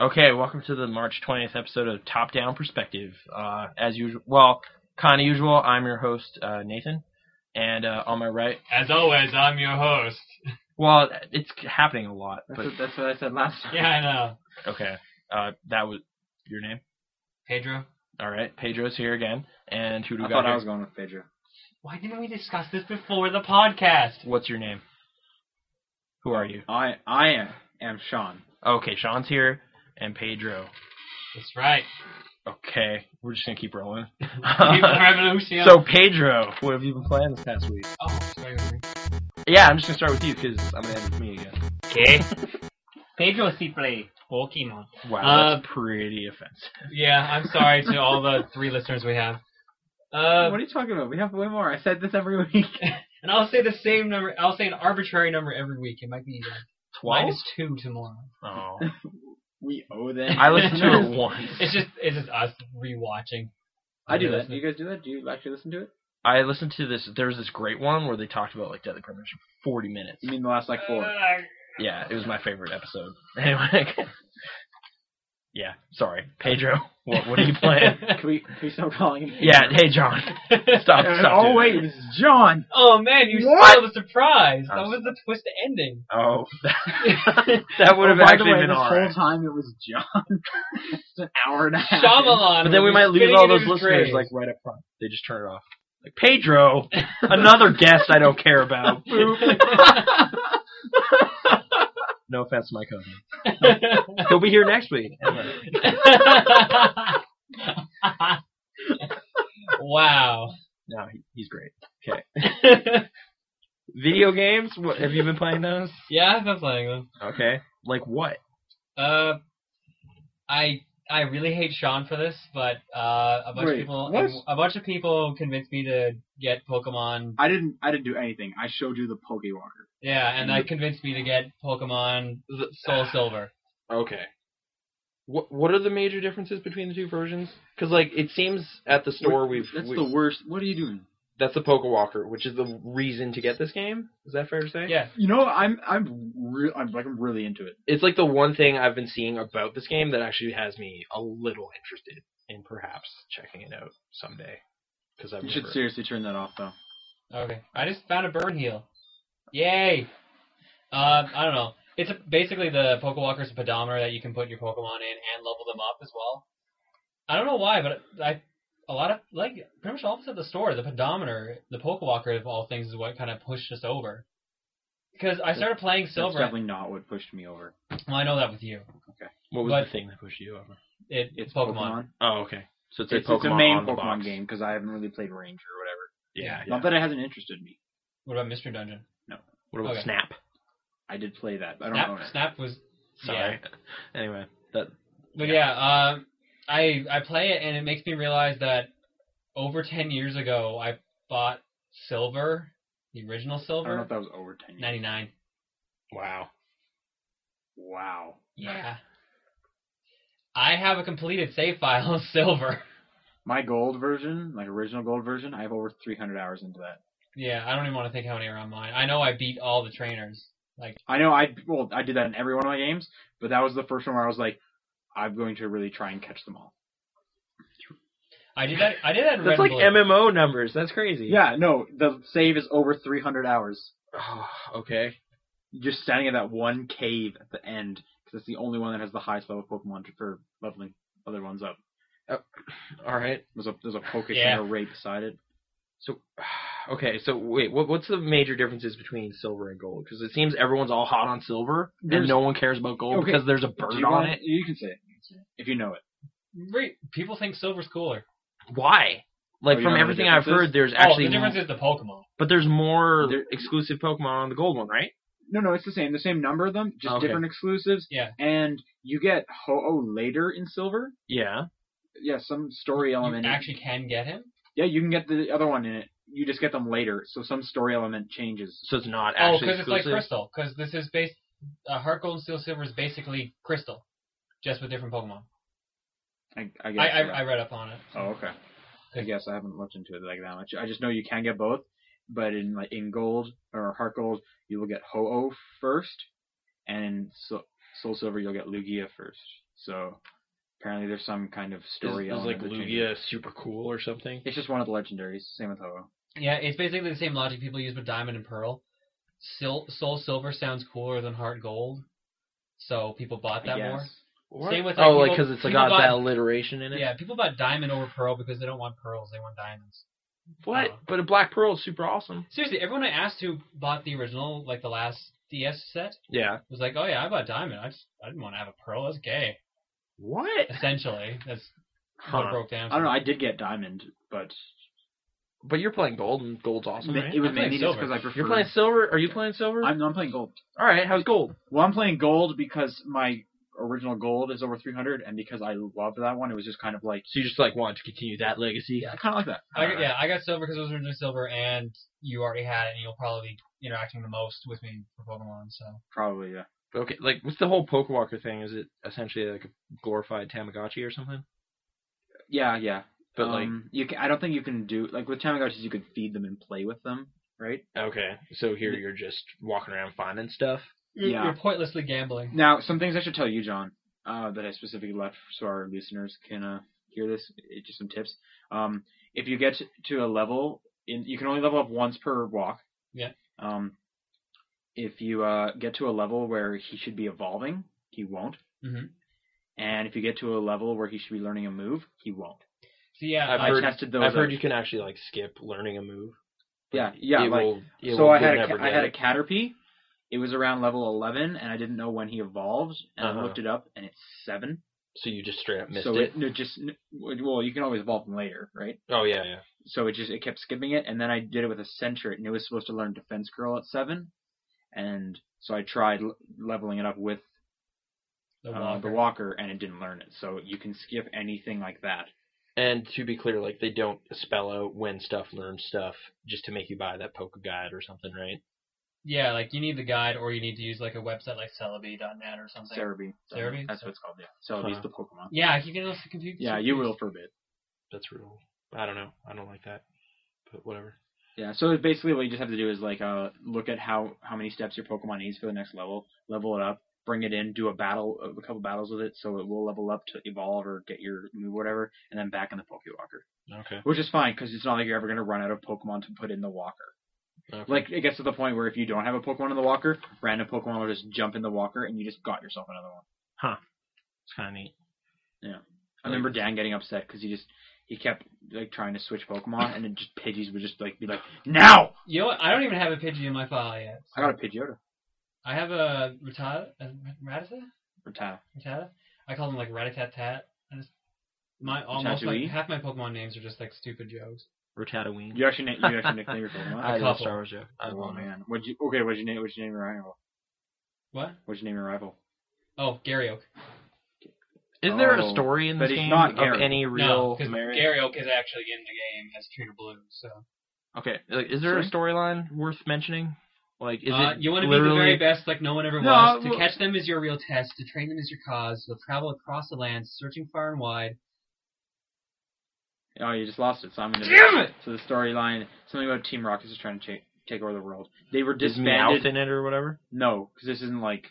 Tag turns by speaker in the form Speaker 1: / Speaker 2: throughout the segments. Speaker 1: Okay, welcome to the March 20th episode of Top Down Perspective. Uh, as usual, well, kind of usual, I'm your host, uh, Nathan. And uh, on my right,
Speaker 2: As always, I'm your host.
Speaker 1: well, it's happening a lot,
Speaker 3: That's,
Speaker 1: but
Speaker 3: what, that's what I said last time.
Speaker 2: Yeah, I know.
Speaker 1: okay. Uh, that was your name?
Speaker 2: Pedro,
Speaker 1: All right, Pedro's here again. And who do
Speaker 3: I
Speaker 1: we
Speaker 3: thought
Speaker 1: got
Speaker 3: I
Speaker 1: here?
Speaker 3: was going with Pedro.
Speaker 2: why didn't we discuss this before the podcast?
Speaker 1: What's your name? Who are you?
Speaker 3: I I am, am Sean.
Speaker 1: Okay, Sean's here, and Pedro.
Speaker 2: That's right.
Speaker 1: Okay, we're just going to keep rolling.
Speaker 2: People are revolution.
Speaker 1: so, Pedro, what have you been playing this past week?
Speaker 2: oh, sorry.
Speaker 1: Yeah, I'm just going to start with you because I'm going to end with me again.
Speaker 2: Okay. Pedro si play Pokemon.
Speaker 1: Wow,
Speaker 2: Uh,
Speaker 1: that's pretty offensive.
Speaker 2: Yeah, I'm sorry to all the three listeners we have. Uh,
Speaker 3: what are you talking about? We have way more. I said this every week.
Speaker 2: and I'll say the same number. I'll say an arbitrary number every week. It might be uh,
Speaker 1: Twelve?
Speaker 2: minus two tomorrow.
Speaker 1: Oh.
Speaker 3: we owe them.
Speaker 1: I listened to it once.
Speaker 2: It's just it's just us rewatching.
Speaker 3: I do that. Do
Speaker 2: Listening.
Speaker 3: you guys do that? Do you actually listen to it?
Speaker 1: I listened to this. There was this great one where they talked about like Deadly Premonition for 40 minutes.
Speaker 3: You mean the last like four?
Speaker 2: Uh,
Speaker 1: Yeah, it was my favorite episode. Anyway. yeah, sorry, Pedro. What, what are you playing?
Speaker 3: can we can we stop calling him?
Speaker 1: yeah, hey John, stop,
Speaker 3: And-
Speaker 1: stop.
Speaker 3: oh
Speaker 1: doing
Speaker 3: wait,
Speaker 1: that.
Speaker 3: this is John.
Speaker 2: Oh man, you
Speaker 3: What?
Speaker 2: spoiled the surprise. That
Speaker 1: I'm
Speaker 2: was the twist ending.
Speaker 1: Oh, that would have
Speaker 3: oh, by
Speaker 1: actually
Speaker 3: the way,
Speaker 1: been
Speaker 3: this
Speaker 1: alright.
Speaker 3: whole time it was John. it's an hour and a half.
Speaker 2: Shyamalan.
Speaker 1: But then we
Speaker 2: was
Speaker 1: might lose
Speaker 2: spinning
Speaker 1: all
Speaker 2: it in
Speaker 1: those
Speaker 2: his
Speaker 1: listeners
Speaker 2: grave.
Speaker 1: like right up front. They just turn it off. Like Pedro, another guest I don't care about. No offense to my cousin. He'll be here next week. Anyway.
Speaker 2: wow.
Speaker 1: No, he, he's great. Video games? What have you been playing those?
Speaker 2: yeah, I've been playing them.
Speaker 1: Okay. Like what?
Speaker 2: Uh, I I really hate Sean for this, but uh, a bunch
Speaker 3: Wait,
Speaker 2: of people
Speaker 3: what?
Speaker 2: a, bunch of people convinced me to get Pokemon.
Speaker 3: I didn't. I didn't do anything. I showed you the Pokewalker.
Speaker 2: Yeah, and that convinced me to get Pokemon Soul Silver.
Speaker 1: Okay. What What are the major differences between the two versions? Because like it seems at the store
Speaker 3: What-
Speaker 1: we've
Speaker 3: That's
Speaker 1: we-
Speaker 3: the worst. What are you doing?
Speaker 1: that's the Pokewalker, which is the reason to get this game. Is that fair to say?
Speaker 2: Yeah.
Speaker 3: You know, I'm I'm re- I'm like I'm really into it.
Speaker 1: It's like the one thing I've been seeing about this game that actually has me a little interested in perhaps checking it out someday. Because I've
Speaker 3: You should
Speaker 1: never-
Speaker 3: seriously turn that off though.
Speaker 2: Okay. I just found a burn heal. Yay! Uh, I don't know. It's a, basically the Pokewalker's pedometer that you can put your Pokemon in and level them up as well. I don't know why, but I a lot of like pretty much all of us at the store, the pedometer, the Pokewalker of all things is what kind of pushed us over. Because I started playing
Speaker 3: That's
Speaker 2: Silver.
Speaker 3: definitely not what pushed me over.
Speaker 2: Well, I know that with you.
Speaker 1: What was
Speaker 2: But-
Speaker 1: the thing that pushed you over?
Speaker 2: It,
Speaker 3: It's
Speaker 2: Pokemon.
Speaker 3: Pokemon.
Speaker 1: Oh, okay. So it's,
Speaker 3: It's,
Speaker 1: a Pokemon
Speaker 3: it's a main
Speaker 1: on the
Speaker 3: Pokemon
Speaker 1: box.
Speaker 3: game because I haven't really played Ranger or whatever.
Speaker 1: Yeah. yeah.
Speaker 3: Not that it hasn't interested me.
Speaker 2: What about Mystery Dungeon?
Speaker 1: What about
Speaker 2: Okay.
Speaker 1: Snap?
Speaker 3: I did play that. but I don't
Speaker 2: Snap,
Speaker 3: own it.
Speaker 2: Snap was Yeah.
Speaker 1: Sorry. Anyway, that
Speaker 2: But yeah, um, I I play it and it makes me realize that over ten years ago I bought silver, the original
Speaker 3: I don't know
Speaker 2: silver,
Speaker 3: if that was over ten. years.
Speaker 2: ninety nine.
Speaker 1: wow.
Speaker 3: Wow.
Speaker 2: Yeah. I have a completed save file of silver.
Speaker 3: My gold version, my original gold version, I have over 300 hours into that.
Speaker 2: Yeah, I don't even want to think how many are on mine. I know I beat all the trainers.
Speaker 3: I know I well I did that in every one of my games, but that was the first one where I was like, I'm going to really try and catch them all.
Speaker 2: I did that. I did that in
Speaker 1: That's
Speaker 2: Red
Speaker 1: like
Speaker 2: and Blue.
Speaker 1: MMO numbers. That's crazy.
Speaker 3: Yeah, no, the save is over 300 hours.
Speaker 1: Oh, okay.
Speaker 3: Just standing at that one cave at the end because it's the only one that has the highest level Pokemon to- for leveling other ones up.
Speaker 1: All right.
Speaker 3: There's a there's a Pokesh
Speaker 2: Yeah.
Speaker 3: and a Ray beside it.
Speaker 1: So, okay. So wait, what, what's the major differences between silver and gold? Because it seems everyone's all hot on silver, and
Speaker 3: There's-
Speaker 1: no one cares about gold
Speaker 3: Okay.
Speaker 1: because there's a
Speaker 3: Do
Speaker 1: bird
Speaker 3: you
Speaker 1: on
Speaker 3: want-
Speaker 1: it.
Speaker 3: You can say it if you know it.
Speaker 2: Re- People think silver's cooler.
Speaker 1: Why? Like
Speaker 3: Oh, you don't
Speaker 1: from
Speaker 3: know the
Speaker 1: everything I've
Speaker 3: differences?
Speaker 1: heard, there's
Speaker 2: oh,
Speaker 1: actually,
Speaker 2: the difference is the Pokemon.
Speaker 1: but there's more
Speaker 3: There-
Speaker 1: exclusive Pokemon on the gold one, right?
Speaker 3: No, no, it's the same. The same number of them, just
Speaker 1: Okay.
Speaker 3: different exclusives.
Speaker 2: Yeah.
Speaker 3: And you get Ho-Oh later in silver.
Speaker 1: Yeah.
Speaker 3: Yeah, some story
Speaker 2: You
Speaker 3: element.
Speaker 2: actually can get him.
Speaker 3: yeah, you can get the other one in it. You just get them later, so some story element changes.
Speaker 1: So it's not
Speaker 2: Oh,
Speaker 1: actually
Speaker 2: because it's like
Speaker 1: exclusive.
Speaker 2: crystal. Because this is based. Uh, Heart Gold and Steel Silver is basically crystal, just with different Pokemon.
Speaker 3: I, I guess.
Speaker 2: I, I,
Speaker 3: yeah.
Speaker 2: I read up on it.
Speaker 3: oh, okay. I guess I haven't looked into it like that much. I just know you can get both, but in like in gold or heart gold, you will get Ho-Oh first, and in Soul, Soul Silver, you'll get Lugia first. So apparently there's some kind of story
Speaker 1: is, is
Speaker 3: element
Speaker 1: like
Speaker 3: that changes-
Speaker 1: Lugia super cool or something?
Speaker 3: It's just one of the legendaries. Same with Ho.
Speaker 2: Yeah, it's basically the same logic people use with Diamond and Pearl. Sil- Soul Silver sounds cooler than Heart Gold, so people bought that more. Same with like,
Speaker 1: oh, like
Speaker 2: people-
Speaker 1: because it's
Speaker 2: people
Speaker 1: got
Speaker 2: bought-
Speaker 1: that alliteration in it.
Speaker 2: Yeah, people bought Diamond over Pearl because they don't want pearls, they want diamonds.
Speaker 1: What?
Speaker 2: Oh.
Speaker 1: But a black pearl is super awesome.
Speaker 2: Seriously, everyone I asked who bought the original, like the last DS set,
Speaker 1: Yeah.
Speaker 2: was like, "Oh yeah, I bought Diamond. I just I didn't want to have a pearl. That's gay."
Speaker 1: What?
Speaker 2: Essentially, that's what it
Speaker 1: Huh.
Speaker 2: broke down.
Speaker 3: I don't know. I did get Diamond, but
Speaker 1: But you're playing gold, and gold's awesome,
Speaker 3: ma-
Speaker 1: right?
Speaker 3: it was
Speaker 2: I'm playing
Speaker 3: mainly just
Speaker 2: silver.
Speaker 3: because I prefer.
Speaker 1: You're playing silver. Are you playing silver?
Speaker 3: I'm, I'm playing gold.
Speaker 1: All right. How's gold?
Speaker 3: Well, I'm playing gold because my original gold is over 300, and because I love that one, it was just kind of like
Speaker 1: So you just like want to continue that legacy?
Speaker 3: I kind of like that.
Speaker 2: I, got- yeah, I got silver because it was originally silver, and you already had it, and you'll probably be interacting the most with me for Pokemon. So
Speaker 3: Probably yeah.
Speaker 1: Okay. Like, what's the whole Pokewalker thing? Is it essentially like a glorified Tamagotchi or something?
Speaker 3: Yeah, yeah.
Speaker 1: But
Speaker 3: um, you can, I don't think you can do like with Tamagotchis. You could feed them and play with them, right?
Speaker 1: like, okay. So here you're just walking around finding stuff.
Speaker 2: you're,
Speaker 3: Yeah.
Speaker 2: you're pointlessly gambling.
Speaker 3: Now, some things I should tell you, John, uh, that I specifically left so our listeners can uh, hear this. It, just some tips. Um, if you get to a level, in, you can only level up once per walk.
Speaker 2: Yeah.
Speaker 3: Um, if you uh, get to a level where he should be evolving, he won't.
Speaker 2: Mhm.
Speaker 3: And if you get to a level where he should be learning a move, he won't.
Speaker 2: So yeah,
Speaker 1: I've
Speaker 2: I-
Speaker 1: heard-
Speaker 3: I tested those.
Speaker 1: I've heard
Speaker 3: out.
Speaker 1: you can actually like skip learning a move.
Speaker 3: Yeah, yeah,
Speaker 1: It
Speaker 3: like-
Speaker 1: will- it
Speaker 3: so
Speaker 1: will-
Speaker 3: I had
Speaker 1: you'll
Speaker 3: a,
Speaker 1: never
Speaker 3: ca- I
Speaker 1: get
Speaker 3: had a
Speaker 1: it.
Speaker 3: Caterpie. It was around level 11, and I didn't know when he evolved. And I
Speaker 1: Uh-huh.
Speaker 3: looked it up, and it's seven.
Speaker 1: So you just straight up missed
Speaker 3: so
Speaker 1: it.
Speaker 3: it, no, just well, you can always evolve them later, right?
Speaker 1: Oh yeah, yeah.
Speaker 3: So it just it kept skipping it, and then I did it with a Sentret, and it was supposed to learn Defense Curl at seven, and so I tried l- leveling it up with
Speaker 2: the
Speaker 3: uh,
Speaker 2: walker.
Speaker 3: the Walker, and it didn't learn it. So you can skip anything like that.
Speaker 1: And to be clear, like they don't spell out when stuff learns stuff just to make you buy that Poke Guide or something, right?
Speaker 2: Yeah, like you need the guide, or you need to use like a website like Celebi.net or something.
Speaker 3: Cerebi,
Speaker 2: Cerebi?
Speaker 3: that's what it's called. Yeah, Celebi's
Speaker 1: Huh.
Speaker 3: the Pokemon.
Speaker 2: Yeah, you can also confuse.
Speaker 3: Yeah, you will for a bit.
Speaker 1: That's real. I don't know. I don't like that, but whatever.
Speaker 3: Yeah, so basically what you just have to do is like uh look at how how many steps your Pokemon needs for the next level, level it up, bring it in, do a battle, a couple battles with it, so it will level up to evolve or get your move whatever, and then back in the Pokewalker,
Speaker 1: Okay.
Speaker 3: which is fine because it's not like you're ever gonna run out of Pokemon to put in the Walker.
Speaker 1: okay.
Speaker 3: Like it gets to the point where if you don't have a Pokemon in the Walker, random Pokemon will just jump in the Walker and you just got yourself another one.
Speaker 1: it's kind of neat.
Speaker 3: I remember Dan getting upset because he just he kept like trying to switch Pokemon and then just Pidgeys would just like be like now
Speaker 2: You know what? I don't even have a Pidgey in my file yet.
Speaker 3: I got a Pidgeotto
Speaker 2: I have a Rattata, a Rattata,
Speaker 3: or Tau.
Speaker 2: Rattata. I call them like Ratatat. I just my almost like
Speaker 3: Ratatouille?
Speaker 2: half my Pokemon names are just like stupid jokes.
Speaker 1: Ratatouille.
Speaker 3: You actually na- you actually nicknamed your Pokemon.
Speaker 1: I love
Speaker 2: couple.
Speaker 1: Star Wars. Joe. I
Speaker 3: oh
Speaker 1: love it.
Speaker 3: man, what'd you? Okay, what'd you name? What'd you name your rival?
Speaker 2: What?
Speaker 3: What'd you name your rival?
Speaker 2: Oh, Garyok.
Speaker 1: Is there a
Speaker 3: Oh,
Speaker 1: story in
Speaker 3: but
Speaker 1: this
Speaker 3: he's
Speaker 1: game
Speaker 3: not
Speaker 1: of
Speaker 3: Gary.
Speaker 1: any
Speaker 2: No,
Speaker 1: real
Speaker 2: because
Speaker 1: merit?
Speaker 2: Garyok is actually in the game as Trainer Blue. So
Speaker 1: Okay. Like, is there a storyline worth mentioning? Like, is
Speaker 2: uh,
Speaker 1: it
Speaker 2: you want to be the
Speaker 1: literally...
Speaker 2: very best, like no one ever
Speaker 3: No,
Speaker 2: was. To
Speaker 3: well-
Speaker 2: catch them is your real test. To train them is your cause. You'll travel across the land, searching far and wide.
Speaker 3: Oh, you just lost it. So I'm gonna.
Speaker 2: Damn it!
Speaker 3: So the storyline, something about Team Rocket is trying to cha- take over the world. They were
Speaker 1: Is Meowth
Speaker 3: disbanded.
Speaker 1: in it or whatever?
Speaker 3: No, because this isn't like.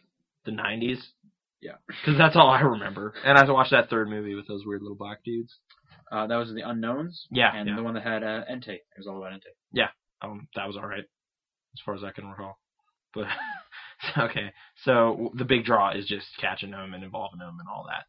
Speaker 1: The '90s.
Speaker 3: Yeah.
Speaker 1: Because that's all I remember. And I watched that third movie with those weird little black dudes.
Speaker 3: Uh, that was the unknowns.
Speaker 1: Yeah,
Speaker 3: And
Speaker 1: yeah.
Speaker 3: the one that had uh, Entei. It was all about Entei.
Speaker 1: um, that was all right, as far as I can recall. But okay, so w- the big draw is just catching them and involving them and all that.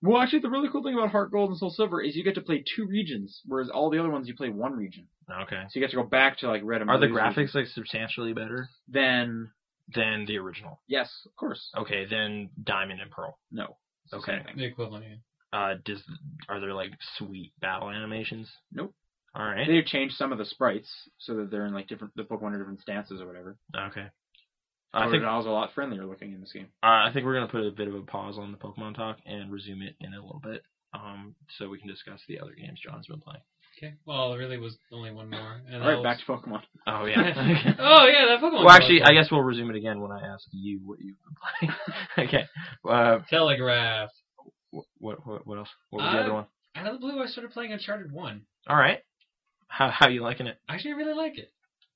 Speaker 3: Well, actually, the really cool thing about Heart Gold and Soul Silver is you get to play two regions, whereas all the other ones you play one region.
Speaker 1: Okay,
Speaker 3: So you get to go back to like Red and
Speaker 1: are the
Speaker 3: Blue's region.
Speaker 1: graphics like substantially better
Speaker 3: Then
Speaker 1: than the original?
Speaker 3: yes, of course.
Speaker 1: Okay, then Diamond and Pearl.
Speaker 3: No. It's the
Speaker 1: Oh. Okay.
Speaker 3: same thing.
Speaker 2: The equivalent. Yeah.
Speaker 1: Uh, does are there like sweet battle animations?
Speaker 3: Nope.
Speaker 1: All right.
Speaker 3: They've changed some of the sprites so that they're in like different the Pokemon are different stances or whatever.
Speaker 1: Okay. I
Speaker 3: I
Speaker 1: think
Speaker 3: think
Speaker 1: uh,
Speaker 3: Totodile a lot friendlier looking in this game.
Speaker 1: I think we're gonna put a bit of a pause on the Pokemon talk and resume it in a little bit, um, so we can discuss the other games John's been playing.
Speaker 2: Okay. Well, there really was only one more. And
Speaker 3: All right,
Speaker 2: that
Speaker 3: back
Speaker 2: was-
Speaker 3: to Pokemon.
Speaker 1: Oh yeah.
Speaker 2: oh yeah, that Pokemon.
Speaker 1: Well, actually, I
Speaker 2: was-
Speaker 1: guess we'll resume it again when I ask you what you've been playing. okay. Uh,
Speaker 2: Telegraph.
Speaker 1: wh- what, what what else? What was the
Speaker 2: Uh,
Speaker 1: other one?
Speaker 2: Out of the blue, I started playing Uncharted One.
Speaker 1: All right. How how you liking it?
Speaker 2: Actually, I really like it.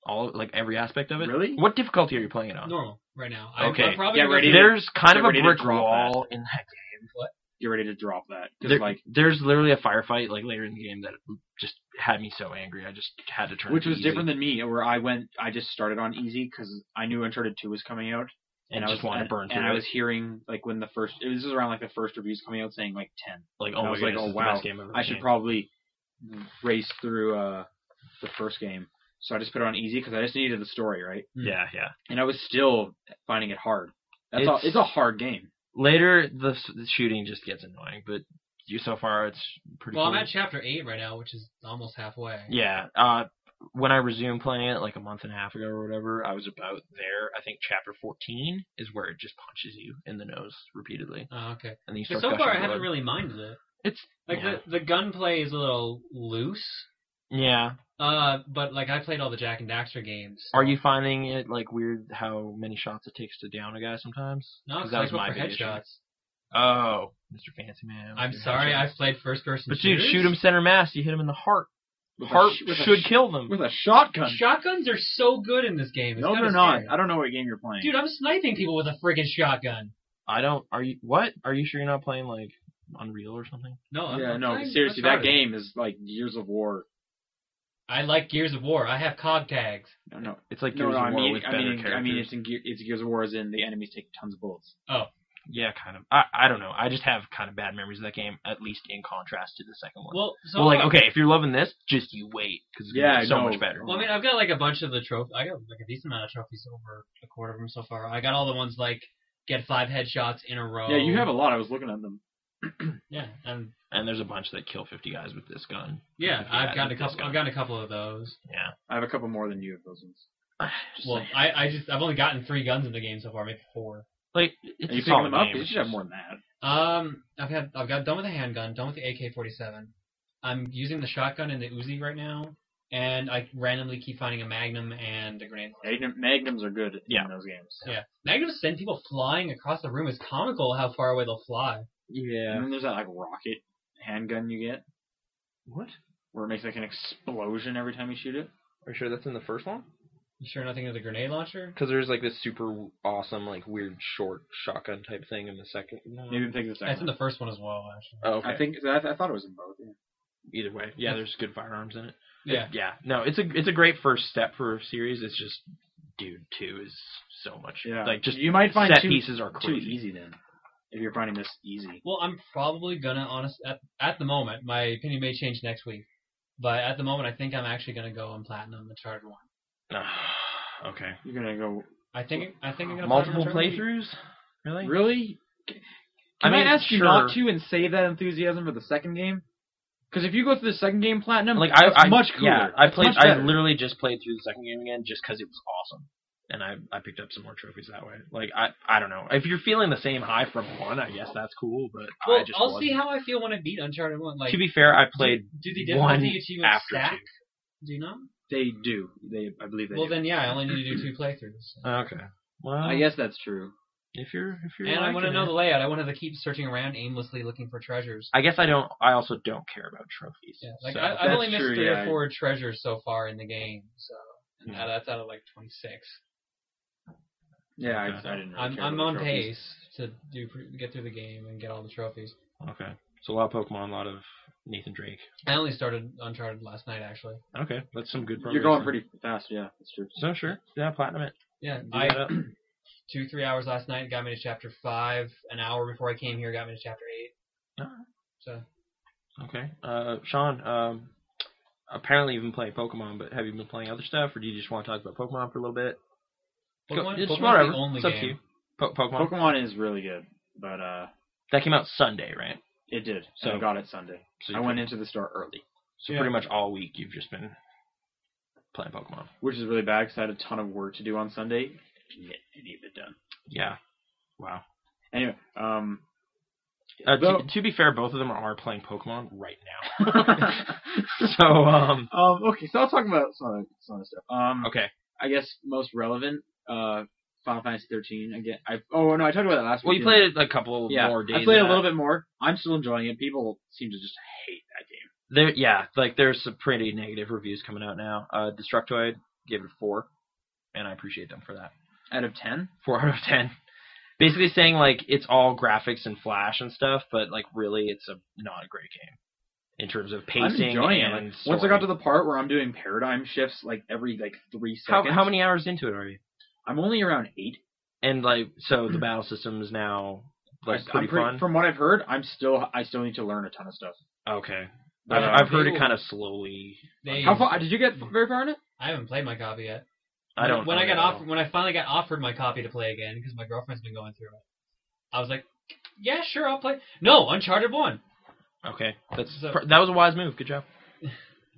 Speaker 1: All like every aspect of it.
Speaker 3: Really?
Speaker 1: What difficulty are you playing it on?
Speaker 2: Normal right now. I,
Speaker 1: Oh. Okay.
Speaker 2: I'm probably
Speaker 3: Get
Speaker 2: gonna go
Speaker 3: ready
Speaker 2: through-
Speaker 1: There's kind of
Speaker 3: get
Speaker 1: a
Speaker 3: ready to
Speaker 1: brick
Speaker 3: drop
Speaker 1: wall in that game.
Speaker 2: What?
Speaker 3: you're ready to drop that because
Speaker 1: There,
Speaker 3: like
Speaker 1: there's literally a firefight like later in the game that just had me so angry. I just had to turn.
Speaker 3: which
Speaker 1: it to
Speaker 3: was
Speaker 1: easy
Speaker 3: different than me where I went I just started on easy because I knew Uncharted Two was coming out
Speaker 1: and,
Speaker 3: I
Speaker 1: just wanted to burn
Speaker 3: and
Speaker 1: through
Speaker 3: I
Speaker 1: it.
Speaker 3: was hearing like when the first it was just around like the first reviews coming out saying like ten.
Speaker 1: like,
Speaker 3: I
Speaker 1: oh my
Speaker 3: was
Speaker 1: god,
Speaker 3: like,
Speaker 1: this
Speaker 3: oh,
Speaker 1: is the
Speaker 3: wow,
Speaker 1: best game I've ever
Speaker 3: I should
Speaker 1: played.
Speaker 3: probably race through uh the first game. So I just put it on easy because I just needed the story right,
Speaker 2: Mm.
Speaker 1: yeah, yeah.
Speaker 3: and I was still finding it hard. That's
Speaker 1: It's-
Speaker 3: a, it's a hard game.
Speaker 1: Later, the, s- the shooting just gets annoying, but you so far it's pretty.
Speaker 2: Well,
Speaker 1: cool.
Speaker 2: I'm at chapter eight right now, which is almost halfway.
Speaker 1: Yeah. Uh, when I resumed playing it like a month and a half ago or whatever, I was about there. I think chapter 14 is where it just punches you in the nose repeatedly,
Speaker 2: Oh, okay.
Speaker 1: and then you
Speaker 2: But
Speaker 1: start.
Speaker 2: so far, I
Speaker 1: gushing
Speaker 2: haven't
Speaker 1: blood.
Speaker 2: really minded it.
Speaker 1: It's
Speaker 2: Like
Speaker 1: yeah.
Speaker 2: the the gunplay is a little loose.
Speaker 1: yeah.
Speaker 2: Uh, but like I played all the Jack and Daxter games.
Speaker 1: Are you finding it like weird how many shots it takes to down a guy sometimes?
Speaker 2: No,
Speaker 1: 'Cause
Speaker 2: because I go for
Speaker 1: big issue.
Speaker 2: headshots.
Speaker 1: Oh, Mr. Fancy Man. with
Speaker 2: I'm
Speaker 1: your
Speaker 2: sorry,
Speaker 1: headshots.
Speaker 2: I've played first person.
Speaker 1: But dude, shoot him center mass. You hit him in the heart.
Speaker 3: With a
Speaker 1: Heart
Speaker 3: sh- with a
Speaker 1: should
Speaker 3: sh-
Speaker 1: kill them.
Speaker 3: with a shotgun.
Speaker 2: Shotguns are so good in this game. It's
Speaker 3: no,
Speaker 2: kinda
Speaker 3: they're not.
Speaker 2: scary.
Speaker 3: I don't know what game you're playing.
Speaker 2: Dude, I'm sniping people with a friggin' shotgun.
Speaker 1: I don't. Are you what? Are you sure you're not playing like Unreal or something?
Speaker 2: No, I'm
Speaker 3: yeah,
Speaker 2: I'm
Speaker 3: no,
Speaker 2: playing
Speaker 3: seriously, that
Speaker 2: Uncharted.
Speaker 3: game is like years of war.
Speaker 2: I like Gears of War. I have cog tags.
Speaker 3: No, no,
Speaker 1: It's like
Speaker 3: no,
Speaker 1: Gears
Speaker 3: no.
Speaker 1: of
Speaker 3: I
Speaker 1: War
Speaker 3: mean,
Speaker 1: with
Speaker 3: I
Speaker 1: better
Speaker 3: mean,
Speaker 1: characters.
Speaker 3: I mean, it's in Gear, it's Gears of War as in the enemies take tons of bullets.
Speaker 1: yeah, kind of. I, I don't know. I just have kind of bad memories of that game, at least in contrast to the second one.
Speaker 2: Well, so
Speaker 1: Well, like,
Speaker 2: uh,
Speaker 1: okay, if you're loving this, just you wait because it's gonna
Speaker 3: Yeah,
Speaker 1: be so
Speaker 3: no.
Speaker 1: much better.
Speaker 2: Well, I mean, I've got like a bunch of the trophy. I got like a decent amount of trophies, over a quarter of them so far. I got all the ones like get five headshots in a row.
Speaker 3: Yeah, you have a lot. I was looking at them.
Speaker 2: yeah, and
Speaker 1: And there's a bunch that kill 50 guys with this gun.
Speaker 2: yeah,
Speaker 1: 50
Speaker 2: I've
Speaker 1: guys
Speaker 2: gotten a
Speaker 1: with
Speaker 2: couple.
Speaker 1: this
Speaker 2: I've
Speaker 1: gun.
Speaker 2: gotten a couple of those.
Speaker 3: I have a couple more than you of those ones. Just
Speaker 2: Well,
Speaker 3: saying.
Speaker 2: I, I just I've only gotten three guns in the game so far, maybe four.
Speaker 1: Like,
Speaker 3: Are
Speaker 1: it's
Speaker 3: you
Speaker 1: a
Speaker 3: picking
Speaker 1: solid
Speaker 3: them up?
Speaker 1: game.
Speaker 3: You
Speaker 1: It's
Speaker 3: should have
Speaker 1: just-
Speaker 3: more than that.
Speaker 2: Um, I've had I've got done with the handgun, done with the AK-47. I'm using the shotgun and the Uzi right now, and I randomly keep finding a Magnum and a grenade. launcher.
Speaker 3: Magnum, magnums are good
Speaker 1: Yeah.
Speaker 3: in those games.
Speaker 2: Yeah. Magnums send people flying across the room. It's comical how far away they'll fly.
Speaker 3: And
Speaker 1: Yeah.
Speaker 3: then there's that like rocket handgun you get
Speaker 1: What?
Speaker 3: where it makes like an explosion every time you shoot it.
Speaker 1: Are you sure that's in the first one?
Speaker 2: You sure nothing of the grenade launcher?
Speaker 1: Because there's like this super awesome, like weird short shotgun type thing in the second.
Speaker 3: Maybe pick the second.
Speaker 2: That's in
Speaker 3: one.
Speaker 2: the first one as well, actually.
Speaker 1: Oh, okay.
Speaker 3: I think I, th- I thought it was in both. Yeah.
Speaker 1: either way. Yeah, there's good firearms in it.
Speaker 2: Yeah.
Speaker 1: Yeah. No, it's a it's a great first step for a series. It's just Dude Two is so much
Speaker 3: Yeah.
Speaker 1: like just
Speaker 3: you might find
Speaker 1: set
Speaker 3: two,
Speaker 1: pieces are
Speaker 3: too
Speaker 1: crazy.
Speaker 3: easy then. If you're finding this easy,
Speaker 2: Well, I'm probably gonna honest at at the moment. My opinion may change next week, but at the moment, I think I'm actually gonna go on platinum Uncharted one.
Speaker 1: Ah, okay.
Speaker 3: you're gonna go
Speaker 2: I think I think I'm gonna
Speaker 1: Multiple
Speaker 2: platinum Uncharted.
Speaker 1: playthrough? Really?
Speaker 3: really.
Speaker 1: I
Speaker 3: Can I,
Speaker 1: mean,
Speaker 3: ask you
Speaker 1: sure.
Speaker 3: not to and save that enthusiasm for the second game? Because if you go through the second game platinum,
Speaker 1: Like I,
Speaker 3: that's
Speaker 1: I
Speaker 3: much cooler.
Speaker 1: Yeah, I
Speaker 3: That's
Speaker 1: played.
Speaker 3: much
Speaker 1: I
Speaker 3: better.
Speaker 1: literally just played through the second game again just because it was awesome, and I I picked up some more trophies that way. Like I I don't know if you're feeling the same high from one, I guess that's cool. But
Speaker 2: Well,
Speaker 1: I just
Speaker 2: I'll see
Speaker 1: wasn't.
Speaker 2: how I feel when I beat Uncharted one. Like
Speaker 1: to be fair, I played
Speaker 2: Do the
Speaker 1: one
Speaker 2: difficulty achievement
Speaker 1: after
Speaker 2: stack? Do you know?
Speaker 3: They do. They, I believe they.
Speaker 2: Well,
Speaker 3: do.
Speaker 2: then yeah, I only need to do two playthroughs.
Speaker 1: two. Okay. Well,
Speaker 3: I guess that's true.
Speaker 1: if you're if Uh, you're
Speaker 2: And I want to
Speaker 1: liking
Speaker 2: know
Speaker 1: it.
Speaker 2: the layout. I want to keep searching around aimlessly looking for treasures.
Speaker 1: I guess I don't. I also don't care about trophies.
Speaker 2: Yeah, like
Speaker 1: so-
Speaker 2: I, I've only
Speaker 3: that's
Speaker 2: missed
Speaker 3: true,
Speaker 2: three
Speaker 3: yeah.
Speaker 2: or four treasures so far in the game. So and
Speaker 1: Yeah.
Speaker 2: now that's out of like 26.
Speaker 3: Yeah, I,
Speaker 1: Okay.
Speaker 3: I didn't. Really
Speaker 2: I'm
Speaker 3: care
Speaker 2: I'm
Speaker 3: about
Speaker 2: on
Speaker 3: the trophies.
Speaker 2: pace to do pr- get through the game and get all the trophies.
Speaker 1: okay. So a lot of Pokemon, a lot of Nathan Drake.
Speaker 2: I only started Uncharted last night actually.
Speaker 1: Okay, that's some good. progress
Speaker 3: You're going
Speaker 1: then.
Speaker 3: pretty fast. Yeah, that's true.
Speaker 1: So sure, yeah, platinum it.
Speaker 2: Yeah,
Speaker 1: Do
Speaker 2: I
Speaker 1: that up.
Speaker 2: two three hours last night got me to chapter five. An hour before I came here got me to chapter eight.
Speaker 1: Alright.
Speaker 2: So
Speaker 1: Okay. Uh, Sean, um, apparently you've been playing Pokemon, but have you been playing other stuff, or do you just want to talk about Pokemon for a little bit? Go-
Speaker 2: Pokemon,
Speaker 1: it's
Speaker 2: Pokemon's
Speaker 1: whatever.
Speaker 2: the only
Speaker 1: it's up
Speaker 2: game.
Speaker 1: to you. Po- Pokemon.
Speaker 3: Pokemon is really good, but uh,
Speaker 1: That came out Sunday, right?
Speaker 3: it did. So
Speaker 1: So-
Speaker 3: I got it Sunday.
Speaker 1: So
Speaker 3: I
Speaker 1: you
Speaker 3: went
Speaker 1: pretty-
Speaker 3: into the store early,
Speaker 1: So
Speaker 2: Yeah.
Speaker 1: pretty much all week you've just been playing Pokemon.
Speaker 3: which is really bad because I had a ton of work to do on Sunday. Didn't get any of it done.
Speaker 1: Yeah. Wow.
Speaker 3: Anyway, um,
Speaker 1: Uh, to-
Speaker 3: Though-
Speaker 1: to, be fair, both of them are playing Pokemon right now. so, um,
Speaker 3: um, okay, so I'll talk about some other, some other stuff. Um,
Speaker 1: okay.
Speaker 3: I guess most relevant, uh, Final Fantasy 13 again. I oh no, I talked about that last
Speaker 1: Well,
Speaker 3: week.
Speaker 1: you
Speaker 3: didn't I?
Speaker 1: played it a couple
Speaker 3: yeah,
Speaker 1: more days.
Speaker 3: I played
Speaker 1: than that.
Speaker 3: a little bit more. I'm still enjoying it. People seem to just hate that game.
Speaker 1: There, yeah, like there's some pretty negative reviews coming out now. Uh, Destructoid gave it a four, and I appreciate them for that.
Speaker 3: Out of ten,
Speaker 1: Four out of ten. basically saying like it's all graphics and flash and stuff, but like really it's a not a great game in terms of
Speaker 3: I'm
Speaker 1: pacing
Speaker 3: enjoying it.
Speaker 1: and
Speaker 3: Like, once I
Speaker 1: story.
Speaker 3: got to the part where I'm doing paradigm shifts like every like three
Speaker 1: how
Speaker 3: seconds.
Speaker 1: how many hours into it are you?
Speaker 3: I'm only around eight.
Speaker 1: And like so the battle system is now like
Speaker 3: I'm
Speaker 1: pretty
Speaker 3: pretty-
Speaker 1: fun.
Speaker 3: From what I've heard, I'm still I still need to learn a ton of stuff.
Speaker 1: okay. I've,
Speaker 3: Yeah.
Speaker 1: I've heard it
Speaker 2: They-
Speaker 1: kind of slowly.
Speaker 2: They,
Speaker 3: How far did you get very far in it?
Speaker 2: I haven't played my copy yet.
Speaker 1: I don't.
Speaker 2: When
Speaker 1: know
Speaker 2: I got
Speaker 1: that at all.
Speaker 2: offered, when I finally got offered my copy to play again, because my girlfriend's been going through it, I was like, "Yeah, sure, I'll play." No, Uncharted One.
Speaker 1: Okay, that's
Speaker 2: So-
Speaker 1: per- that was a wise move. Good job.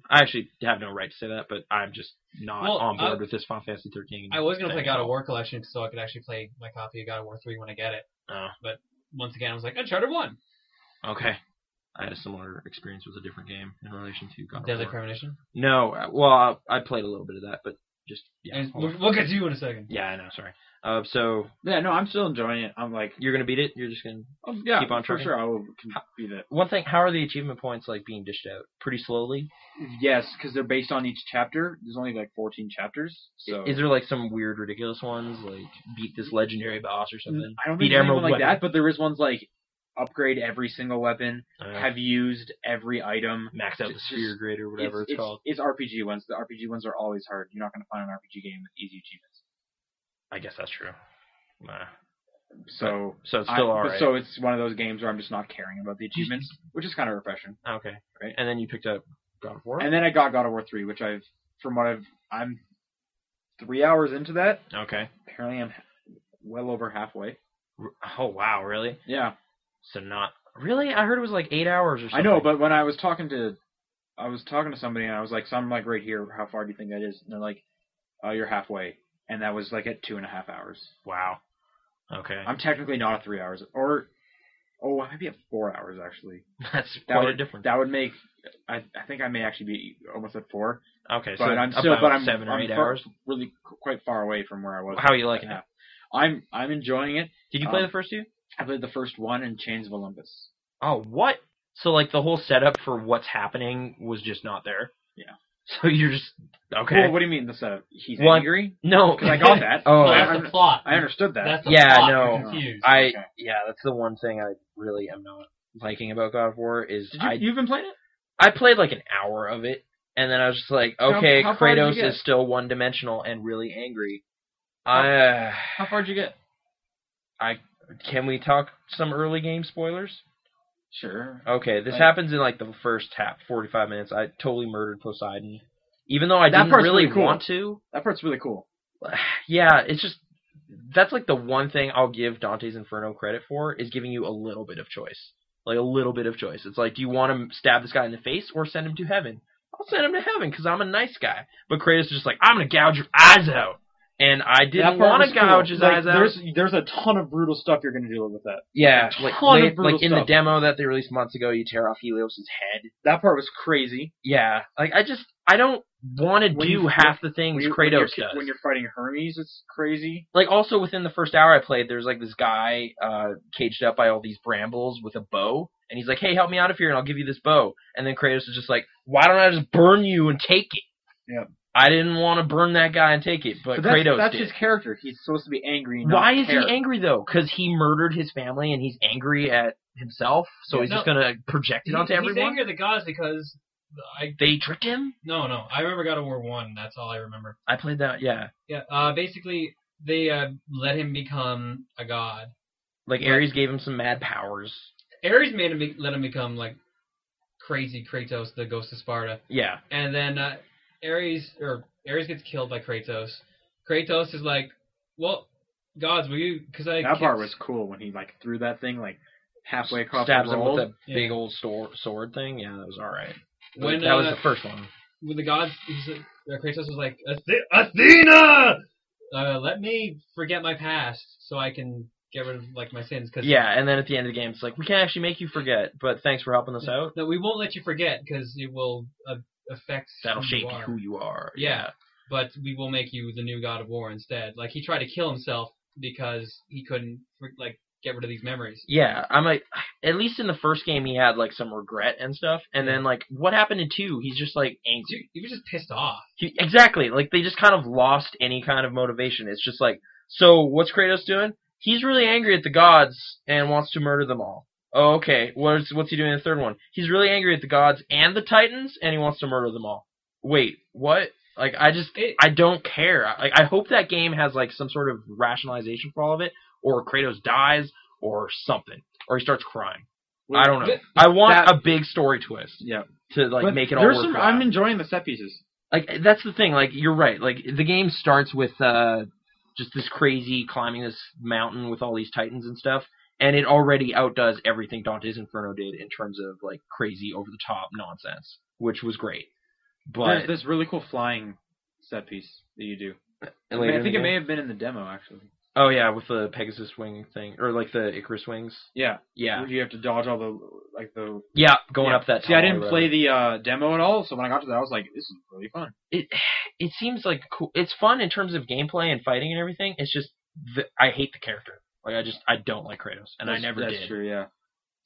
Speaker 1: I actually have no right to say that, but I'm just not
Speaker 2: Well,
Speaker 1: on board
Speaker 2: I-
Speaker 1: with this Final Fantasy 13.
Speaker 2: I was gonna play
Speaker 1: thing.
Speaker 2: God of War Collection so I could actually play my copy of God of War Three when I get it.
Speaker 1: Oh.
Speaker 2: But once again, I was like, "Uncharted One."
Speaker 1: Okay, I had a similar experience with a different game in relation to God
Speaker 2: Deadly
Speaker 1: of War.
Speaker 2: Premonition.
Speaker 1: No, uh, well, I I played a little bit of that, but just yeah.
Speaker 2: And
Speaker 1: hold
Speaker 2: we'll,
Speaker 1: on.
Speaker 2: we'll get to you in a second.
Speaker 1: Yeah, I know. Sorry. Uh, so
Speaker 3: Yeah, no, I'm still enjoying it. I'm like,
Speaker 1: you're gonna beat it. You're just gonna
Speaker 3: oh, yeah,
Speaker 1: Keep on
Speaker 3: for
Speaker 1: trucking.
Speaker 3: sure. I will can beat it.
Speaker 1: one thing. How are the achievement points like being dished out? Pretty slowly.
Speaker 3: Yes, because they're based on each chapter. There's only like 14 chapters, so
Speaker 1: Is there like some weird, ridiculous ones like beat this legendary boss or something?
Speaker 3: I don't
Speaker 1: Beat
Speaker 3: think there's
Speaker 1: Emerald
Speaker 3: anyone like
Speaker 1: Weapon.
Speaker 3: that. But there is ones like upgrade every single weapon,
Speaker 1: I don't know.
Speaker 3: have used every item.
Speaker 1: max out the
Speaker 3: Just-
Speaker 1: sphere grid or whatever it's, called.
Speaker 3: It's RPG ones. The RPG ones are always hard. You're not going to find an RPG game with easy achievements.
Speaker 1: I guess that's true. Nah.
Speaker 3: So
Speaker 1: So it's
Speaker 3: I-
Speaker 1: still
Speaker 3: but
Speaker 1: alright.
Speaker 3: So it's one of those games where I'm just not caring about the achievements, which is kind of refreshing.
Speaker 1: Okay.
Speaker 3: Right.
Speaker 1: And then you picked up God of War.
Speaker 3: And then I got God of War three, which I've from what I've I'm three hours into that.
Speaker 1: okay.
Speaker 3: Apparently, I'm well over halfway.
Speaker 1: R- Oh wow, really?
Speaker 3: Yeah,
Speaker 1: So not really? I heard it was like eight hours or something.
Speaker 3: I know. But when I was talking to, I was talking to somebody, and I was like, "So I'm like right here. How far do you think that is?" And they're like, "Oh, you're halfway." And that was like at two and a half hours.
Speaker 1: wow. Okay.
Speaker 3: I'm technically not at three hours, or oh, I might be at four hours actually.
Speaker 1: That's
Speaker 3: That
Speaker 1: quite
Speaker 3: would
Speaker 1: a difference.
Speaker 3: that would make. I, I think I may actually be almost at four,
Speaker 1: okay. so
Speaker 3: but I'm
Speaker 1: about
Speaker 3: still, but I'm
Speaker 1: seven or
Speaker 3: I'm
Speaker 1: eight
Speaker 3: far-
Speaker 1: hours.
Speaker 3: really qu- quite far away from where I was.
Speaker 1: How are you liking it?
Speaker 3: Yeah. I'm I'm enjoying it.
Speaker 1: Did you play
Speaker 3: Um,
Speaker 1: the first two?
Speaker 3: I played the first one in Chains of Olympus.
Speaker 1: Oh, what? So like the whole setup for what's happening was just not there.
Speaker 3: Yeah.
Speaker 1: So you're just okay.
Speaker 3: Well, what do you mean the setup? He's
Speaker 1: Well,
Speaker 3: angry.
Speaker 1: no,
Speaker 3: 'Cause I got that.
Speaker 1: Oh,
Speaker 2: no,
Speaker 1: I-
Speaker 2: that's the plot.
Speaker 3: I understood that.
Speaker 2: That's the
Speaker 1: Yeah,
Speaker 2: plot.
Speaker 1: no.
Speaker 2: You're confused.
Speaker 1: I
Speaker 3: Okay.
Speaker 1: yeah, that's the one thing I really am not liking about God of War is
Speaker 3: Did you,
Speaker 1: I
Speaker 3: you've been playing it?
Speaker 1: I played like an hour of it, and then I was just like,
Speaker 3: How-
Speaker 1: okay,
Speaker 3: how far did you
Speaker 1: Kratos
Speaker 3: get?
Speaker 1: is still one dimensional and really angry.
Speaker 3: How-
Speaker 1: I uh,
Speaker 3: How far did you get?
Speaker 1: can we talk some early game spoilers?
Speaker 3: Sure.
Speaker 1: Okay, this
Speaker 3: Like-
Speaker 1: happens in like the first half, forty-five minutes. I totally murdered Poseidon, even though I
Speaker 3: That
Speaker 1: didn't
Speaker 3: part's
Speaker 1: really
Speaker 3: really cool.
Speaker 1: want to.
Speaker 3: That part's really cool.
Speaker 1: Yeah, it's just that's like the one thing I'll give Dante's Inferno credit for is giving you a little bit of choice, like a little bit of choice. It's like, do you want to stab this guy in the face or send him to heaven? I'll send him to heaven because I'm a nice guy. But Kratos is just like, I'm gonna gouge your eyes out, and I
Speaker 3: That
Speaker 1: didn't
Speaker 3: part
Speaker 1: want
Speaker 3: was
Speaker 1: to gouge
Speaker 3: cool.
Speaker 1: his
Speaker 3: Like,
Speaker 1: eyes out.
Speaker 3: There's there's a ton of brutal stuff you're gonna deal with that.
Speaker 1: yeah,
Speaker 3: a
Speaker 1: like
Speaker 3: ton of
Speaker 1: late-
Speaker 3: brutal
Speaker 1: like in the
Speaker 3: stuff.
Speaker 1: demo that they released months ago, you tear off Helios's head.
Speaker 3: That part was crazy.
Speaker 1: Yeah, like I just I don't want to
Speaker 3: When
Speaker 1: do
Speaker 3: you-
Speaker 1: half the things
Speaker 3: When you- when you're,
Speaker 1: Kratos does.
Speaker 3: when you're fighting Hermes, it's crazy.
Speaker 1: like also within the first hour I played, there's like this guy uh, caged up by all these brambles with a bow, and he's like, "Hey, help me out of here, and I'll give you this bow." And then Kratos is just like, "Why don't I just burn you and take it?"
Speaker 3: Yep.
Speaker 1: I didn't want to burn that guy and take it, but,
Speaker 3: But that's,
Speaker 1: Kratos
Speaker 3: that's
Speaker 1: did.
Speaker 3: his character. He's supposed to be angry. and not
Speaker 1: Why is
Speaker 3: care.
Speaker 1: he angry though? Because he murdered his family, and he's angry at himself, so
Speaker 2: Yeah,
Speaker 1: he's just
Speaker 2: no.
Speaker 1: gonna project it
Speaker 2: He-
Speaker 1: onto
Speaker 2: He's
Speaker 1: everyone.
Speaker 2: angry at the gods because I
Speaker 1: They tricked him.
Speaker 2: no no I remember God of War One. That's all I remember.
Speaker 1: I played that, yeah.
Speaker 2: Yeah. Uh, basically, they uh, let him become a god.
Speaker 1: Like Ares gave him some mad powers.
Speaker 2: Ares made him be- let him become like crazy Kratos, the ghost of Sparta,
Speaker 1: Yeah,
Speaker 2: and then uh, Ares or Ares gets killed by Kratos. Kratos is like, well, gods, will you? Because I
Speaker 3: That part
Speaker 2: can't-
Speaker 3: was cool when he like threw that thing like halfway across
Speaker 1: stabs
Speaker 3: the
Speaker 1: him
Speaker 3: world.
Speaker 1: with a
Speaker 2: Yeah.
Speaker 1: big old stor- sword thing. Yeah, that was all right.
Speaker 2: When,
Speaker 1: that was
Speaker 2: uh,
Speaker 1: the first one.
Speaker 2: when the gods, he's like, uh, Kratos was like, "Athe- Athena, uh, let me forget my past so I can get rid of like my sins. Cause
Speaker 1: Yeah, and then at the end of the game, it's like we can't actually make you forget, but thanks for helping us out.
Speaker 2: no, we won't let you forget because it will uh, affect
Speaker 1: That'll
Speaker 2: who
Speaker 1: shape
Speaker 2: you are.
Speaker 1: who you are.
Speaker 2: Yeah. But we will make you the new god of war instead. Like he tried to kill himself because he couldn't like get rid of these memories.
Speaker 1: yeah. I'm like, at least in the first game, he had like some regret and stuff, and then like what happened in two, he's just like
Speaker 2: Dude,
Speaker 1: angry.
Speaker 2: he was just pissed off.
Speaker 1: He, exactly, like they just kind of lost any kind of motivation. It's just like, so what's Kratos doing? he's really angry at the gods and wants to murder them all. Oh, okay. What's what's he doing in the third one? He's really angry at the gods and the titans, and he wants to murder them all. Wait, what? Like I just
Speaker 2: It-
Speaker 1: I don't care. I- Like I hope that game has like some sort of rationalization for all of it, or Kratos dies, or something, or he starts crying. I don't know.
Speaker 2: Th-
Speaker 1: I want
Speaker 3: that-
Speaker 1: a big story twist
Speaker 3: Yeah,
Speaker 1: to like
Speaker 3: But
Speaker 1: make it all
Speaker 3: there's
Speaker 1: work.
Speaker 3: some- I'm enjoying the set pieces.
Speaker 1: like that's the thing. Like you're right. Like the game starts with uh, just this crazy climbing this mountain with all these titans and stuff, and it already outdoes everything Dante's Inferno did in terms of like crazy over the top nonsense, which was great. But
Speaker 3: There's this really cool flying set piece that you do.
Speaker 1: and later
Speaker 3: I
Speaker 1: in
Speaker 3: think
Speaker 1: the
Speaker 3: it may
Speaker 1: game-
Speaker 3: have been in the demo actually.
Speaker 1: Oh yeah, with the Pegasus wing thing or like the Icarus wings.
Speaker 3: Yeah,
Speaker 1: Yeah,
Speaker 3: where you have to dodge all the like the
Speaker 1: yeah, going
Speaker 3: Yeah.
Speaker 1: up that.
Speaker 3: See, I
Speaker 1: tunnel or
Speaker 3: didn't
Speaker 1: whatever.
Speaker 3: play the uh, demo at all, so when I got to that, I was like, "This is really fun."
Speaker 1: it it seems like cool. It's fun in terms of gameplay and fighting and everything. It's just the, I hate the character. Like I just I don't like Kratos, and I
Speaker 3: That's-
Speaker 1: never
Speaker 3: that's
Speaker 1: did.
Speaker 3: true, yeah.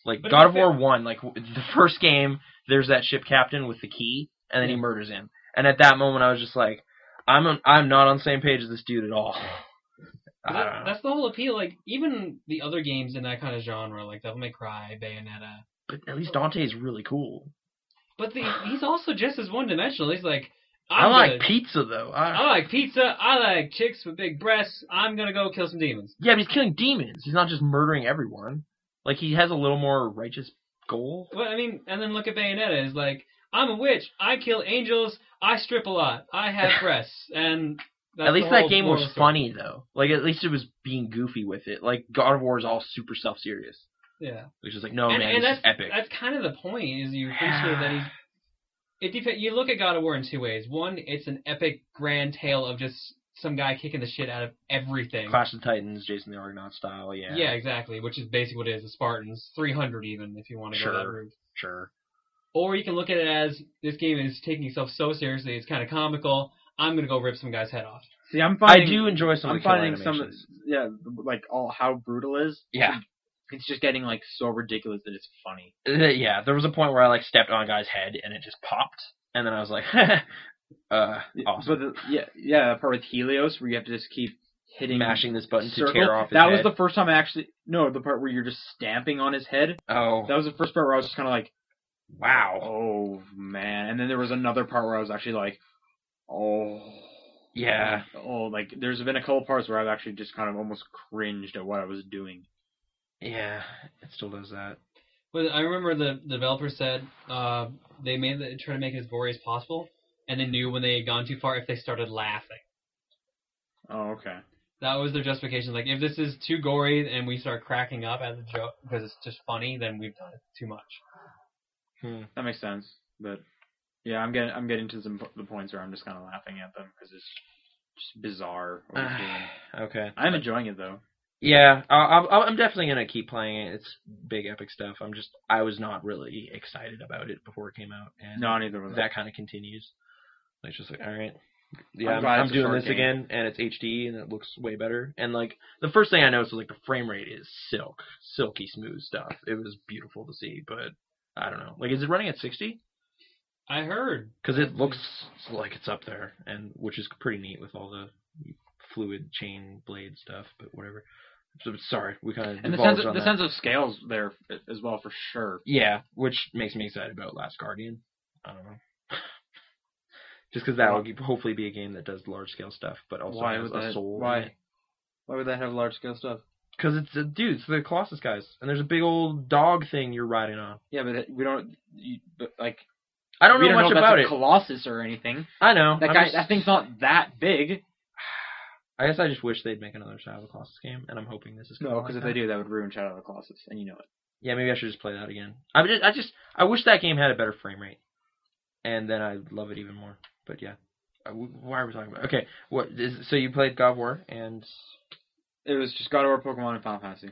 Speaker 1: Like
Speaker 2: But
Speaker 1: God
Speaker 2: if
Speaker 1: of
Speaker 2: it-
Speaker 1: War One, like w- the first game, there's that ship captain with the key, and then he murders him. And at that moment, I was just like, I'm on, I'm not on the same page as this dude at all. I
Speaker 2: That-
Speaker 1: don't know.
Speaker 2: that's the whole appeal. Like even the other games in that kind of genre, like Devil May Cry, Bayonetta,
Speaker 1: But at least Dante's really cool.
Speaker 2: but the, he's also just as one dimensional. He's like,
Speaker 1: i
Speaker 2: I'm
Speaker 1: like
Speaker 2: gonna-
Speaker 1: pizza though. I,
Speaker 2: I like pizza. I like chicks with big breasts. I'm gonna go kill some demons.
Speaker 1: yeah, but he's killing demons. He's not just murdering everyone. Like he has a little more righteous goal.
Speaker 2: Well, I mean, and then look at Bayonetta. Is like, I'm a witch. I kill angels. I strip a lot. I have breasts. And that's
Speaker 1: at least
Speaker 2: the
Speaker 1: that
Speaker 2: whole
Speaker 1: game was
Speaker 2: moral story.
Speaker 1: funny though. Like at least it was being goofy with it. Like God of War is all super self serious.
Speaker 2: Yeah,
Speaker 1: It's just like no
Speaker 2: and,
Speaker 1: Oh, man,
Speaker 2: and
Speaker 1: this
Speaker 2: that's
Speaker 1: is epic.
Speaker 2: that's kind of the point. Is you appreciate that he's. It dep- You look at God of War in two ways. One, it's an epic grand tale of just some guy kicking the shit out of everything.
Speaker 1: Clash of the Titans, Jason the Argonaut style. Yeah.
Speaker 2: Yeah, exactly. Which is basically what it is. The Spartans, 300 even, if you want to go that
Speaker 1: Sure.
Speaker 2: route.
Speaker 1: Sure.
Speaker 2: Or you can look at it as this game is taking itself so seriously, it's kind of comical. I'm gonna go rip some guy's head off.
Speaker 3: See, I'm finding
Speaker 1: I do enjoy some.
Speaker 3: I'm
Speaker 1: of the killer
Speaker 3: finding some
Speaker 1: animations.
Speaker 3: yeah, like all how brutal is.
Speaker 1: Yeah.
Speaker 3: It's just getting like so ridiculous that it's funny.
Speaker 1: Uh, Yeah, there was a point where I like stepped on a guy's head and it just popped, and then I was like, uh, awesome.
Speaker 3: But the, yeah, yeah, that part with Helios where you have to just keep hitting
Speaker 1: Mashing this button to
Speaker 3: circle.
Speaker 1: tear off his
Speaker 3: that
Speaker 1: head.
Speaker 3: was the first time I actually no, the part where you're just stamping on his head.
Speaker 1: oh
Speaker 3: That was the first part where I was just kind of like,
Speaker 1: wow.
Speaker 3: oh man. And then there was another part where I was actually like, oh
Speaker 1: Yeah.
Speaker 3: oh like there's been a couple parts where I've actually just kind of almost cringed at what I was doing.
Speaker 1: Yeah, it still does that.
Speaker 2: But I remember the, the developer said uh, they made the, try to make it as gory as possible, and they knew when they had gone too far if they started laughing.
Speaker 3: Oh okay.
Speaker 2: That was their justification. Like, if this is too gory and we start cracking up at the joke because it's just funny, then we've done it too much.
Speaker 3: That makes sense, but yeah, I'm getting I'm getting to some p- the points where I'm just kind of laughing at them because it's just bizarre. What he's doing.
Speaker 1: okay.
Speaker 3: I'm enjoying it though.
Speaker 1: Yeah, I, I, I'm definitely gonna keep playing it. It's big epic stuff. I'm just I was not really excited about it before it came out, and
Speaker 3: No, neither was I.
Speaker 1: that kind of continues. It's just like, all right, yeah,
Speaker 3: I'm
Speaker 1: I'm,
Speaker 3: glad
Speaker 1: I'm
Speaker 3: it's a
Speaker 1: doing
Speaker 3: short
Speaker 1: this
Speaker 3: game.
Speaker 1: again, and it's HD, and it looks way better. And like the first thing I noticed was like the frame rate is silk, silky smooth stuff. It was beautiful to see, but I don't know. Like, is it running at 60?
Speaker 2: I heard.
Speaker 1: Because it looks like it's up there, and which is pretty neat with all the fluid chain blade stuff. But whatever. So, sorry, we kind of
Speaker 3: And the sense of, the sense of scales there f- as well for sure.
Speaker 1: Yeah, which makes me excited about Last Guardian. I don't know. Just because that will be- hopefully be a game that does large scale stuff, but also
Speaker 3: Why
Speaker 1: has
Speaker 3: would
Speaker 1: a
Speaker 3: that-
Speaker 1: soul.
Speaker 3: why? Why would that have large scale stuff?
Speaker 1: Because it's a dude, it's the Colossus guys, and there's a big old dog thing you're riding on.
Speaker 3: Yeah, but that- we don't you, but like
Speaker 1: I don't
Speaker 3: we
Speaker 1: know much
Speaker 3: if that's
Speaker 1: about
Speaker 3: a
Speaker 1: it.
Speaker 3: Colossus or anything.
Speaker 1: I know.
Speaker 3: That
Speaker 1: I'm
Speaker 3: guy,
Speaker 1: just-
Speaker 3: that thing's not that big.
Speaker 1: I guess I just wish they'd make another Shadow of the Colossus game, and I'm hoping this is.
Speaker 3: No,
Speaker 1: kinda
Speaker 3: because
Speaker 1: like
Speaker 3: if they
Speaker 1: that.
Speaker 3: do, that would ruin Shadow of the Colossus, and you know it.
Speaker 1: yeah, maybe I should just play that again. I would just, I just, I wish that game had a better frame rate, and then I love it even more. But yeah, I, why are we talking about? Okay, what is so you played God of War and
Speaker 3: It was just God of War, Pokemon, and Final Fantasy.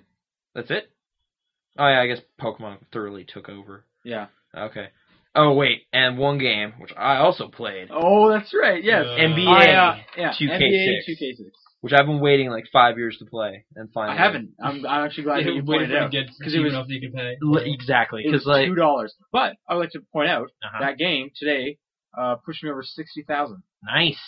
Speaker 1: That's it? Oh yeah, I guess Pokemon thoroughly took over.
Speaker 3: Yeah.
Speaker 1: Okay. Oh wait, and one game which I also played,
Speaker 3: Oh, that's right. Yes.
Speaker 2: Uh,
Speaker 1: NBA.
Speaker 3: I, uh, yeah.
Speaker 1: 2K6.
Speaker 3: NBA 2K6.
Speaker 1: which I've been waiting like five years to play, and finally
Speaker 3: I haven't. I'm, I'm actually glad that
Speaker 2: They
Speaker 3: you
Speaker 2: waited
Speaker 3: pointed it
Speaker 2: for it
Speaker 3: out.
Speaker 2: to get
Speaker 3: 'cause it was-
Speaker 2: enough that you could pay.
Speaker 1: L- exactly
Speaker 3: It was
Speaker 1: because like
Speaker 3: two dollars. But I would like to point out
Speaker 1: Uh-huh.
Speaker 3: that game today uh, pushed me over sixty thousand.
Speaker 1: nice.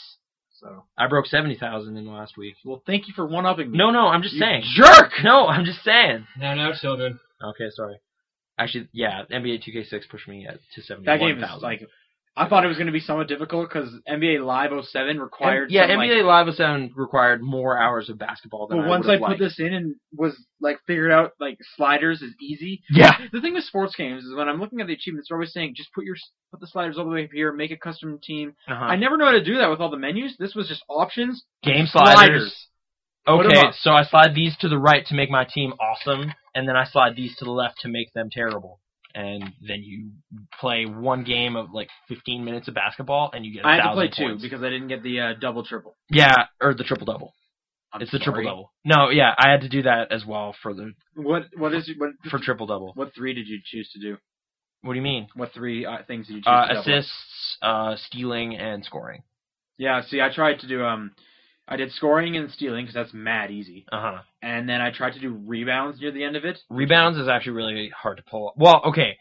Speaker 3: So
Speaker 1: I broke seventy thousand in the last week.
Speaker 3: well, thank you for one upping me.
Speaker 1: No, no, I'm just
Speaker 3: You
Speaker 1: saying.
Speaker 3: jerk.
Speaker 1: No, I'm just saying.
Speaker 2: No, no, children.
Speaker 1: Okay, sorry. Actually, yeah, NBA 2K6 pushed me at to seventy
Speaker 3: That game
Speaker 1: one
Speaker 3: is
Speaker 1: thousand.
Speaker 3: like. I thought it was going to be somewhat difficult because NBA Live 07 required.
Speaker 1: yeah,
Speaker 3: some, like,
Speaker 1: NBA Live 07 required more hours of basketball than
Speaker 3: Well,
Speaker 1: I
Speaker 3: once I
Speaker 1: would've
Speaker 3: put
Speaker 1: liked.
Speaker 3: this in and was like figured out like sliders is easy.
Speaker 1: Yeah,
Speaker 3: The thing with sports games is when I'm looking at the achievements, they're always saying just put your put the sliders all the way up here, make a custom team.
Speaker 1: uh-huh.
Speaker 3: I never know how to do that with all the menus. This was just options.
Speaker 1: game sliders.
Speaker 3: sliders. Put 'em
Speaker 1: Okay,
Speaker 3: up.
Speaker 1: so I slide these to the right to make my team awesome, and then I slide these to the left to make them terrible. And then you play one game of like 15 minutes of basketball, and you get. A
Speaker 3: I had to
Speaker 1: thousand
Speaker 3: play two
Speaker 1: points.
Speaker 3: because I didn't get the uh, double triple.
Speaker 1: Yeah, or the triple double.
Speaker 3: I'm
Speaker 1: It's the
Speaker 3: sorry.
Speaker 1: triple double. No, yeah, I had to do that as well for the
Speaker 3: What what is what
Speaker 1: for triple double.
Speaker 3: what three did you choose to do?
Speaker 1: What do you mean?
Speaker 3: What three uh, things did you choose?
Speaker 1: Uh,
Speaker 3: to double?
Speaker 1: assists, uh, stealing, and scoring.
Speaker 3: Yeah. See, I tried to do um, I did scoring and stealing because that's mad easy,
Speaker 1: Uh huh.
Speaker 3: and then I tried to do rebounds near the end of it.
Speaker 1: Rebounds is actually really hard to pull. Off. Well, okay,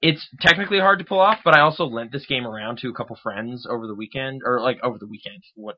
Speaker 1: it's technically hard to pull off, but I also lent this game around to a couple friends over the weekend, or like over the weekend, what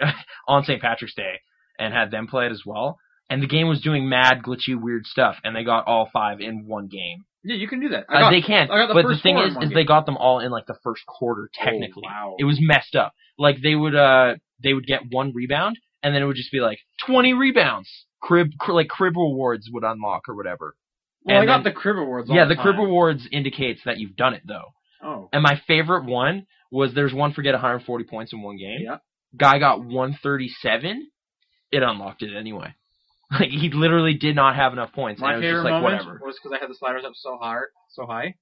Speaker 1: the heck, on St. Patrick's Day, and had them play it as well. And the game was doing mad glitchy, weird stuff, and they got all five in one game.
Speaker 3: Yeah, you can do that. I
Speaker 1: Uh,
Speaker 3: got- Oh,
Speaker 1: they can,
Speaker 3: I got the
Speaker 1: but the
Speaker 3: first
Speaker 1: thing
Speaker 3: four in
Speaker 1: is,
Speaker 3: one
Speaker 1: is
Speaker 3: game.
Speaker 1: they got them all in like the first quarter.
Speaker 3: Oh,
Speaker 1: Technically,
Speaker 3: wow.
Speaker 1: it was messed up. Like they would, uh, they would get one rebound, and then it would just be like twenty rebounds. Crib, cr- like crib rewards would unlock or whatever.
Speaker 3: Well,
Speaker 1: And
Speaker 3: I got
Speaker 1: then-
Speaker 3: the crib awards. all
Speaker 1: Yeah, the
Speaker 3: time.
Speaker 1: crib rewards indicates that you've done it though.
Speaker 3: Oh,
Speaker 1: And my favorite one was there's one for get 140 points in one game.
Speaker 3: Yeah.
Speaker 1: Guy got 137. It unlocked it anyway. Like he literally did not have enough points.
Speaker 3: my
Speaker 1: and it was
Speaker 3: favorite
Speaker 1: just like
Speaker 3: moment
Speaker 1: whatever.
Speaker 3: was because I had the sliders up so high, so high.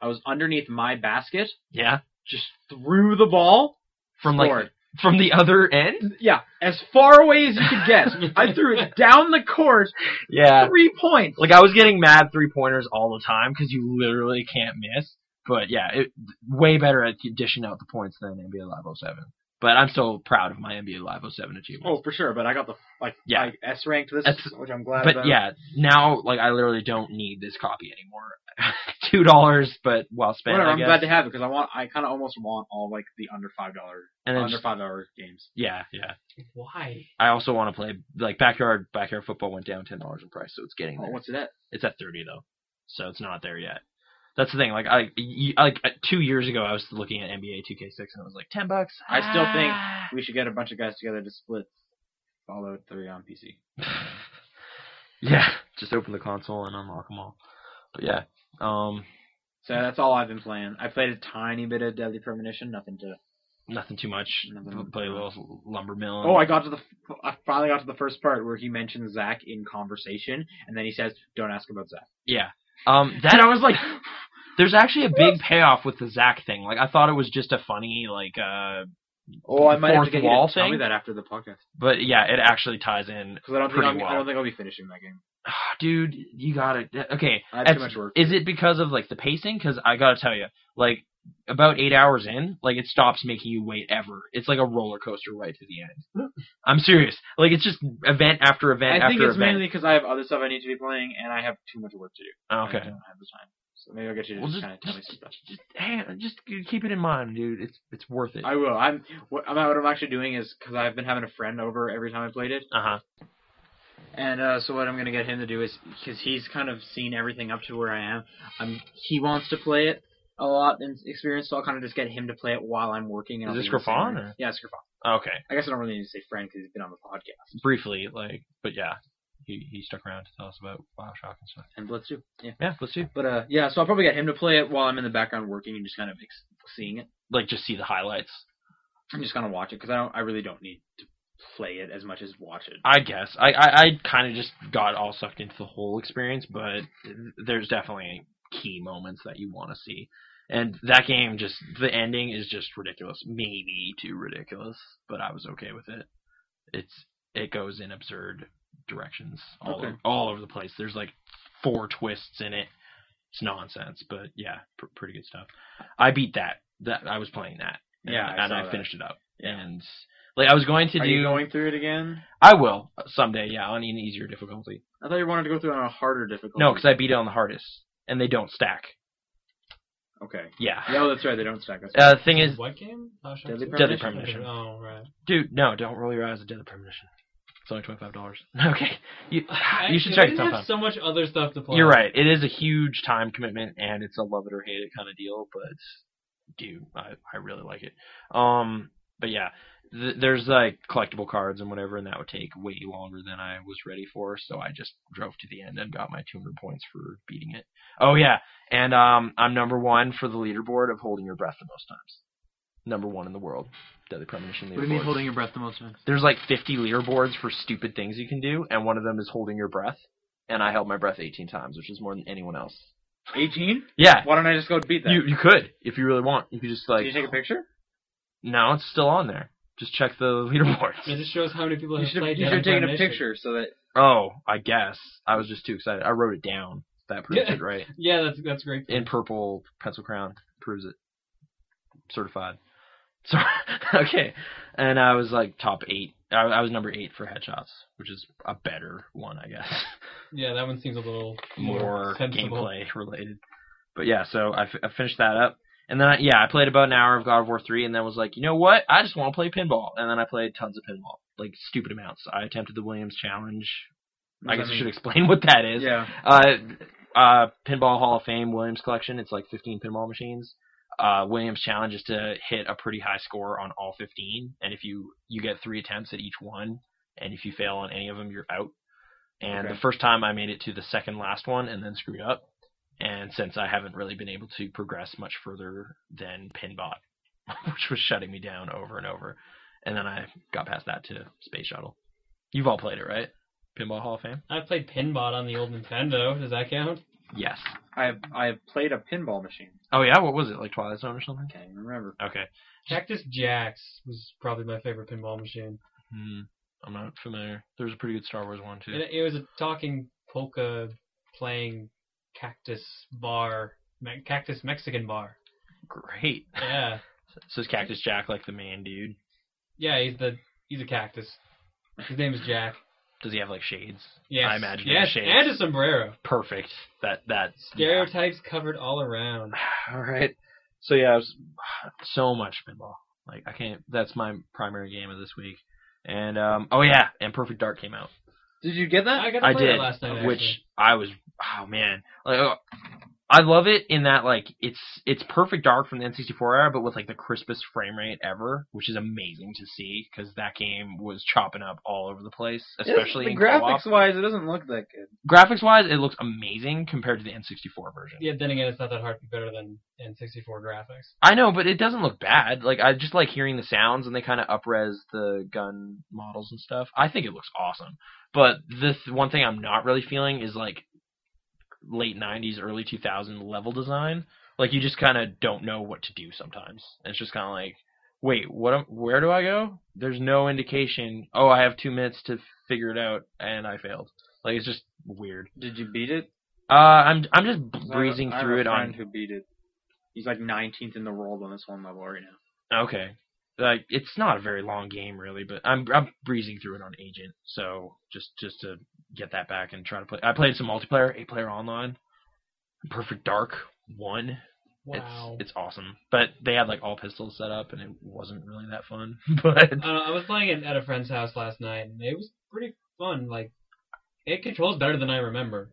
Speaker 3: I was underneath my basket,
Speaker 1: Yeah.
Speaker 3: just threw the ball
Speaker 1: From like
Speaker 3: scored.
Speaker 1: from the other end.
Speaker 3: yeah, as far away as you could get. I threw it down the court,
Speaker 1: Yeah.
Speaker 3: three points.
Speaker 1: Like I was getting mad three pointers all the time because you literally can't miss. But yeah, it way better at dishing out the points than NBA Live 07. But I'm still proud of my NBA Live 07 achievement.
Speaker 3: oh, for sure, but I got the like
Speaker 1: Yeah.
Speaker 3: I S ranked this,
Speaker 1: That's-
Speaker 3: which I'm glad.
Speaker 1: but
Speaker 3: about.
Speaker 1: yeah, now like I literally don't need this copy anymore. Two dollars, but well spent.
Speaker 3: whatever.
Speaker 1: I
Speaker 3: I'm
Speaker 1: guess.
Speaker 3: glad to have it because I want. I kind of almost want all like the under five dollar,
Speaker 1: and then
Speaker 3: under
Speaker 1: just-
Speaker 3: five dollar games.
Speaker 1: yeah, yeah.
Speaker 2: Why?
Speaker 1: I also want to play like backyard. Backyard football went down ten dollars in price, so it's getting
Speaker 3: Oh,
Speaker 1: there.
Speaker 3: what's it at?
Speaker 1: it's at thirty though, so it's not there yet. That's the thing. Like I, y- like uh, two years ago, I was looking at NBA 2K6 and it was like ten bucks.
Speaker 3: I still think-
Speaker 1: Ah.
Speaker 3: We should get a bunch of guys together to split Fallout Three on PC.
Speaker 1: yeah, just open the console and unlock them all. But yeah, um,
Speaker 3: So that's all I've been playing. I played a tiny bit of Deadly Premonition, nothing to.
Speaker 1: nothing too much.
Speaker 3: Nothing-
Speaker 1: Play a little lumber mill.
Speaker 3: Oh, I got to the. I finally got to the first part where he mentions Zach in conversation, and then he says, "Don't ask about Zach."
Speaker 1: Yeah. Um, that
Speaker 3: and I was like,
Speaker 1: there's actually a big payoff with the Zach thing. Like I thought it was just a funny like, uh,
Speaker 3: "Oh, I might have
Speaker 1: Fourth
Speaker 3: to get
Speaker 1: wall
Speaker 3: you to tell me
Speaker 1: thing?
Speaker 3: that after the podcast
Speaker 1: but yeah, it actually ties in.
Speaker 3: because I don't think
Speaker 1: Pretty
Speaker 3: I'm, I
Speaker 1: well.
Speaker 3: don't think I'll be finishing that game.
Speaker 1: Dude, you got it. Okay,
Speaker 3: I have too
Speaker 1: That's-
Speaker 3: much work.
Speaker 1: is it because of like the pacing? Because I gotta tell you, like about eight hours in, like it stops making you wait ever. It's like a roller coaster right to the end. I'm serious. Like it's just event after event
Speaker 3: I
Speaker 1: after
Speaker 3: think it's
Speaker 1: event.
Speaker 3: mainly because I have other stuff I need to be playing, and I have too much work to do. I
Speaker 1: okay.
Speaker 3: don't have the time, so maybe I'll get you to
Speaker 1: Well,
Speaker 3: just
Speaker 1: just,
Speaker 3: kind of tell me some
Speaker 1: just,
Speaker 3: stuff.
Speaker 1: just, hang on, just keep it in mind, dude. It's it's worth it. Uh
Speaker 3: I will. I'm. What I'm, what I'm actually doing is because I've been having a friend over every time I played it.
Speaker 1: huh.
Speaker 3: And uh, so what I'm gonna get him to do is because he's kind of seen everything up to where I am. I'm he wants to play it a lot and experience, so I'll kind of just get him to play it while I'm working.
Speaker 1: Is
Speaker 3: and I'll
Speaker 1: this
Speaker 3: be in the same
Speaker 1: Grafon,
Speaker 3: room.
Speaker 1: or-
Speaker 3: Yeah, it's Grafon.
Speaker 1: Okay.
Speaker 3: I guess I don't really need to say friend because he's been on the podcast
Speaker 1: briefly, like, but yeah, he he stuck around to tell us about Bioshock and stuff.
Speaker 3: and Blitz too. Yeah.
Speaker 1: Yeah, let's see.
Speaker 3: But uh, yeah, so I'll probably get him to play it while I'm in the background working and just kind of ex- seeing it.
Speaker 1: Like, just see the highlights.
Speaker 3: I'm just gonna watch it because I don't. I really don't need to play it as much as watch it.
Speaker 1: I guess I I, I kind of just got all sucked into the whole experience, but there's definitely key moments that you want to see, and that game just the ending is just ridiculous, maybe too ridiculous, but I was okay with it. It's it goes in absurd directions all
Speaker 3: Okay.
Speaker 1: over, all over the place. There's like four twists in it. It's nonsense, but yeah, pr- pretty good stuff. I beat that. That I was playing that. and-
Speaker 3: Yeah, I
Speaker 1: and
Speaker 3: saw
Speaker 1: I
Speaker 3: that.
Speaker 1: finished it up.
Speaker 3: Yeah.
Speaker 1: And like I was going to
Speaker 3: Are
Speaker 1: do
Speaker 3: you going through it again?
Speaker 1: I will someday, yeah, on an easier difficulty.
Speaker 3: I thought you wanted to go through it on a harder difficulty.
Speaker 1: No, because I beat it on the hardest, and they don't stack.
Speaker 3: Okay.
Speaker 1: Yeah.
Speaker 3: Yeah, oh, that's right. They don't stack. That's
Speaker 1: Uh,
Speaker 3: right.
Speaker 1: thing is,
Speaker 2: what game? Oh, sure.
Speaker 3: Deadly
Speaker 1: Deadly
Speaker 3: Premonition.
Speaker 1: Premonition.
Speaker 2: Oh right.
Speaker 1: dude, no, don't roll your eyes at Deadly Premonition. It's only twenty five dollars. Okay, you
Speaker 2: I-
Speaker 1: you should
Speaker 2: I
Speaker 1: check it
Speaker 2: didn't
Speaker 1: sometime.
Speaker 2: have so much other stuff to play.
Speaker 1: You're right. It is a huge time commitment, and it's a love it or hate it kind of deal. But dude, I I really like it. Um, but yeah, th- there's like collectible cards and whatever, and that would take way longer than I was ready for. So I just drove to the end and got my 200 points for beating it. Oh yeah, and um, I'm number one for the leaderboard of holding your breath the most times. Number one in the world. Deadly premonition leaderboard.
Speaker 3: What do you mean holding your breath the most times?
Speaker 1: There's like 50 leaderboards for stupid things you can do, and one of them is holding your breath. And I held my breath 18 times, which is more than anyone else.
Speaker 3: 18?
Speaker 1: Yeah,
Speaker 3: Why don't I just go beat that?
Speaker 1: you you could if you really want. You could just like
Speaker 3: Did you take a picture?
Speaker 1: no, it's still on there. Just check the leaderboards.
Speaker 2: It just shows how many people
Speaker 3: You
Speaker 2: have
Speaker 3: should have,
Speaker 2: played
Speaker 3: you should
Speaker 2: Deadly
Speaker 3: have taken a
Speaker 2: Premonition.
Speaker 3: picture so that
Speaker 1: Oh, I guess I was just too excited. I wrote it down. That proves
Speaker 2: Yeah.
Speaker 1: it, right?
Speaker 2: Yeah, that's that's great.
Speaker 1: In purple pencil crown proves it. Certified. So okay, and I was like top eight. I, I was number eight for headshots, which is a better one, I guess.
Speaker 2: Yeah, that one seems a little
Speaker 1: more
Speaker 2: sensible.
Speaker 1: gameplay related. But yeah, so I, f- I finished that up, and then I, yeah, I played about an hour of God of War three, and then was like, you know what? I just want to play pinball, and then I played tons of pinball, like stupid amounts. I attempted the Williams Challenge. I guess I should explain what that is.
Speaker 3: Yeah.
Speaker 1: Uh, uh, Pinball Hall of Fame Williams collection. It's like 15 pinball machines. Uh, Williams challenge is to hit a pretty high score on all 15, and if you you get three attempts at each one, and if you fail on any of them, you're out. And
Speaker 3: Okay.
Speaker 1: the first time I made it to the second last one, and then screwed up. And since I haven't really been able to progress much further than Pinbot, which was shutting me down over and over, and then I got past that to Space Shuttle. You've all played it, right? Pinball Hall of Fame.
Speaker 2: I played Pinbot on the old Nintendo. Does that count?
Speaker 1: Yes.
Speaker 3: I have, I have played a pinball machine.
Speaker 1: Oh yeah, what was it like Twilight Zone or something?
Speaker 3: I can't even remember.
Speaker 1: Okay.
Speaker 2: Cactus Jax was probably my favorite pinball machine.
Speaker 1: Hmm. I'm not familiar. There's a pretty good Star Wars one too.
Speaker 2: It, it was a talking polka playing cactus bar, me- cactus Mexican bar.
Speaker 1: Great.
Speaker 2: Yeah,
Speaker 1: So is Cactus Jack like the main dude?
Speaker 2: yeah. He's the he's a cactus. His name is Jack.
Speaker 1: Does he have like shades?
Speaker 2: Yes,
Speaker 1: I imagine he has
Speaker 2: Yes,
Speaker 1: shades.
Speaker 2: and a sombrero.
Speaker 1: Perfect. That that yeah.
Speaker 2: Stereotypes covered all around.
Speaker 1: All right. So yeah, it was so much pinball. Like I can't. That's my primary game of this week. And um, oh yeah, and Perfect Dark came out.
Speaker 3: Did you get that?
Speaker 2: I got to
Speaker 1: I
Speaker 2: play
Speaker 1: did,
Speaker 2: it last night.
Speaker 1: which
Speaker 2: actually.
Speaker 1: I was. Oh man, like uh, I love it in that like it's it's perfect dark from the N64 era, but with like the crispest frame rate ever, which is amazing to see because that game was chopping up all over the place, especially
Speaker 3: the
Speaker 1: in
Speaker 3: graphics
Speaker 1: co-op.
Speaker 3: wise, it doesn't look that good.
Speaker 1: Graphics wise, it looks amazing compared to the N64 version.
Speaker 2: yeah. Then again, it's not that hard to be better than N64 graphics.
Speaker 1: I know, but it doesn't look bad. Like I just like hearing the sounds, and they kind of upres the gun models and stuff. I think it looks awesome. But the th- one thing I'm not really feeling is like late '90s, early 2000 level design. Like you just kind of don't know what to do sometimes. And it's just kind of like, wait, what? Am- where do I go? There's no indication. Oh, I have two minutes to figure it out, and I failed. Like it's just weird.
Speaker 3: Did you beat it?
Speaker 1: Uh, I'm I'm just
Speaker 3: I have-
Speaker 1: breezing
Speaker 3: I have
Speaker 1: through
Speaker 3: a
Speaker 1: it
Speaker 3: friend
Speaker 1: on
Speaker 3: Who beat it? He's like 19th in the world on this one level right now.
Speaker 1: Okay. Like it's not a very long game really, but I'm I'm breezing through it on Agent, so just just to get that back and try to play. I played some multiplayer, eight player online, Perfect Dark one.
Speaker 2: Wow.
Speaker 1: It's it's awesome, but they had like all pistols set up, and it wasn't really that fun. But
Speaker 2: I, don't know, I was playing it at a friend's house last night, and it was pretty fun. Like, it controls better than I remember.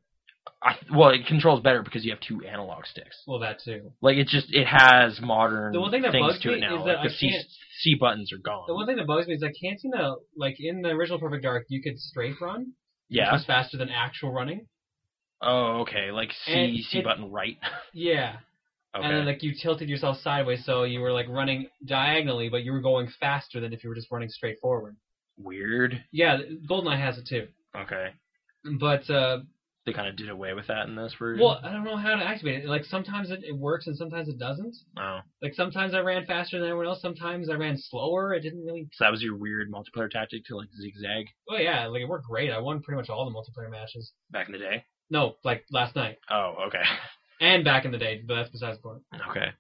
Speaker 1: I well, it controls better because you have two analog sticks.
Speaker 2: Well, that too.
Speaker 1: Like it just it has modern
Speaker 2: The one thing that
Speaker 1: things
Speaker 2: bugs
Speaker 1: to it
Speaker 2: me
Speaker 1: now.
Speaker 2: is
Speaker 1: like
Speaker 2: that
Speaker 1: the
Speaker 2: I
Speaker 1: C
Speaker 2: can't-
Speaker 1: C buttons are gone.
Speaker 2: The one thing that bugs me is I can't seem to like in the original Perfect Dark, you could strafe run, which
Speaker 1: yeah.
Speaker 2: was faster than actual running.
Speaker 1: Oh, okay. Like
Speaker 2: And
Speaker 1: C C
Speaker 2: it-
Speaker 1: button right.
Speaker 2: Yeah,
Speaker 1: Okay.
Speaker 2: and then like you tilted yourself sideways, so you were like running diagonally, but you were going faster than if you were just running straight forward.
Speaker 1: Weird.
Speaker 2: Yeah, Goldeneye has it too.
Speaker 1: Okay.
Speaker 2: But uh,
Speaker 1: they kind of did away with that in this version.
Speaker 2: well, I don't know how to activate it. Like sometimes it, it works and sometimes it doesn't.
Speaker 1: Oh,
Speaker 2: Like sometimes I ran faster than everyone else. Sometimes I ran slower. It didn't really
Speaker 1: so that was your weird multiplayer tactic to like zigzag
Speaker 2: Oh yeah, like it worked great. I won pretty much all the multiplayer matches.
Speaker 1: back in the day.
Speaker 2: No, like last night
Speaker 1: Oh, okay,
Speaker 2: and back in the day, but that's besides the point.
Speaker 1: okay.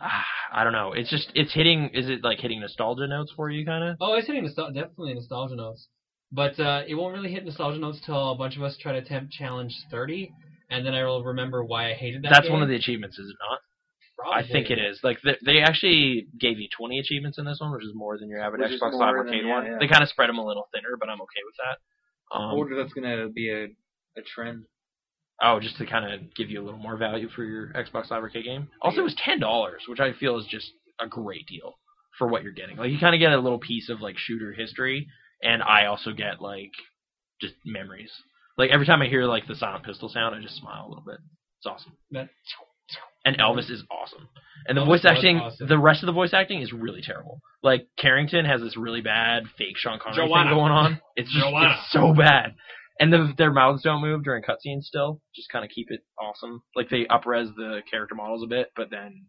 Speaker 1: Ah, I don't know. It's just it's hitting. Is it like hitting nostalgia notes for you, kind of?
Speaker 2: Oh, it's hitting nostal- definitely nostalgia notes, but uh, it won't really hit nostalgia notes till a bunch of us try to attempt challenge thirty, and then I will remember why I hated that.
Speaker 1: That's
Speaker 2: game.
Speaker 1: one of the achievements, is it not?
Speaker 2: Probably.
Speaker 3: Oh,
Speaker 1: I think it is. Like they, they actually gave you 20 achievements in this one, which is more than your average
Speaker 3: Which is
Speaker 1: Xbox Live
Speaker 3: more than-
Speaker 1: Arcade
Speaker 3: yeah,
Speaker 1: one.
Speaker 3: yeah.
Speaker 1: They kind of spread them a little thinner, but I'm okay with that.
Speaker 3: I
Speaker 1: Um,
Speaker 3: wonder if that's gonna be a a trend.
Speaker 1: Oh, just to kind of give you a little more value for your Xbox Live Arcade game. Also, it was ten dollars, which I feel is just a great deal for what you're getting. Like you kind of get a little piece of like shooter history, and I also get like just memories. Like every time I hear like the silent pistol sound, I just smile a little bit. It's awesome.
Speaker 2: That-
Speaker 1: And Elvis is awesome. And the
Speaker 2: Elvis
Speaker 1: voice
Speaker 2: was
Speaker 1: acting,
Speaker 2: awesome.
Speaker 1: the rest of the voice acting is really terrible. Like Carrington has this really bad fake Sean Connery
Speaker 2: Joanna.
Speaker 1: thing going on. It's just
Speaker 2: Joanna.
Speaker 1: it's so bad. And the, their mouths don't move during cutscenes still. Just kind of keep it awesome. Like they upres the character models a bit, but then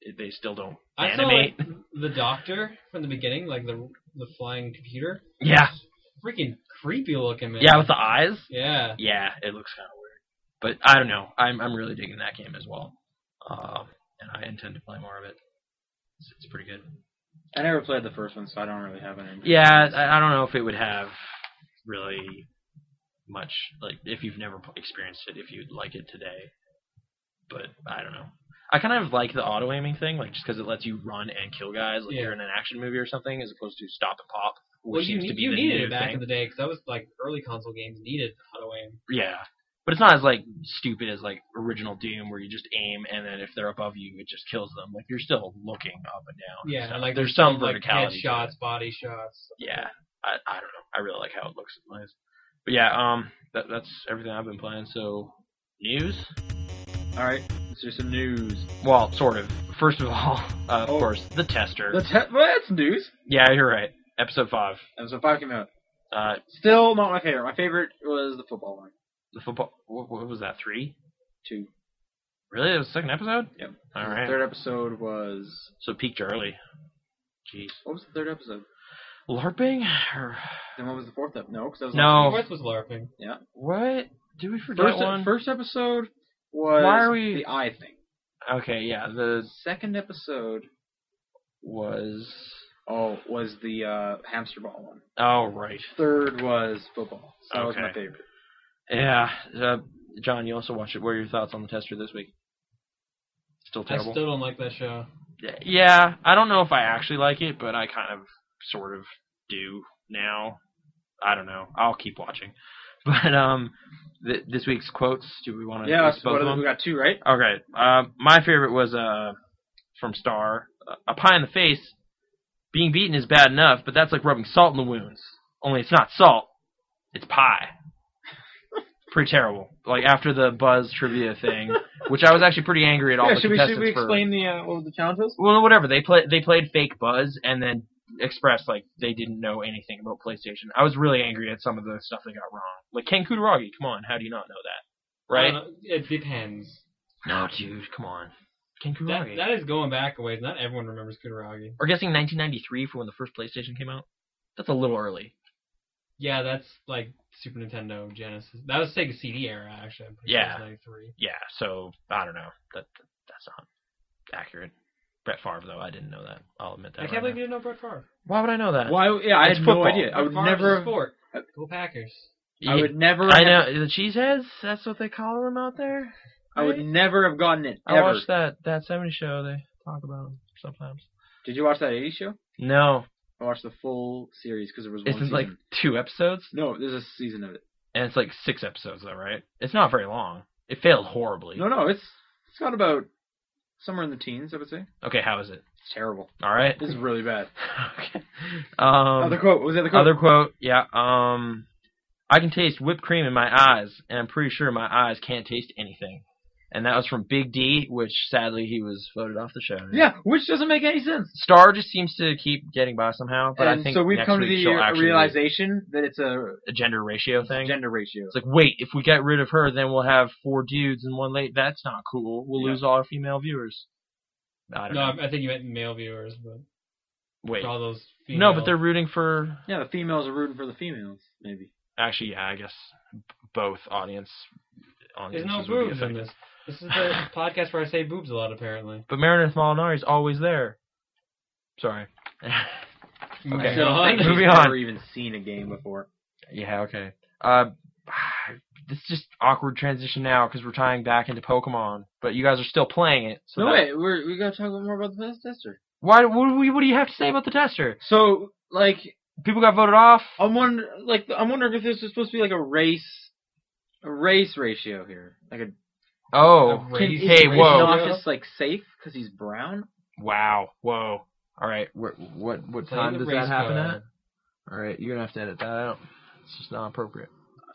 Speaker 1: it, they still don't
Speaker 2: I saw
Speaker 1: animate.
Speaker 2: like, the doctor from the beginning, like the the flying computer.
Speaker 1: yeah,
Speaker 2: Freaking creepy looking man.
Speaker 1: yeah, with the eyes.
Speaker 2: yeah.
Speaker 1: Yeah, it looks kind of weird. But I don't know. I'm I'm really digging that game as well. Um, and I intend to play more of it. It's, it's pretty good.
Speaker 3: I never played the first one, so I don't really have any.
Speaker 1: Yeah, I, I don't know if it would have really much like if you've never p- experienced it, if you'd like it today. But I don't know. I kind of like the auto aiming thing, like just because it lets you run and kill guys, like
Speaker 2: Yeah.
Speaker 1: you're in an action movie or something, as opposed to stop and pop, which
Speaker 2: Well, you,
Speaker 1: seems
Speaker 2: need-
Speaker 1: to be
Speaker 2: you
Speaker 1: the
Speaker 2: needed
Speaker 1: new
Speaker 2: it back
Speaker 1: thing.
Speaker 2: in the day because that was like early console games needed auto aim.
Speaker 1: Yeah. But it's not as like stupid as like original Doom where you just aim and then if they're above you it just kills them. Like you're still looking up and down. and
Speaker 2: Yeah,
Speaker 1: stuff.
Speaker 2: and, like
Speaker 1: there's some
Speaker 2: like
Speaker 1: verticality. to it.
Speaker 2: headshots, body shots.
Speaker 1: Yeah. I, I don't know. I really like how it looks and plays. But yeah, um that, that's everything I've been playing. So news?
Speaker 3: All right, let's do some news.
Speaker 1: Well, sort of. First of all, uh, of
Speaker 3: Oh.
Speaker 1: course, the tester.
Speaker 3: Let's ha- well, that's news.
Speaker 1: yeah, you're right. Episode five.
Speaker 3: Episode five came out.
Speaker 1: Uh
Speaker 3: Still not my favorite. My favorite was the football one.
Speaker 1: the football what, what was that? 3?
Speaker 3: Two.
Speaker 1: Really? That was the second episode?
Speaker 3: Yep.
Speaker 1: All
Speaker 3: The
Speaker 1: right.
Speaker 3: Third episode was
Speaker 1: So it peaked early. Jeez.
Speaker 3: what was the third episode?
Speaker 1: LARPing or
Speaker 3: Then what was the fourth episode? No, because that was
Speaker 1: No.
Speaker 2: Fourth was LARPing.
Speaker 1: What? Did we forget
Speaker 3: First, e-,
Speaker 1: one?
Speaker 3: first episode was
Speaker 1: Why are we-
Speaker 3: the eye thing.
Speaker 1: Okay, yeah. The
Speaker 3: Second episode
Speaker 1: was.
Speaker 3: oh was the uh, hamster ball one.
Speaker 1: Oh right.
Speaker 3: Third was football. So that was my
Speaker 1: Okay.
Speaker 3: favorite.
Speaker 1: Yeah. Uh, John, you also watched it. What are your thoughts on the tester this week? Still
Speaker 2: I
Speaker 1: terrible.
Speaker 2: still don't like that show.
Speaker 1: yeah, I don't know if I actually like it, but I kind of, sort of, do now. I don't know. I'll keep watching. But um, th- this week's quotes. Do we want to?
Speaker 3: Yeah, so what are the- we got two right.
Speaker 1: Okay. Um, my favorite was uh, from Star. Uh, a pie in the face. Being beaten is bad enough, but that's like rubbing salt in the wounds. Only it's not salt. It's pie. Pretty terrible. Like after the Buzz trivia thing, which I was actually pretty angry at all
Speaker 3: Yeah,
Speaker 1: the
Speaker 3: should we
Speaker 1: contestants
Speaker 3: should we
Speaker 1: for.
Speaker 3: explain the uh, what the challenge was?
Speaker 1: Well, whatever. They play they played fake Buzz and then expressed like they didn't know anything about PlayStation. I was really angry at some of the stuff they got wrong. Like Ken Kutaragi, come on, how do you not know that?
Speaker 2: I
Speaker 1: Right?
Speaker 2: don't know. It depends.
Speaker 1: No, dude, come on. Ken
Speaker 2: That,
Speaker 1: Kutaragi.
Speaker 2: that is going back a ways. Not everyone remembers Kutaragi.
Speaker 1: Or guessing 1993 for when the first PlayStation came out. That's a little early.
Speaker 2: Yeah, that's like Super Nintendo, Genesis. That was Sega CD era, actually. I'm pretty
Speaker 1: Yeah.
Speaker 2: Sure it was
Speaker 1: Yeah, so I don't know. That, that that's not accurate. Brett Favre though, I didn't know that. I'll admit
Speaker 2: 93.
Speaker 1: that.
Speaker 2: I
Speaker 1: right
Speaker 2: can't believe
Speaker 1: now.
Speaker 2: you didn't know Brett Favre.
Speaker 1: Why would I know that?
Speaker 3: Why? yeah, I
Speaker 1: It's
Speaker 3: had no
Speaker 1: football.
Speaker 3: idea. I
Speaker 2: Brett
Speaker 3: would
Speaker 2: Favre is a
Speaker 3: never.
Speaker 2: sport.
Speaker 3: I-
Speaker 2: Go Packers.
Speaker 1: Yeah,
Speaker 3: I would never.
Speaker 1: I
Speaker 3: have-
Speaker 1: know the cheeseheads. That's what they call them out there.
Speaker 3: I would
Speaker 1: right?
Speaker 3: never have gotten it
Speaker 1: I
Speaker 3: ever.
Speaker 1: watched that that '70s show. They talk about them sometimes.
Speaker 3: Did you watch that '80s show?
Speaker 1: No,
Speaker 3: I watched the full series because there was one
Speaker 1: it's
Speaker 3: season.
Speaker 1: like two episodes,
Speaker 3: no, there's a season of it.
Speaker 1: and it's like six episodes though, right? It's not very long. It failed horribly.
Speaker 3: No, no, it's it's got about somewhere in the teens, I would say.
Speaker 1: Okay, how is it?
Speaker 3: It's terrible.
Speaker 1: All right.
Speaker 3: This is really bad.
Speaker 1: okay. Um,
Speaker 3: other quote. What was the other quote?
Speaker 1: Other quote, yeah. Um, I can taste whipped cream in my eyes, and I'm pretty sure my eyes can't taste anything. And that was from Big D, which sadly he was voted off the show.
Speaker 3: yeah, which doesn't make any sense.
Speaker 1: Star just seems to keep getting by somehow, but
Speaker 3: and
Speaker 1: I think
Speaker 3: so we've
Speaker 1: next
Speaker 3: come to
Speaker 1: week she'll
Speaker 3: the
Speaker 1: actually
Speaker 3: realization that it's a
Speaker 1: a gender ratio thing.
Speaker 3: gender ratio.
Speaker 1: it's like, wait, if we get rid of her, then we'll have four dudes and one lady. That's not cool. We'll
Speaker 3: Yeah.
Speaker 1: lose all our female viewers. I don't
Speaker 2: No,
Speaker 1: know.
Speaker 2: I, I think you meant male viewers, but
Speaker 1: Wait,
Speaker 2: for all those female.
Speaker 1: no, but they're rooting for
Speaker 3: Yeah, the females are rooting for the females, maybe.
Speaker 1: actually, yeah, I guess b- both audience.
Speaker 2: There's
Speaker 1: audiences
Speaker 2: no
Speaker 1: would be
Speaker 2: boobs in
Speaker 1: affected.
Speaker 2: this. This is the podcast where I say boobs a lot, apparently.
Speaker 1: But Meredith Molinari's always there. Sorry.
Speaker 2: Moving
Speaker 3: So I don't
Speaker 2: on.
Speaker 3: think
Speaker 1: Moving
Speaker 3: she's
Speaker 1: on.
Speaker 3: never even seen a game before.
Speaker 1: yeah, okay. Uh, it's just awkward transition now because we're tying back into Pokemon, but you guys are still playing it. So
Speaker 3: no
Speaker 1: that-
Speaker 3: wait, we're we gotta talk more about the tester.
Speaker 1: Why? What, do we- what do you have to say about the tester?
Speaker 3: So like
Speaker 1: People got voted off.
Speaker 2: Oh.
Speaker 3: I'm wonder like I'm wondering if this is supposed to be like a race, a race ratio here, like a
Speaker 1: Oh,
Speaker 2: A race-
Speaker 1: hey,
Speaker 2: race
Speaker 1: whoa,
Speaker 3: not
Speaker 2: ratio?
Speaker 3: just like safe because he's brown.
Speaker 1: wow, whoa. All right, where, what what
Speaker 2: Play
Speaker 1: time
Speaker 2: the
Speaker 1: does
Speaker 2: race
Speaker 1: that happen
Speaker 2: card.
Speaker 1: at? All right, you're gonna have to edit that out. It's just not appropriate.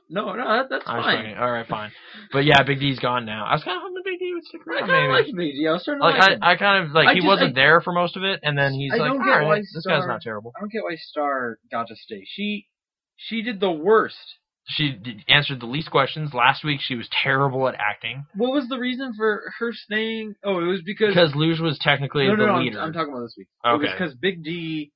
Speaker 3: No, no, that, that's
Speaker 1: I was
Speaker 3: fine.
Speaker 1: joking. All right, fine. But yeah, Big D's gone now. I was kind of hoping Big D would stick
Speaker 3: I
Speaker 1: around,
Speaker 3: kind
Speaker 1: maybe.
Speaker 3: of like Luigi. I was starting to
Speaker 1: Like
Speaker 3: like. him.
Speaker 1: I, I kind of like
Speaker 3: I
Speaker 1: he
Speaker 3: just-
Speaker 1: wasn't
Speaker 3: I-
Speaker 1: there for most of it, and then he's
Speaker 3: I
Speaker 1: like,
Speaker 3: don't
Speaker 1: all
Speaker 3: get why
Speaker 1: right, this guy's
Speaker 3: Star-
Speaker 1: not terrible.
Speaker 3: I don't get why Star got to stay. She she did the worst.
Speaker 1: She d- answered the least questions last week. She was terrible at acting
Speaker 3: What was the reason for her staying? Oh, it was because
Speaker 1: because Luge was technically
Speaker 3: no, no,
Speaker 1: the
Speaker 3: no. I'm-
Speaker 1: leader.
Speaker 3: I'm, talking about this week. It was
Speaker 1: okay,
Speaker 3: because Big D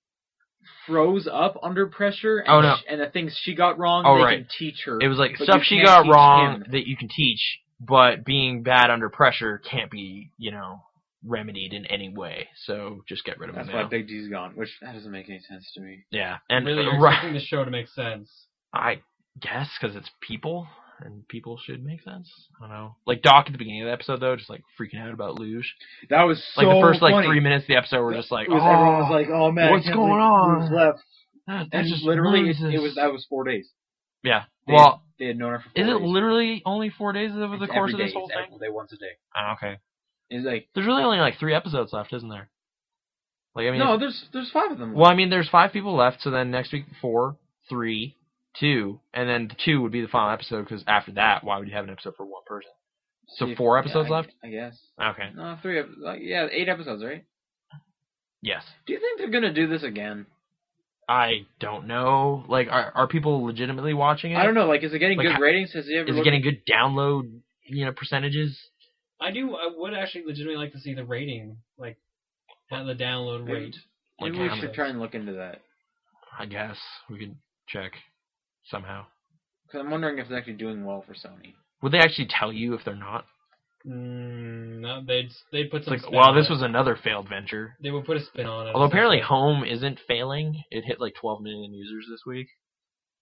Speaker 3: froze up under pressure. And
Speaker 1: Oh, no.
Speaker 3: sh- and the things she got wrong,
Speaker 1: Oh,
Speaker 3: they
Speaker 1: right.
Speaker 3: can teach her.
Speaker 1: it was like
Speaker 3: but
Speaker 1: stuff
Speaker 3: you
Speaker 1: she
Speaker 3: can't
Speaker 1: got
Speaker 3: teach
Speaker 1: wrong
Speaker 3: him.
Speaker 1: that you can teach, but being bad under pressure can't be you know remedied in any way. So just get rid of
Speaker 3: That's
Speaker 1: him
Speaker 3: why
Speaker 1: now.
Speaker 3: Big D's gone, which that doesn't make any sense to me.
Speaker 1: yeah, and
Speaker 2: really, you're
Speaker 1: right,
Speaker 2: expecting the show to make sense.
Speaker 1: I guess because it's people and people should make sense. I don't know. Like Doc at the beginning of the episode though, just like freaking out about luge.
Speaker 3: That was so
Speaker 1: Like the first like
Speaker 3: funny.
Speaker 1: three minutes of the episode were just like,
Speaker 3: It
Speaker 1: oh,
Speaker 3: was- everyone was like, "Oh man, I
Speaker 1: what's
Speaker 3: can't
Speaker 1: going
Speaker 3: believe
Speaker 1: on?"
Speaker 3: Bruce left.
Speaker 1: that, that
Speaker 3: And
Speaker 1: "Oh, just
Speaker 3: literally, it,
Speaker 1: ruins
Speaker 3: it
Speaker 1: this."
Speaker 3: was that was four days.
Speaker 1: yeah.
Speaker 3: They,
Speaker 1: Well,
Speaker 3: they had known her for. Four
Speaker 1: is it
Speaker 3: days.
Speaker 1: literally only four days over the
Speaker 3: It's
Speaker 1: course
Speaker 3: every
Speaker 1: of this
Speaker 3: day.
Speaker 1: whole
Speaker 3: It's
Speaker 1: thing?
Speaker 3: every day once a day.
Speaker 1: Oh, okay.
Speaker 3: It's like
Speaker 1: There's really only like three episodes left, isn't there? Like I mean,
Speaker 3: no,
Speaker 1: if-
Speaker 3: there's there's five of them.
Speaker 1: well, I mean, there's five people left, so then next week four, three, two, and then the two would be the final episode because after that, why would you have an episode for one person? So
Speaker 3: If-
Speaker 1: four
Speaker 3: yeah,
Speaker 1: episodes
Speaker 3: I-
Speaker 1: left.
Speaker 3: I guess.
Speaker 1: Okay.
Speaker 3: No, three. ep- Like, yeah, eight episodes, right?
Speaker 1: Yes.
Speaker 3: Do you think they're gonna do this again?
Speaker 1: I don't know. Like, are are people legitimately watching it?
Speaker 3: I don't know. Like, is it getting
Speaker 1: Like,
Speaker 3: good
Speaker 1: how-
Speaker 3: ratings? Has he ever
Speaker 1: Is it
Speaker 3: looked-
Speaker 1: getting good download, you know, percentages?
Speaker 2: I do. I would actually legitimately like to see the rating, like uh, the download
Speaker 3: Maybe-
Speaker 2: rate.
Speaker 1: Like,
Speaker 3: Maybe
Speaker 1: how
Speaker 3: we
Speaker 1: many-
Speaker 3: should try and look into that.
Speaker 1: I guess we could check somehow.
Speaker 3: Because I'm wondering if it's actually doing well for Sony.
Speaker 1: Would they actually tell you if they're not?
Speaker 2: Mm, no, they'd they'd put
Speaker 1: It's
Speaker 2: some.
Speaker 1: like,
Speaker 2: spin
Speaker 1: wow,
Speaker 2: on
Speaker 1: this
Speaker 2: it.
Speaker 1: was another failed venture.
Speaker 2: They would put a spin on it.
Speaker 1: Although apparently Home isn't failing. It hit like 12 million users this week.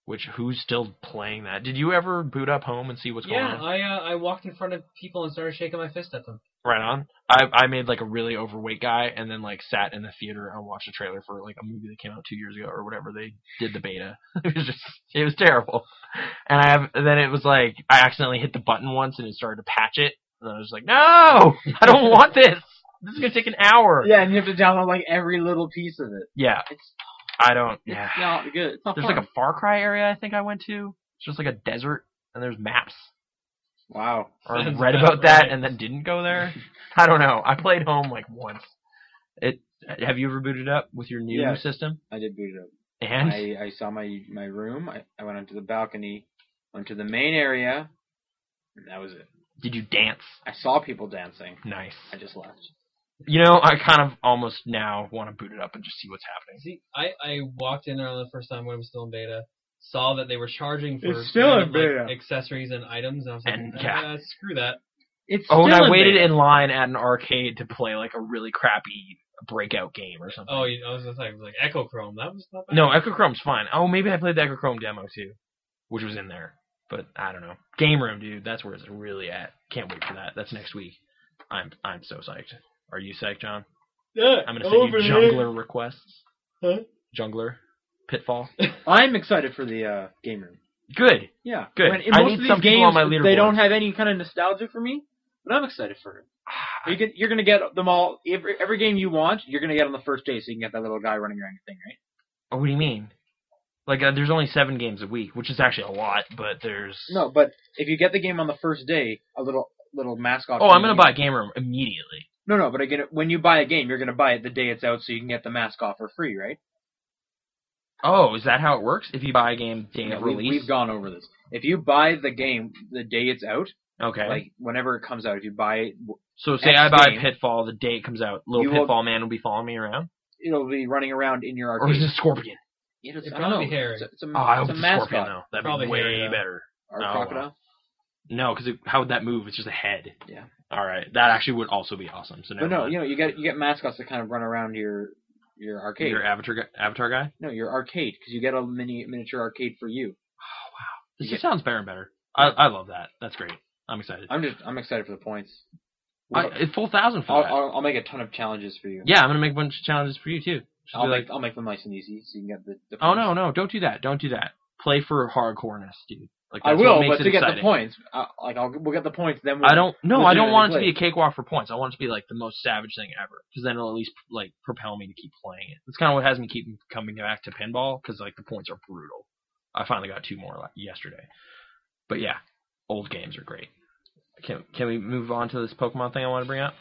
Speaker 1: Which who's still playing that? Did you ever boot up Home and see what's
Speaker 2: yeah,
Speaker 1: going on?
Speaker 2: I uh, I walked in front of people and started shaking my fist at them.
Speaker 1: Right on. I I made like a really overweight guy and then like sat in the theater and watched a trailer for like a movie that came out two years ago or whatever. They did the beta. It was just it was terrible. And I have and then it was like I accidentally hit the button once and it started to patch it. And I was like, No, I don't want this. This is gonna take an hour.
Speaker 3: Yeah, and you have to download like every little piece of it.
Speaker 1: Yeah,
Speaker 3: It's,
Speaker 1: I don't.
Speaker 3: it's
Speaker 1: Yeah.
Speaker 3: not good. It's not
Speaker 1: There's
Speaker 3: fun.
Speaker 1: like a Far Cry area I think I went to. It's just like a desert and there's maps.
Speaker 3: wow.
Speaker 1: Or
Speaker 2: Sounds
Speaker 1: read
Speaker 2: about
Speaker 1: about that
Speaker 2: right.
Speaker 1: and then didn't go there. I don't know. I played home like once. It. Have you ever booted up with your new
Speaker 3: Yeah.
Speaker 1: system?
Speaker 3: I did boot it up.
Speaker 1: And
Speaker 3: I, I saw my my room. I, I went onto the balcony, went to the main area, and that was it.
Speaker 1: did you dance?
Speaker 3: I saw people dancing.
Speaker 1: Nice.
Speaker 3: I just left.
Speaker 1: You know, I kind of almost now want to boot it up and just see what's happening.
Speaker 2: See, I, I walked in there on the first time when it was still in beta, saw that they were charging for
Speaker 3: It's still in
Speaker 2: like,
Speaker 3: beta.
Speaker 2: accessories and items, and I was like,
Speaker 1: And,
Speaker 2: "Nah,
Speaker 1: yeah.
Speaker 2: screw that.
Speaker 3: It's
Speaker 1: Oh, and
Speaker 3: still
Speaker 1: I waited
Speaker 3: beta.
Speaker 1: in line at an arcade to play like a really crappy breakout game or something.
Speaker 2: Oh, you- I was just like, like Echo Chrome. That was not bad.
Speaker 1: No, Echochrome's fine. Oh, maybe I played the Echochrome demo too, which was in there. But I don't know. Game Room, dude, that's where it's really at. Can't wait for that. That's next week. I'm I'm so psyched. Are you psyched, John?
Speaker 2: Yeah,
Speaker 1: I'm gonna send you
Speaker 2: over there.
Speaker 1: jungler requests.
Speaker 2: Huh?
Speaker 1: Jungler, Pitfall.
Speaker 3: I'm excited for the uh, game room.
Speaker 1: Good.
Speaker 3: Yeah,
Speaker 1: Good.
Speaker 3: When- in
Speaker 1: I
Speaker 3: most
Speaker 1: need
Speaker 3: of these
Speaker 1: some people
Speaker 3: games,
Speaker 1: on my
Speaker 3: They
Speaker 1: leaderboard.
Speaker 3: don't have any kind of nostalgia for me, but I'm excited for it. You can, you're gonna get them all. Every, every game you want, you're gonna get on the first day, so you can get that little guy running around your thing, right?
Speaker 1: Oh, what do you mean? Like, uh, there's only seven games a week, which is actually a lot, but there's
Speaker 3: No, but if you get the game on the first day, a little little mascot.
Speaker 1: Oh,
Speaker 3: from
Speaker 1: I'm
Speaker 3: the
Speaker 1: gonna
Speaker 3: game-
Speaker 1: buy Game Room immediately.
Speaker 3: No, no, but again, when you buy a game, you're gonna buy it the day it's out, so you can get the mascot for free, right?
Speaker 1: Oh, is that how it works? If you buy a game day
Speaker 3: Yeah,
Speaker 1: of
Speaker 3: we,
Speaker 1: release,
Speaker 3: we've gone over this. If you buy the game the day it's out,
Speaker 1: okay.
Speaker 3: like whenever it comes out, if you buy it,
Speaker 1: So say
Speaker 3: X
Speaker 1: I buy
Speaker 3: game.
Speaker 1: Pitfall, the day it comes out, little
Speaker 3: You will-
Speaker 1: Pitfall man will be following me around,
Speaker 3: it'll be running around in your
Speaker 1: or is
Speaker 3: arcade.
Speaker 1: it Scorpion?
Speaker 3: It is-
Speaker 2: It'd
Speaker 3: I don't
Speaker 2: probably
Speaker 3: know.
Speaker 2: be Harry.
Speaker 3: It's a, it's a,
Speaker 1: Oh, I
Speaker 3: Mm, it's
Speaker 1: hope
Speaker 3: a
Speaker 1: it's
Speaker 3: mascot
Speaker 1: Scorpion though. That'd
Speaker 2: Probably
Speaker 1: be way
Speaker 2: Harry, though.
Speaker 1: better.
Speaker 3: or
Speaker 1: Oh,
Speaker 3: crocodile.
Speaker 1: wow. No, because how would that move? It's just a head.
Speaker 3: Yeah.
Speaker 1: All right, that actually would also be awesome. So never
Speaker 3: But no,
Speaker 1: mind.
Speaker 3: you know, you get you get mascots that kind of run around your your arcade.
Speaker 1: your avatar guy, avatar guy.
Speaker 3: no, your arcade because you get a mini miniature arcade for you.
Speaker 1: This
Speaker 3: Yeah.
Speaker 1: just sounds better and better. I, I love that. That's great. I'm excited.
Speaker 3: I'm just I'm excited for the points.
Speaker 1: I, it's full thousand for
Speaker 3: I'll,
Speaker 1: that.
Speaker 3: I'll, I'll make a ton of challenges for you.
Speaker 1: yeah, I'm gonna make a bunch of challenges for you too. Just
Speaker 3: I'll
Speaker 1: be
Speaker 3: make
Speaker 1: like,
Speaker 3: I'll make them nice and easy so you can get the. the
Speaker 1: oh
Speaker 3: points.
Speaker 1: no, no, don't do that. Don't do that. Play for hardcoreness, dude. Like
Speaker 3: I
Speaker 1: that's
Speaker 3: will,
Speaker 1: what makes
Speaker 3: but
Speaker 1: it
Speaker 3: to get
Speaker 1: exciting.
Speaker 3: the points, I, like I'll we'll get the points. Then we'll,
Speaker 1: I don't. No, I don't want it to be
Speaker 3: legitimately
Speaker 1: a cakewalk for points. I want it to be like the most savage thing ever, because then it'll at least like propel me to keep playing it. That's kind of what has me keep coming back to pinball, because like the points are brutal. I finally got two more like yesterday, but yeah, old games are great. Can can we move on to this Pokemon thing I want to bring up?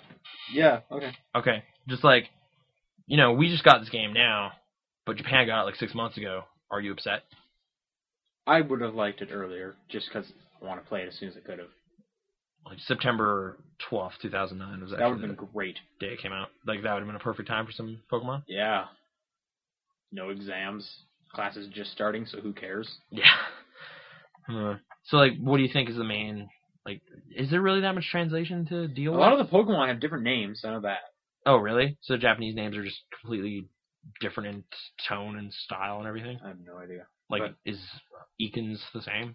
Speaker 3: Yeah. Okay.
Speaker 1: Okay, just like, you know, we just got this game now, but Japan got it like six months ago. Are you upset?
Speaker 3: I would have liked it earlier, just because I want to play it as soon as I could have.
Speaker 1: Like September twelfth, two thousand nine was
Speaker 3: That would have
Speaker 1: actually
Speaker 3: been
Speaker 1: the
Speaker 3: great.
Speaker 1: day it came out. Like that would have been a perfect time for some Pokemon.
Speaker 3: Yeah. No exams. Classes just starting, so who cares?
Speaker 1: Yeah. Uh, so like, what do you think is the main? Like, is there really that much translation to
Speaker 3: A
Speaker 1: deal with?
Speaker 3: lot of the Pokemon have different names. I know that.
Speaker 1: oh, really? So Japanese names are just completely different in tone and style and everything.
Speaker 3: I have no idea.
Speaker 1: Like,
Speaker 3: But-
Speaker 1: is Ekans the same?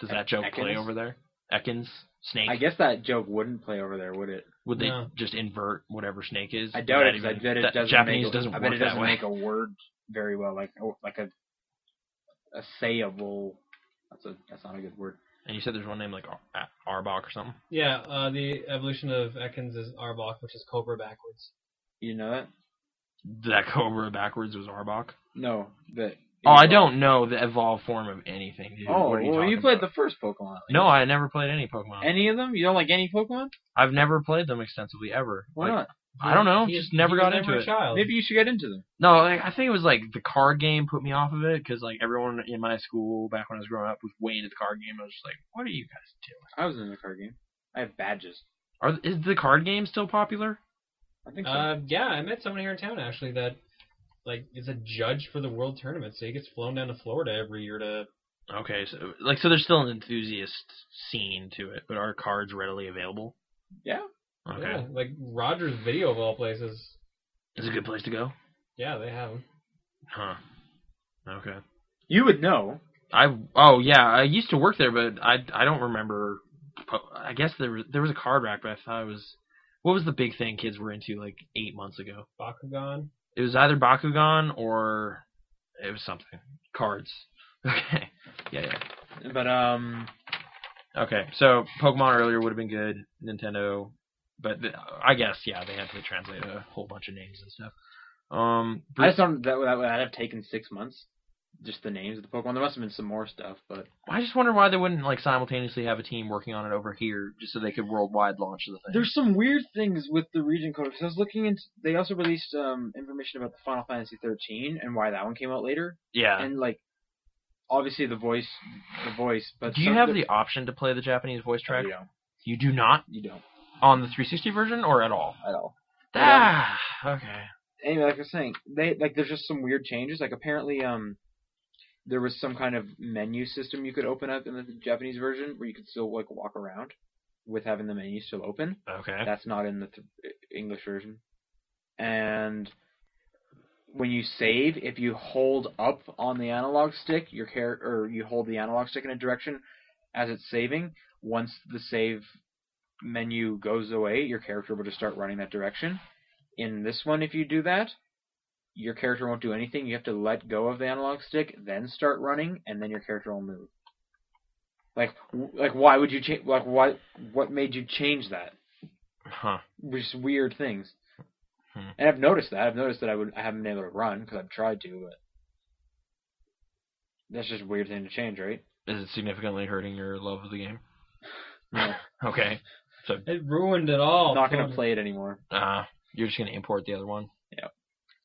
Speaker 1: Does
Speaker 3: E-
Speaker 1: that joke play
Speaker 3: Ekans?
Speaker 1: over there? Ekans snake.
Speaker 3: I guess that joke wouldn't play over there, would it?
Speaker 1: Would they
Speaker 2: No.
Speaker 1: just invert whatever snake is?
Speaker 3: I doubt
Speaker 1: Would
Speaker 3: it. 'cause
Speaker 1: that
Speaker 3: I
Speaker 1: even-
Speaker 3: bet it
Speaker 1: that
Speaker 3: doesn't
Speaker 1: Japanese
Speaker 3: make a,
Speaker 1: doesn't
Speaker 3: I
Speaker 1: work
Speaker 3: bet it doesn't
Speaker 1: that way.
Speaker 3: make a word very well, like oh, like a a sayable. That's a that's not a good word.
Speaker 1: and you said there's one name like Ar- A- Arbok or something.
Speaker 2: Yeah, uh, the evolution of Ekans is Arbok, which is Cobra backwards.
Speaker 3: You know that?
Speaker 1: That cobra backwards was Arbok.
Speaker 3: No, but
Speaker 1: Oh, I don't know the evolved form of anything. Dude.
Speaker 3: Oh,
Speaker 1: What are you
Speaker 3: well, you
Speaker 1: talking
Speaker 3: played
Speaker 1: about?
Speaker 3: the first Pokemon.
Speaker 1: No, I never played any Pokemon.
Speaker 3: Any of them? You don't like any Pokemon?
Speaker 1: I've never played them extensively ever.
Speaker 3: Why
Speaker 1: Like, um,
Speaker 3: not?
Speaker 1: I don't know,
Speaker 2: He-
Speaker 1: just never
Speaker 2: he
Speaker 1: got
Speaker 2: was
Speaker 1: into
Speaker 2: never a
Speaker 1: it.
Speaker 2: Child.
Speaker 3: Maybe you should get into them.
Speaker 1: No, like, I think it was like the card game put me off of it because like everyone in my school back when I was growing up was way into the card game. I was just like, what are you guys
Speaker 3: I was in the card game. I have badges.
Speaker 1: doing? Are is the card game still popular?
Speaker 3: I think so.
Speaker 2: Uh, yeah, I met someone here in town actually that like is a judge for the world tournament, so he gets flown down to Florida every year to.
Speaker 1: Okay, so like so there's still an enthusiast scene to it, but are cards readily available?
Speaker 3: Yeah.
Speaker 1: Okay,
Speaker 2: Yeah, like Rogers Video of all places.
Speaker 1: is it a good place to go?
Speaker 2: Yeah, they have 'em.
Speaker 1: Huh. Okay.
Speaker 3: you would know.
Speaker 1: I oh yeah, I used to work there, but I I don't remember. po- I guess there was there was a card rack, but I thought it was what was the big thing kids were into like eight months ago.
Speaker 2: Bakugan.
Speaker 1: It was either Bakugan or it was something cards. Okay, yeah,
Speaker 3: But um,
Speaker 1: yeah. Okay, so Pokemon earlier would have been good. Nintendo, but th- I guess yeah, they had to translate a whole bunch of names and stuff. Um,
Speaker 3: I just don't that would that would have taken six months. Just the names of the Pokemon. There must have been some more stuff, but
Speaker 1: I just wonder why they wouldn't like simultaneously have a team working on it over here, just so they could worldwide launch the thing.
Speaker 3: There's some weird things with the region code because I was looking into. They also released um, information about the Final Fantasy 13 and why that one came out later,
Speaker 1: yeah,
Speaker 3: and like obviously the voice, the voice. But
Speaker 1: Do you
Speaker 3: some-
Speaker 1: have the option to play the Japanese voice
Speaker 3: No,
Speaker 1: track?
Speaker 3: you don't.
Speaker 1: You do not
Speaker 3: You don't
Speaker 1: on the 360 version or at all.
Speaker 3: at all.
Speaker 1: Ah, okay.
Speaker 3: Anyway, like I was saying, they like there's just some weird changes. Like apparently, um, there was some kind of menu system you could open up in the Japanese version where you could still like walk around with having the menu still open.
Speaker 1: Okay.
Speaker 3: That's not in the th- English version. And when you save, if you hold up on the analog stick, your char- or you hold the analog stick in a direction as it's saving, once the save menu goes away, your character will just start running that direction. In this one, if you do that, your character won't do anything. You have to let go of the analog stick, then start running, and then your character will move. Like, w- like why would you change? Like, why? What made you change that?
Speaker 1: Huh.
Speaker 3: just weird things.
Speaker 1: Hmm.
Speaker 3: And I've noticed that. I've noticed that I would I haven't been able to run because I've tried to, but that's just a weird thing to change, right?
Speaker 1: Is it significantly hurting your love of the game?
Speaker 3: No.
Speaker 1: okay. So,
Speaker 2: It ruined it all.
Speaker 3: I'm not gonna
Speaker 2: Cobra.
Speaker 3: play it anymore.
Speaker 1: uh, you're just gonna import the other one.
Speaker 3: Yeah.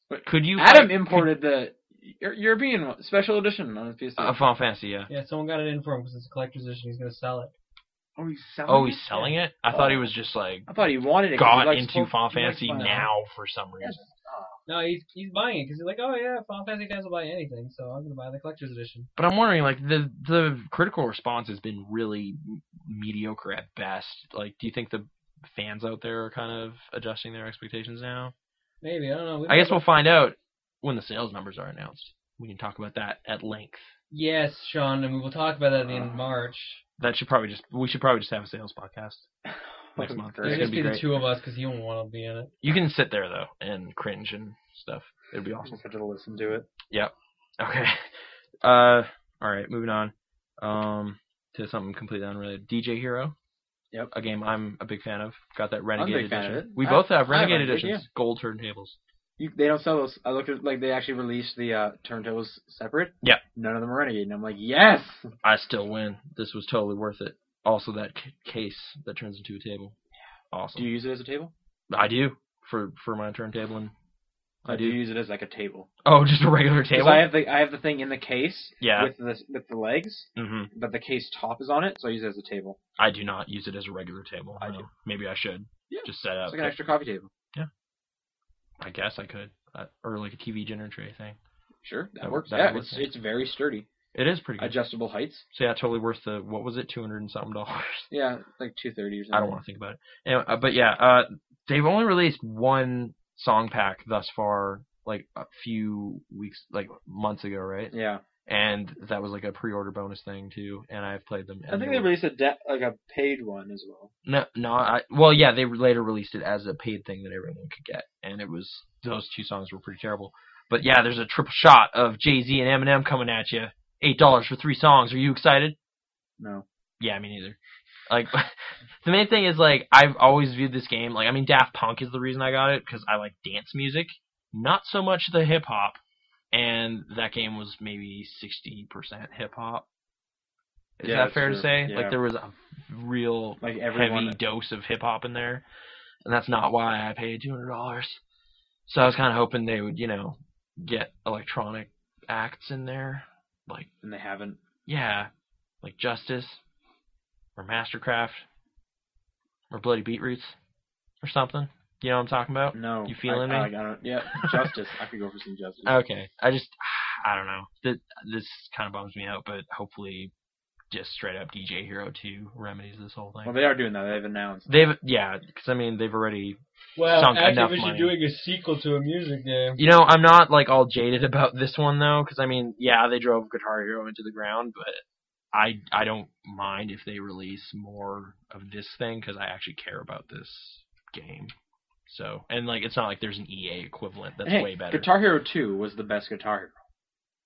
Speaker 3: But
Speaker 1: could you?
Speaker 3: Adam
Speaker 1: play-
Speaker 3: imported the Eu- European one- special edition on his PS3.
Speaker 1: could- uh, Final Fantasy. Yeah.
Speaker 2: Yeah, someone got it in for him because it's a collector's edition. He's gonna sell it.
Speaker 3: oh, he's selling.
Speaker 1: Oh, he's selling it. I thought he
Speaker 3: Oh.
Speaker 1: was just like
Speaker 3: I thought he wanted it. 'cause he
Speaker 1: got
Speaker 3: likes
Speaker 1: into
Speaker 3: Pokemon- Oh.
Speaker 1: Final
Speaker 3: he likes
Speaker 1: Fantasy
Speaker 3: Final-
Speaker 1: now for some reason.
Speaker 2: No, he's he's buying it because he's like, oh yeah, Final Fantasy guys will buy anything, so I'm gonna buy the collector's edition.
Speaker 1: But I'm wondering, like the the critical response has been really m- mediocre at best. Like, do you think the fans out there are kind of adjusting their expectations now?
Speaker 2: Maybe I don't know. We've
Speaker 1: I guess
Speaker 2: never-
Speaker 1: we'll find out when the sales numbers are announced. We can talk about that at length.
Speaker 2: Yes, Sean, and we will talk about that in March.
Speaker 1: That should probably just we should probably just have a sales podcast. Next month. It's
Speaker 2: It'll
Speaker 3: Great.
Speaker 1: gonna
Speaker 2: just
Speaker 1: be
Speaker 2: be the
Speaker 1: great.
Speaker 2: two of us because you don't want to be in it.
Speaker 1: You can sit there though and cringe and stuff. It'd be awesome.
Speaker 3: Just have to listen to it.
Speaker 1: Okay. Uh, all right, moving on. Um, to something completely unrelated. DJ Hero.
Speaker 3: Yep.
Speaker 1: A game I'm a big fan of. Got that
Speaker 3: a
Speaker 1: Renegade
Speaker 3: big fan of
Speaker 1: edition.
Speaker 3: it.
Speaker 1: We
Speaker 3: I-
Speaker 1: both have
Speaker 3: I have
Speaker 1: Renegade
Speaker 3: Renegade,
Speaker 1: editions,
Speaker 3: yeah.
Speaker 1: gold turntables.
Speaker 3: You, they don't sell those. I looked at like they actually released the uh, turntables separate.
Speaker 1: Yeah.
Speaker 3: None of them are renegade, and I'm like, yes.
Speaker 1: I still win. This was totally worth it. Also, that c- case that turns into a table.
Speaker 3: Do
Speaker 1: Awesome.
Speaker 3: you use it as a table?
Speaker 1: I do for for my turntable and I
Speaker 3: Or
Speaker 1: do.
Speaker 3: you use it as like a table.
Speaker 1: oh, just a regular
Speaker 3: 'Cause
Speaker 1: table.
Speaker 3: I have the I have the thing in the case.
Speaker 1: Yeah.
Speaker 3: With the with the legs,
Speaker 1: hmm
Speaker 3: but the case top is on it, so I use it as a table.
Speaker 1: I do not use it as a regular table.
Speaker 3: I
Speaker 1: no.
Speaker 3: do.
Speaker 1: Maybe I should.
Speaker 3: Yeah.
Speaker 1: Just set up.
Speaker 3: It's like an extra coffee table.
Speaker 1: I guess I could, uh, or like a TV dinner tray thing.
Speaker 3: Sure, that,
Speaker 1: That-
Speaker 3: works.
Speaker 1: that
Speaker 3: yeah,
Speaker 1: works,
Speaker 3: it's
Speaker 1: yeah.
Speaker 3: it's very sturdy.
Speaker 1: It is pretty good.
Speaker 3: Adjustable heights.
Speaker 1: So yeah, totally worth the what was it, two hundred and something dollars.
Speaker 3: Yeah, like two thirty or something.
Speaker 1: I don't want to think about it. Anyway, uh, but yeah, uh, they've only released one song pack thus far, like a few weeks, like months ago, right?
Speaker 3: Yeah,
Speaker 1: And that was like a pre-order bonus thing too. And I've played them.
Speaker 3: I
Speaker 1: and
Speaker 3: think they
Speaker 1: were-
Speaker 3: released a de- like a paid one as well.
Speaker 1: No, no. I, well, yeah, they later released it as a paid thing that everyone could get, and it was those two songs were pretty terrible. But yeah, there's a triple shot of Jay Z and Eminem coming at you. Eight dollars for three songs. Are you excited?
Speaker 3: No,
Speaker 1: Yeah, me neither. Like, the main thing is like I've always viewed this game like I mean Daft Punk is the reason I got it because I like dance music, not so much the hip hop, and that game was maybe sixty percent hip hop. Is
Speaker 3: Yeah,
Speaker 1: that
Speaker 3: that's
Speaker 1: fair to
Speaker 3: true.
Speaker 1: say?
Speaker 3: Yeah.
Speaker 1: Like there was a real
Speaker 3: like everyone.
Speaker 1: heavy dose of hip hop in there, and that's not why I paid two hundred dollars. So I was kind of hoping they would, you know, get electronic acts in there, like
Speaker 3: and they haven't.
Speaker 1: yeah, like Justice or Mastercraft or Bloody Beetroots or something. You know what I'm talking about?
Speaker 3: No,
Speaker 1: You feeling
Speaker 3: I,
Speaker 1: me?
Speaker 3: I, I don't, yeah, justice. I could go for some justice.
Speaker 1: Okay. I just I don't know. That this kind of bums me out, but hopefully, just straight up DJ Hero Two remedies this whole
Speaker 3: well,
Speaker 1: thing.
Speaker 3: they are doing that. They've announced.
Speaker 1: They've yeah, because I mean they've already
Speaker 2: Well,
Speaker 1: Sunk enough
Speaker 2: Activision
Speaker 1: money.
Speaker 2: doing a sequel to a music game.
Speaker 1: You know, I'm not like all jaded about this one though, because I mean, yeah, they drove Guitar Hero into the ground, but I I don't mind if they release more of this thing because I actually care about this game. So, and like, it's not like there's an EA equivalent that's
Speaker 3: hey,
Speaker 1: way better.
Speaker 3: Guitar Hero Two was the best Guitar Hero.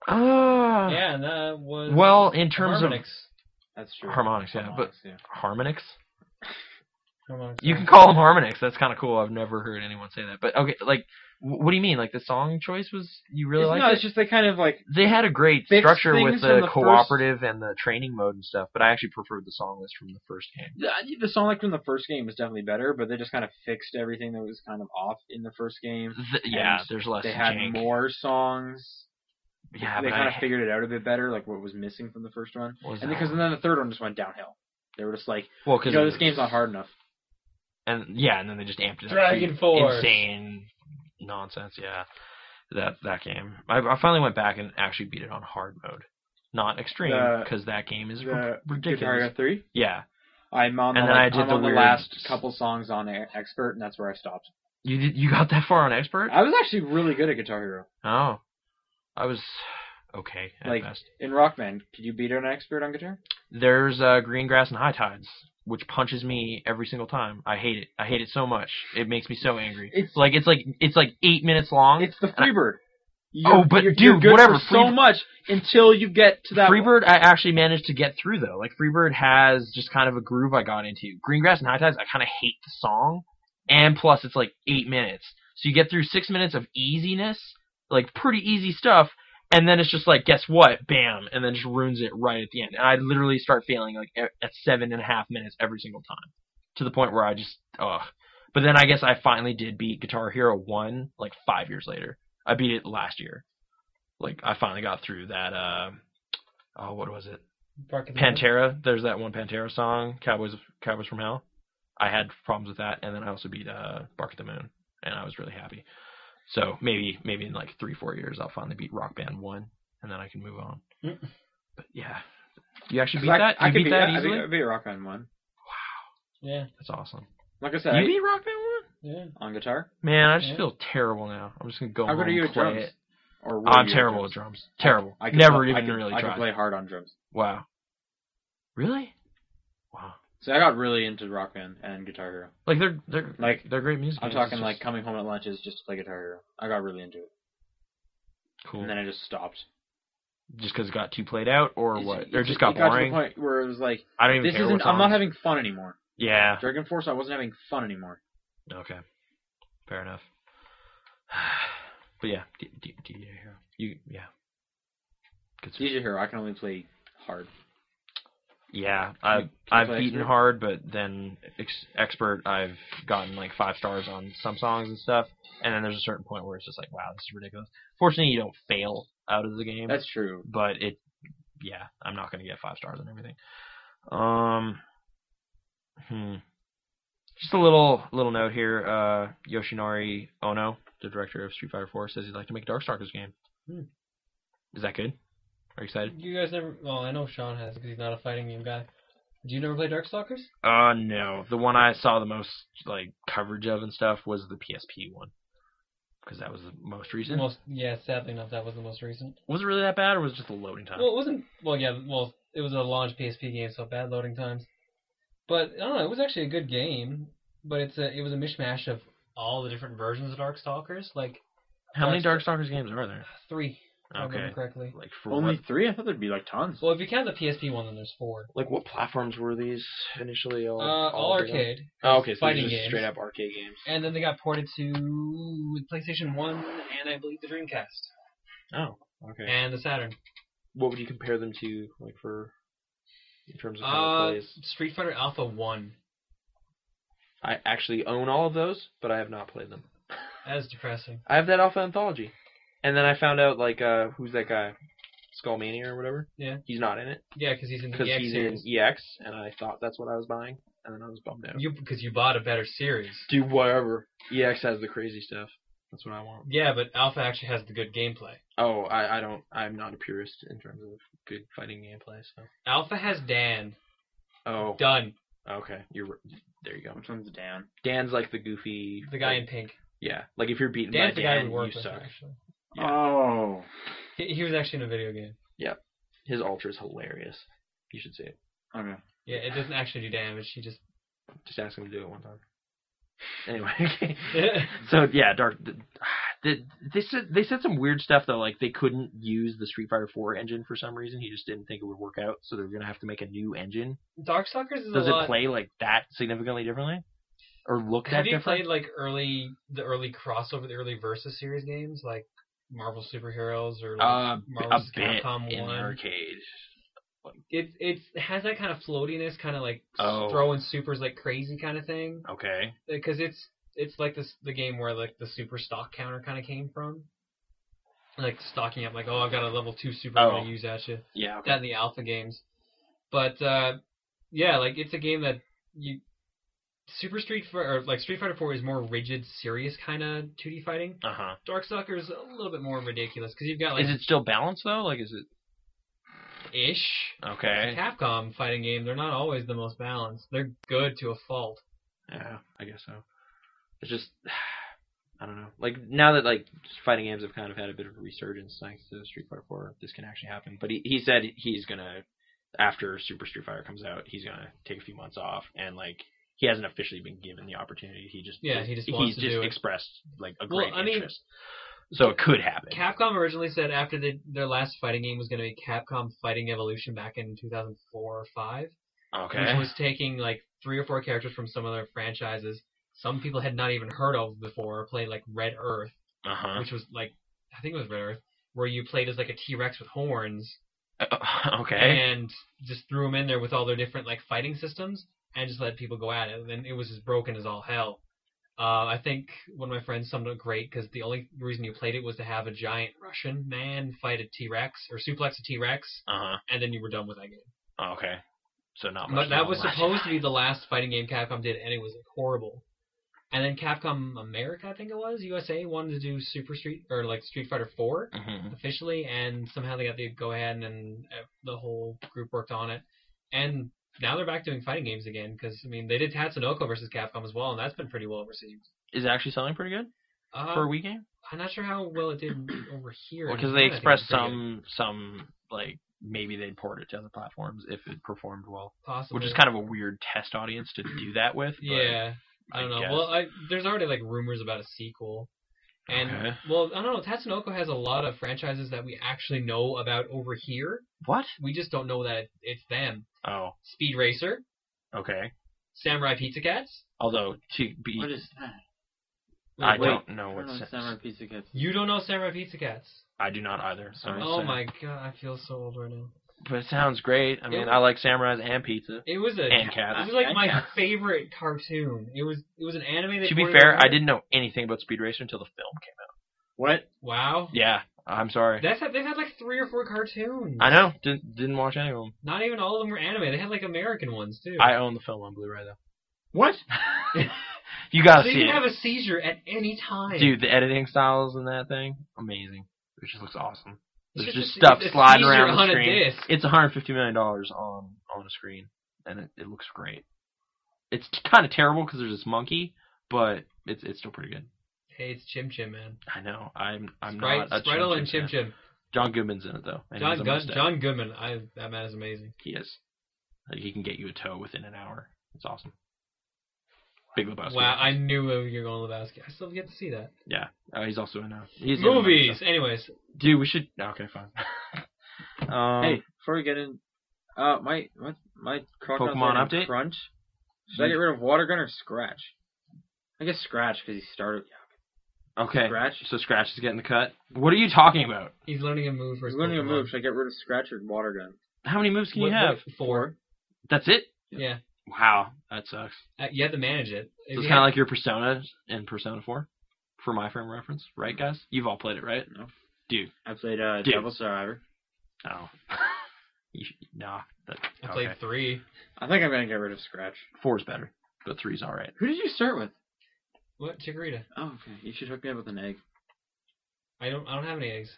Speaker 1: Ah,
Speaker 2: Yeah, and that was
Speaker 1: Well, in terms of-
Speaker 2: Harmonix.
Speaker 3: That's true.
Speaker 1: Harmonix, yeah, but
Speaker 3: Harmonix, yeah.
Speaker 1: Harmonix.
Speaker 2: Harmonix.
Speaker 1: You can call them Harmonix. That's kind of cool. I've never heard anyone say that. But okay, like, wh- what do you mean? Like the song choice was you really
Speaker 3: It's-
Speaker 1: like
Speaker 3: no,
Speaker 1: it?
Speaker 3: it's just they kind of like
Speaker 1: they had a great
Speaker 3: Fix
Speaker 1: structure with
Speaker 3: things from
Speaker 1: the,
Speaker 3: the first-
Speaker 1: cooperative and the training mode and stuff, but I actually preferred the song list from the first game.
Speaker 3: the the song like from the first game was definitely better, but they just kind of fixed everything that was kind of off in the first game.
Speaker 1: Th- yeah,
Speaker 3: And
Speaker 1: there's less
Speaker 3: they had
Speaker 1: Mm-hmm. jank.
Speaker 3: more songs.
Speaker 1: Yeah,
Speaker 3: they
Speaker 1: but
Speaker 3: kind
Speaker 1: I,
Speaker 3: of figured it out a bit better, like what was missing from the first one,
Speaker 1: was
Speaker 3: and
Speaker 1: that
Speaker 3: because
Speaker 1: one?
Speaker 3: then the third one just went downhill. They were just like,
Speaker 1: well,
Speaker 3: you
Speaker 1: because
Speaker 3: know, this game's not hard enough.
Speaker 1: And yeah, and then they just amped it
Speaker 2: Dragon
Speaker 1: up. to
Speaker 2: Force.
Speaker 1: insane nonsense. Yeah, that that game. I, I finally went back and actually beat it on hard mode, not extreme,
Speaker 3: The-
Speaker 1: because that game is
Speaker 3: the
Speaker 1: ri-
Speaker 3: Guitar
Speaker 1: ridiculous.
Speaker 3: Hero Three.
Speaker 1: Yeah,
Speaker 3: I'm on
Speaker 1: And
Speaker 3: the,
Speaker 1: then I
Speaker 3: like,
Speaker 1: did
Speaker 3: I'm
Speaker 1: the
Speaker 3: on the
Speaker 1: weird-
Speaker 3: last couple songs on Air- expert, and that's where I stopped.
Speaker 1: you did, you got that far on expert?
Speaker 3: I was actually really good at Guitar Hero.
Speaker 1: oh, I was okay at
Speaker 3: Like,
Speaker 1: best.
Speaker 3: In Rockman, could you beat an expert on guitar?
Speaker 1: there's uh, green grass and high tides, which punches me every single time. I hate it. I hate it so much. It makes me so angry.
Speaker 3: It's-
Speaker 1: like it's like it's like eight minutes long.
Speaker 3: It's the Freebird. You're,
Speaker 1: Oh, but
Speaker 3: you're,
Speaker 1: dude,
Speaker 3: you're good
Speaker 1: whatever,
Speaker 3: For so
Speaker 1: Free-
Speaker 3: much until you get to that.
Speaker 1: Freebird, I actually managed to get through though. Like Freebird has just kind of a groove I got into. Green grass and high tides, I kind of hate the song, and plus it's like eight minutes, so you get through six minutes of easiness, like pretty easy stuff. And then it's just like, guess what? Bam! And then just ruins it right at the end. And I literally start failing like e- at seven and a half minutes every single time. to the point where I just ugh. But then I guess I finally did beat Guitar Hero One like five years later. I beat it last year. Like I finally got through that. Uh, oh, what was it?
Speaker 2: Barking Dog.
Speaker 1: Pantera. There's that one Pantera song, Cowboys Cowboys from Hell. I had problems with that, and then I also beat uh, Bark at the Moon, and I was really happy. So maybe maybe in like three four years I'll finally beat Rock Band One, and then I can move on.
Speaker 2: Mm.
Speaker 1: But yeah, you actually beat
Speaker 3: I,
Speaker 1: that.
Speaker 3: I
Speaker 1: you
Speaker 3: could
Speaker 1: beat, that
Speaker 3: I beat,
Speaker 1: easily.
Speaker 3: I beat Rockman one.
Speaker 2: Yeah,
Speaker 1: That's awesome.
Speaker 3: Like I said,
Speaker 1: You
Speaker 3: I-
Speaker 1: beat Rock Band One.
Speaker 2: yeah.
Speaker 3: on guitar.
Speaker 1: Man, I just
Speaker 2: Yeah.
Speaker 1: feel terrible now. I'm just gonna go
Speaker 3: How
Speaker 1: home
Speaker 3: good are you
Speaker 1: and
Speaker 3: at
Speaker 1: play
Speaker 3: drums?
Speaker 1: it.
Speaker 3: Or were
Speaker 1: Oh, I'm
Speaker 3: you
Speaker 1: terrible at
Speaker 3: At drums?
Speaker 1: drums. Terrible.
Speaker 3: I could
Speaker 1: Never
Speaker 3: play- I
Speaker 1: even
Speaker 3: could-
Speaker 1: really
Speaker 3: I could
Speaker 1: tried.
Speaker 3: play hard on drums.
Speaker 1: Wow. Really? Wow.
Speaker 3: So I got really into Rock Band and Guitar Hero.
Speaker 1: Like they're they're
Speaker 3: Like,
Speaker 1: they're great music.
Speaker 3: I'm
Speaker 1: videos, it's
Speaker 3: talking like
Speaker 1: just
Speaker 3: coming home at lunch is just to play Guitar Hero. I got really into it,
Speaker 1: cool.
Speaker 3: and then I just stopped.
Speaker 1: just because it got too played out or
Speaker 3: It's-
Speaker 1: what?
Speaker 3: it's-
Speaker 1: or just got
Speaker 3: it got
Speaker 1: boring.
Speaker 3: to the point where it was like,
Speaker 1: I don't even
Speaker 3: this
Speaker 1: care
Speaker 3: isn't.
Speaker 1: what
Speaker 3: I'm not
Speaker 1: songs.
Speaker 3: having fun anymore.
Speaker 1: Yeah.
Speaker 3: Dragon Force, I wasn't having fun anymore.
Speaker 1: Okay. Fair enough. But yeah, D- D- DJ Hero. You yeah. Good stuff.
Speaker 3: DJ Hero, I can only play hard.
Speaker 1: Yeah, I've
Speaker 3: you
Speaker 1: I've
Speaker 3: play
Speaker 1: beaten
Speaker 3: expert?
Speaker 1: hard, but then ex- expert I've gotten like five stars on some songs and stuff, and then there's a certain point where it's just like, wow, this is ridiculous. Fortunately, you don't fail out of the game,
Speaker 3: That's true.
Speaker 1: but it, yeah, I'm not gonna get five stars on everything. Um, hmm. Just a little little note here. Uh, Yoshinori Ono, the director of Street Fighter 4, says he'd like to make a Darkstalkers game.
Speaker 2: Hmm.
Speaker 1: Is that good? Are you excited?
Speaker 2: You guys never. Well, I know Sean has because he's not a fighting game guy. Did you never play Darkstalkers?
Speaker 1: Uh no. The one I saw the most like coverage of and stuff was the PSP one. Because that was the most recent.
Speaker 2: Most, yeah, sadly enough, that was the most recent.
Speaker 1: was it really that bad or was it just the loading time?
Speaker 2: Well, it wasn't. Well, yeah. Well, it was a launch PSP game, so bad loading times. But I don't know. It was actually a good game, but it's a. It was a mishmash of all the different versions of Darkstalkers, like
Speaker 1: How many
Speaker 2: Darkst-
Speaker 1: Darkstalkers games are there?
Speaker 2: three, if I
Speaker 1: Okay.
Speaker 2: remember correctly.
Speaker 1: Like for
Speaker 3: only
Speaker 1: what
Speaker 3: three? I thought there'd be like tons.
Speaker 2: Well, if you count the PSP one, then there's four.
Speaker 1: like what platforms were these initially all
Speaker 2: Uh, all
Speaker 1: big on?
Speaker 2: arcade,
Speaker 1: Oh, okay, so
Speaker 2: fighting
Speaker 1: these are
Speaker 2: games.
Speaker 1: straight up arcade games.
Speaker 2: and then they got ported to PlayStation One and I believe the Dreamcast
Speaker 1: Oh, okay.
Speaker 2: and the Saturn.
Speaker 1: what would you compare them to like for in terms of how
Speaker 2: Uh,
Speaker 1: it plays?
Speaker 2: Street Fighter Alpha One.
Speaker 1: I actually own all of those, but I have not played them.
Speaker 2: That is depressing.
Speaker 1: I have that Alpha Anthology. And then I found out like uh who's that guy? Skullmania or whatever.
Speaker 2: Yeah.
Speaker 1: He's not in it
Speaker 2: Yeah, because he's in the
Speaker 1: because
Speaker 2: EX
Speaker 1: he's
Speaker 2: series.
Speaker 1: in EX, and I thought that's what I was buying, and then I was bummed out.
Speaker 2: You because you bought a better series.
Speaker 1: Do whatever. EX has the crazy stuff. That's what I want.
Speaker 2: Yeah, but Alpha actually has the good gameplay.
Speaker 1: Oh, I, I don't. I'm not a purist in terms of good fighting gameplay. So.
Speaker 2: Alpha has Dan.
Speaker 1: Oh.
Speaker 2: Done.
Speaker 1: Okay. You're. r- There you go.
Speaker 3: Which one's down?
Speaker 1: Dan's like the goofy.
Speaker 2: The guy
Speaker 1: like-
Speaker 2: in pink.
Speaker 1: Yeah. Like if you're beaten
Speaker 2: Dan's
Speaker 1: by
Speaker 2: the guy
Speaker 1: Dan,
Speaker 2: we work
Speaker 1: you
Speaker 2: with,
Speaker 1: suck.
Speaker 2: actually.
Speaker 1: Yeah.
Speaker 3: Oh,
Speaker 2: He, he was actually in a video game.
Speaker 1: His ultra is hilarious. You should see it.
Speaker 3: okay.
Speaker 2: Yeah, it doesn't actually do damage. He just.
Speaker 1: Just ask him to do it one time. Anyway. So yeah, Dark. th- th- They said they said some weird stuff though, like they couldn't use the Street Fighter 4 engine for some reason. He just didn't think it would work out, so they're gonna have to make a new engine.
Speaker 2: Darkstalkers is
Speaker 1: Does
Speaker 2: a lot.
Speaker 1: it play like that significantly differently, or look that
Speaker 2: Have you
Speaker 1: different?
Speaker 2: played like early the early crossover, the early versus series games like Marvel Superheroes or like,
Speaker 1: uh, b- a
Speaker 2: Marvel's
Speaker 1: bit
Speaker 2: Capcom
Speaker 1: in the
Speaker 2: 1?
Speaker 1: arcade.
Speaker 2: it it's it has that kind of floatiness, kind of like
Speaker 1: Oh.
Speaker 2: throwing supers like crazy kind of thing.
Speaker 1: Okay,
Speaker 2: because it's it's like this the game where like the super stock counter kind of came from, like stocking up, like oh I've got a level two super I'm
Speaker 1: Oh.
Speaker 2: gonna use at you.
Speaker 1: yeah, okay.
Speaker 2: That in the alpha games, but uh, yeah, like it's a game that you Super Street Fi- or like Street Fighter Four is more rigid, serious kind of 2D fighting.
Speaker 1: uh huh.
Speaker 2: Darkstalkers is a little bit more ridiculous because you've got like
Speaker 1: is it still balanced though? Like, is it
Speaker 2: ish
Speaker 1: okay?
Speaker 2: Capcom fighting game. They're not always the most balanced. They're good to a fault.
Speaker 1: Yeah, I guess so. It's just. I don't know. Like now that like fighting games have kind of had a bit of a resurgence thanks to Street Fighter 4, this can actually happen. But he he said he's gonna after Super Street Fighter comes out, he's gonna take a few months off and like he hasn't officially been given the opportunity. He just
Speaker 2: Yeah, he just
Speaker 1: he's
Speaker 2: wants to
Speaker 1: just
Speaker 2: do it.
Speaker 1: expressed like a
Speaker 2: Well,
Speaker 1: great
Speaker 2: I mean-
Speaker 1: interest. So it could happen.
Speaker 2: Capcom originally said after the, their last fighting game was going to be Capcom Fighting Evolution back in 2004 or 5, which
Speaker 1: okay.
Speaker 2: was taking like three or four characters from some other franchises some people had not even heard of before, playing like Red Earth,
Speaker 1: Uh huh.
Speaker 2: which was like, I think it was Red Earth, where you played as like a T Rex with horns
Speaker 1: okay.
Speaker 2: and just threw them in there with all their different like fighting systems and just let people go at it. And it was as broken as all hell. Uh, I think one of my friends summed it great because the only reason you played it was to have a giant Russian man fight a T Rex or suplex a T Rex,
Speaker 1: Uh
Speaker 2: and then you were done with that game.
Speaker 1: huh. Okay. So not much.
Speaker 2: But that was
Speaker 1: long left.
Speaker 2: supposed to be the last fighting game Capcom did, and it was like, horrible. And then Capcom America, I think it was USA, wanted to do Super Street or like Street Fighter Four
Speaker 1: Mhm.
Speaker 2: officially, and somehow they got the go ahead, and uh, the whole group worked on it. And now they're back doing fighting games again because I mean they did Tatsunoko versus Capcom as well, and that's been pretty well received.
Speaker 1: Is it actually selling pretty good
Speaker 2: Uh,
Speaker 1: for a Wii game?
Speaker 2: I'm not sure how well it did over here. in
Speaker 1: because they
Speaker 2: Japan, I think it
Speaker 1: expressed
Speaker 2: was pretty
Speaker 1: some some like maybe they'd port it to other platforms if it performed well,
Speaker 2: Possibly.
Speaker 1: which is kind of a weird test audience to do that with. but
Speaker 2: Yeah, I don't know.
Speaker 1: guess.
Speaker 2: Well, I, there's already like rumors about a sequel, and
Speaker 1: Okay.
Speaker 2: well, I don't know. Tatsunoko has a lot of franchises that we actually know about over here.
Speaker 1: What?
Speaker 2: We just don't know that it's them.
Speaker 1: Oh,
Speaker 2: Speed Racer,
Speaker 1: okay.
Speaker 2: Samurai Pizza Cats.
Speaker 1: Although to be,
Speaker 3: What is
Speaker 1: I
Speaker 3: that? Wait,
Speaker 1: don't know what.
Speaker 3: I don't know
Speaker 1: sense-
Speaker 3: Samurai Pizza Kids.
Speaker 2: You don't know Samurai Pizza Cats.
Speaker 1: I do not either. So
Speaker 3: Oh,
Speaker 2: Oh
Speaker 1: so-
Speaker 2: my god, I feel so old right now.
Speaker 1: But it sounds great. I mean,
Speaker 2: It-
Speaker 1: I like samurais and pizza
Speaker 2: It was a.
Speaker 1: and
Speaker 2: It
Speaker 1: cats.
Speaker 2: was like my
Speaker 3: Yeah.
Speaker 2: favorite cartoon. It was it was an anime. That
Speaker 1: To be
Speaker 2: ported
Speaker 1: fair,
Speaker 2: over
Speaker 1: I
Speaker 2: here.
Speaker 1: didn't know anything about Speed Racer until the film came out.
Speaker 3: What?
Speaker 2: Wow.
Speaker 1: Yeah, I'm sorry.
Speaker 2: That's they've had like three or four cartoons.
Speaker 1: I know. Didn't didn't watch any of them.
Speaker 2: Not even all of them were anime. They had like American ones too.
Speaker 1: I own the film on Blu-ray though.
Speaker 3: What?
Speaker 1: You gotta
Speaker 2: so you
Speaker 1: see
Speaker 2: can
Speaker 1: it,
Speaker 2: have a seizure at any time.
Speaker 1: dude. The editing styles in that thing, amazing. It just looks awesome. There's
Speaker 2: It's just
Speaker 1: just
Speaker 2: a-
Speaker 1: stuff
Speaker 2: it's a
Speaker 1: sliding
Speaker 2: seizure
Speaker 1: around
Speaker 2: on
Speaker 1: the
Speaker 2: a
Speaker 1: screen.
Speaker 2: disc.
Speaker 1: It's 150 million dollars on on a screen, and it, it looks great. It's kind of terrible because there's this monkey, but it's it's still pretty good.
Speaker 2: Hey, it's Chim Chim, man.
Speaker 1: I know. I'm I'm
Speaker 2: Sprite,
Speaker 1: not a
Speaker 2: Spritel and
Speaker 1: Chim
Speaker 2: Chim
Speaker 1: Chim fan.
Speaker 2: Chim.
Speaker 1: John Goodman's in it though. and he's
Speaker 2: John
Speaker 1: a
Speaker 2: Gun-
Speaker 1: mustache.
Speaker 2: John Goodman. I that man is amazing.
Speaker 1: He is. Like he can get you a toe within an hour. It's awesome. Big Lebowski.
Speaker 2: wow, I knew we were going Lebowski. I still get to see that.
Speaker 1: Yeah, uh, he's also in. Uh, he's in a lot of
Speaker 2: Movies.
Speaker 1: stuff.
Speaker 2: Anyways,
Speaker 1: dude. We should. Okay, fine. um,
Speaker 3: Hey, before we get in, uh, my my my crocodile's
Speaker 1: Pokemon
Speaker 3: name
Speaker 1: update? Hmm.
Speaker 3: Crunch. Should I get rid of Watergun or Scratch? I guess Scratch because he started.
Speaker 1: okay.
Speaker 3: Scratch.
Speaker 1: So Scratch is getting the cut. What are you talking about?
Speaker 2: he's learning a move for.
Speaker 3: He's
Speaker 2: his
Speaker 3: learning a
Speaker 2: Pokemon.
Speaker 3: move. Should I get rid of Scratch or Watergun?
Speaker 1: How many moves can
Speaker 2: What-
Speaker 1: you have?
Speaker 2: what- four.
Speaker 1: That's it.
Speaker 2: Yeah,
Speaker 1: Wow, that sucks.
Speaker 2: Uh, you have to manage it.
Speaker 1: So it's
Speaker 2: If you
Speaker 1: kind of
Speaker 2: have-
Speaker 1: like your Persona in Persona Four, for my frame reference, right, guys? You've all played it, right?
Speaker 3: No.
Speaker 1: Dude.
Speaker 3: I played uh,
Speaker 1: Dude.
Speaker 3: Devil Survivor.
Speaker 1: Oh. you, should- nah. That,
Speaker 2: I played
Speaker 1: okay.
Speaker 2: three.
Speaker 3: I think I'm gonna get rid of Scratch.
Speaker 1: Four's better, but three's all right.
Speaker 3: Who did you start with?
Speaker 2: What Chikorita?
Speaker 3: Oh, okay. You should hook me up with an egg.
Speaker 2: I don't. I don't have any eggs.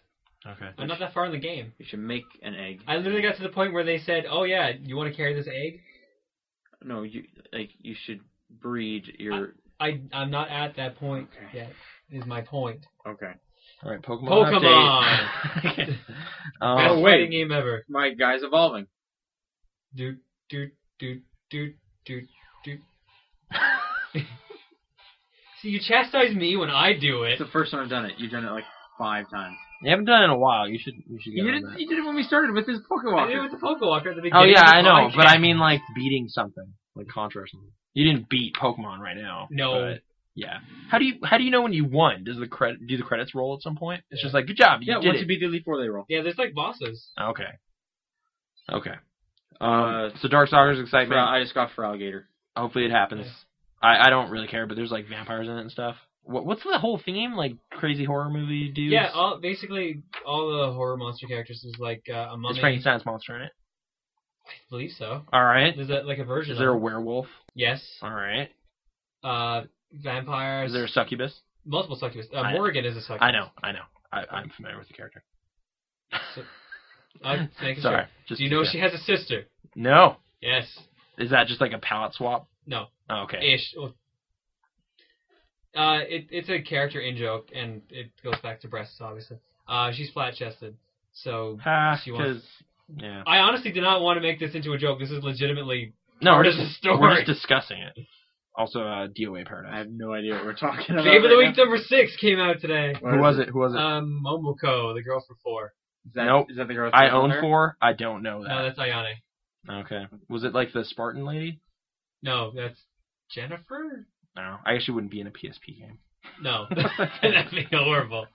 Speaker 1: Okay.
Speaker 2: I'm not that far in the game.
Speaker 3: You should make an egg.
Speaker 2: I literally got to the point where they said, "Oh yeah, you want to carry this egg?"
Speaker 3: No, you like you should breed your.
Speaker 2: I I'm not at that point
Speaker 3: Okay.
Speaker 2: yet. Is my point.
Speaker 3: Okay.
Speaker 1: All right, Pokemon.
Speaker 2: Pokemon!
Speaker 1: update.
Speaker 2: Best
Speaker 1: um,
Speaker 3: wait.
Speaker 2: fighting game ever.
Speaker 3: My guy's evolving.
Speaker 2: Do do do do do do. See, you chastise me when I do it.
Speaker 3: It's the first time I've done it. You've done it like five times.
Speaker 1: you haven't done it in a while. You should. You should get
Speaker 3: You
Speaker 1: on
Speaker 3: did,
Speaker 1: that.
Speaker 3: it, you did it when we started with this
Speaker 2: I did it with
Speaker 3: Pokewalker.
Speaker 2: the Pokewalker at the beginning.
Speaker 1: Oh yeah,
Speaker 2: of the
Speaker 1: I know, but I
Speaker 2: podcast.
Speaker 1: mean like beating something, like Contra or something. You didn't beat Pokemon right now.
Speaker 2: No.
Speaker 1: but, yeah. How do you How do you know when you won? Does the credit Do the credits roll at some point? It's
Speaker 2: Yeah.
Speaker 1: just like good job, you
Speaker 3: Yeah,
Speaker 1: did
Speaker 3: once
Speaker 1: it.
Speaker 3: you beat the Elite Four, they roll.
Speaker 2: Yeah, there's like bosses.
Speaker 1: okay. Okay.
Speaker 3: Uh,
Speaker 1: Um, so Dark Soccer's
Speaker 3: Fra-
Speaker 1: excitement.
Speaker 3: I just got Feraligatr.
Speaker 1: Hopefully it happens. I, I don't really care, but there's like vampires in it and stuff. What, what's the whole theme? Like crazy horror movie dudes.
Speaker 2: Yeah, all basically all the horror monster characters is like uh, a
Speaker 1: Is
Speaker 2: mummy.
Speaker 1: Frankenstein's monster in it?
Speaker 2: I believe so.
Speaker 1: All right.
Speaker 2: There's a, like a version.
Speaker 1: Is there
Speaker 2: of
Speaker 1: a
Speaker 2: it.
Speaker 1: werewolf?
Speaker 2: yes?
Speaker 1: All right.
Speaker 2: Uh, vampires.
Speaker 1: Is there a succubus?
Speaker 2: multiple succubus? Uh,
Speaker 1: I-
Speaker 2: Morgan is a succubus.
Speaker 1: I know, I know. I, I'm familiar with the character.
Speaker 2: I'm making
Speaker 1: Sorry.
Speaker 2: sure.
Speaker 1: Just
Speaker 2: Do Uh, you know
Speaker 1: yeah.
Speaker 2: she has a sister?
Speaker 1: No.
Speaker 2: Yes.
Speaker 1: Is that just like a palette swap?
Speaker 2: No.
Speaker 1: Oh, okay.
Speaker 2: Ish. Well, Uh, it, it's a character in joke, and it goes back to breasts, obviously. Uh, she's flat chested, so
Speaker 1: Ha,
Speaker 2: She wants-
Speaker 1: Ah, 'cause- yeah.
Speaker 2: I honestly did not want to make this into a joke. This is legitimately
Speaker 1: No, we're
Speaker 2: part of
Speaker 1: just
Speaker 2: the story.
Speaker 1: we're just discussing it. Also, uh, DOA Paradise.
Speaker 3: I have no idea what we're talking about.
Speaker 2: Game of the
Speaker 3: right
Speaker 2: Week number six came out today.
Speaker 3: now. What
Speaker 1: Who
Speaker 3: is
Speaker 1: was it? Who was it?
Speaker 2: Um, Momoko, the girl from four.
Speaker 3: Is that,
Speaker 1: Nope.
Speaker 3: is that the girl? with
Speaker 1: I
Speaker 3: the
Speaker 1: own
Speaker 3: hair?
Speaker 1: four. I don't know
Speaker 2: No,
Speaker 1: that.
Speaker 2: that's Ayane.
Speaker 1: okay. Was it like the Spartan lady?
Speaker 2: No, that's Jennifer.
Speaker 1: No, I actually wouldn't be in a PSP game.
Speaker 2: No, that'd be horrible.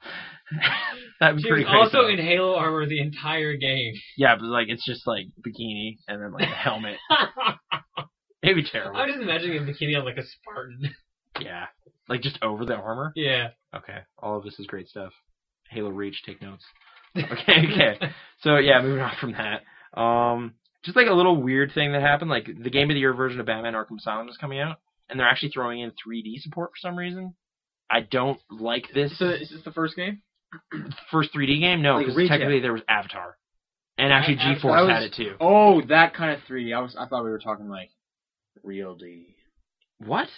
Speaker 1: That'd be
Speaker 2: She was
Speaker 1: pretty crazy.
Speaker 2: also in Halo armor the entire game.
Speaker 1: yeah, but like it's just like bikini and then like a helmet. It'd be terrible.
Speaker 2: I'm just imagining a bikini on like a Spartan.
Speaker 1: Yeah, like just over the armor.
Speaker 2: yeah.
Speaker 1: Okay, all of this is great stuff. Halo Reach, take notes. Okay, okay. So yeah, moving on from that. Um, just like a little weird thing that happened, like the Game of the Year version of Batman: Arkham Asylum is coming out, and they're actually throwing in 3D support for some reason. I don't like this
Speaker 3: So is this the first game?
Speaker 1: first 3D game. No,
Speaker 3: Like
Speaker 1: because
Speaker 3: reject.
Speaker 1: technically there was Avatar, and actually
Speaker 2: Av-
Speaker 1: GeForce
Speaker 3: Avatar
Speaker 1: had
Speaker 3: was-
Speaker 1: it too.
Speaker 3: Oh, that kind of 3D. I was. I thought we were talking like real D.
Speaker 1: What?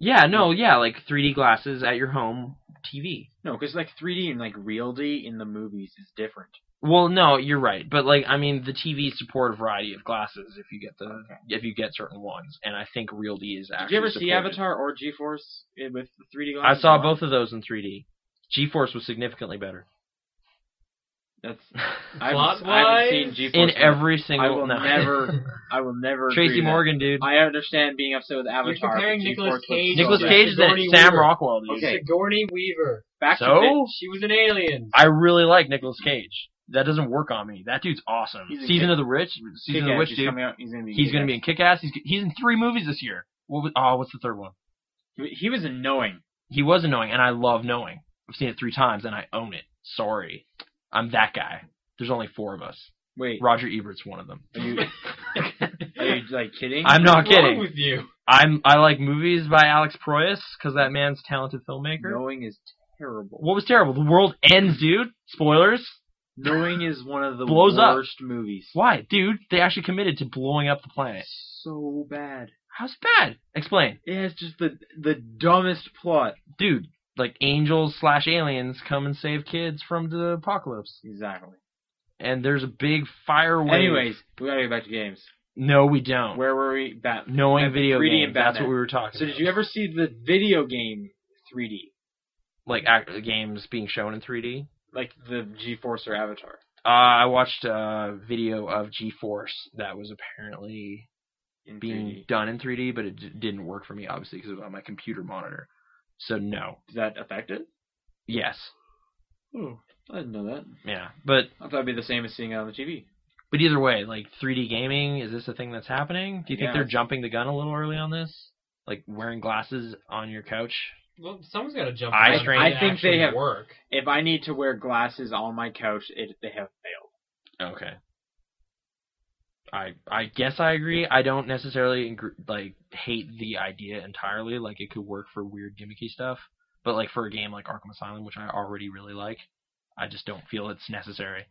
Speaker 1: Yeah, no, yeah, like 3D glasses at your home TV.
Speaker 3: No, because like 3D and like real D in the movies is different.
Speaker 1: Well, no, you're right, but like I mean, the TVs support a variety of glasses if you get the if you get certain ones, and I think Real D is actually.
Speaker 3: Did you ever see
Speaker 1: supported.
Speaker 3: Avatar or GeForce eh, with the 3D
Speaker 1: I
Speaker 3: glasses?
Speaker 1: saw
Speaker 3: on?
Speaker 1: both of those in 3D. GeForce was significantly better
Speaker 3: That's I haven't, I
Speaker 2: Plot-wise?
Speaker 3: haven't seen GeForce.
Speaker 1: in
Speaker 3: yet.
Speaker 1: every
Speaker 3: I
Speaker 1: single.
Speaker 3: will
Speaker 1: no.
Speaker 3: never. I will never. agree
Speaker 1: Tracy
Speaker 3: that.
Speaker 1: Morgan, dude.
Speaker 3: I understand being upset with Avatar. but
Speaker 2: comparing
Speaker 3: GeForce
Speaker 2: Nicolas
Speaker 3: looks
Speaker 2: Cage
Speaker 3: so
Speaker 1: Nicholas
Speaker 2: Yeah,
Speaker 3: good.
Speaker 1: Cage then
Speaker 2: Sigourney
Speaker 1: Sam
Speaker 2: Weaver.
Speaker 1: Rockwell, dude.
Speaker 3: Okay.
Speaker 2: Sigourney Weaver.
Speaker 3: Back
Speaker 1: So?
Speaker 3: to Fit-
Speaker 2: She was an alien.
Speaker 1: I really like Nicholas Cage. That doesn't work on me. That dude's awesome.
Speaker 3: He's a
Speaker 1: Season
Speaker 3: kick-
Speaker 1: of the Rich, Season of the
Speaker 3: Kick-Ass,
Speaker 1: Witch,
Speaker 3: he's
Speaker 1: dude.
Speaker 3: coming out- He's gonna be.
Speaker 1: He's gonna be in Kick Ass. He's he's in three movies this year. What was, oh, what's the third one?
Speaker 3: be. He was in Knowing.
Speaker 1: He was annoying, and I love knowing. I've seen it three times, and I own it. Sorry, I'm that guy. There's only four of us.
Speaker 3: Wait,
Speaker 1: Roger Ebert's one of them.
Speaker 3: are you are you like kidding?
Speaker 1: I'm not
Speaker 2: What's wrong
Speaker 1: kidding.
Speaker 2: with you?
Speaker 1: I'm I like movies by Alex Proyas because that man's a talented filmmaker.
Speaker 3: Knowing is terrible.
Speaker 1: What was terrible? The world ends, dude. Spoilers.
Speaker 3: Knowing is one of the
Speaker 1: Blows up.
Speaker 3: worst movies.
Speaker 1: Why, dude? They actually committed to blowing up the planet.
Speaker 3: So bad.
Speaker 1: How's it bad? Explain.
Speaker 3: It has just the the dumbest plot.
Speaker 1: dude, like angels slash aliens come and save kids from the apocalypse.
Speaker 3: Exactly.
Speaker 1: And there's a big fire wave.
Speaker 3: Anyways, we gotta get back to games.
Speaker 1: no, we don't.
Speaker 3: Where were we? Bat.
Speaker 1: Knowing
Speaker 3: Batman,
Speaker 1: video
Speaker 3: 3D
Speaker 1: games,
Speaker 3: and
Speaker 1: that's
Speaker 3: Batman.
Speaker 1: what we were talking.
Speaker 3: So
Speaker 1: about.
Speaker 3: did you ever see the video game 3D,
Speaker 1: like act- games being shown in 3D?
Speaker 3: like the GeForce or Avatar?
Speaker 1: Uh, I watched a video of GeForce that was apparently
Speaker 3: In
Speaker 1: being
Speaker 3: 3D.
Speaker 1: done in 3D, but it d- didn't work for me obviously because it was on my computer monitor. So no.
Speaker 3: Does that affect it?
Speaker 1: Yes.
Speaker 3: Oh, I didn't know that.
Speaker 1: Yeah. But
Speaker 3: I thought it'd be the same as seeing it on the TV.
Speaker 1: but either way, like 3D gaming, is this a thing that's happening? Do you think
Speaker 3: Yeah.
Speaker 1: they're jumping the gun a little early on this? Like wearing glasses on your couch?
Speaker 2: Well, someone's got to jump.
Speaker 1: Eye
Speaker 2: on it
Speaker 1: strain.
Speaker 2: and
Speaker 3: I think
Speaker 2: actually
Speaker 3: they have-
Speaker 2: work.
Speaker 3: If I need to wear glasses on my couch, it, they have failed.
Speaker 1: Okay. I I guess I agree. I don't necessarily agree, like hate the idea entirely. Like it could work for weird gimmicky stuff, but like for a game like Arkham Asylum, which I already really like, I just don't feel it's necessary.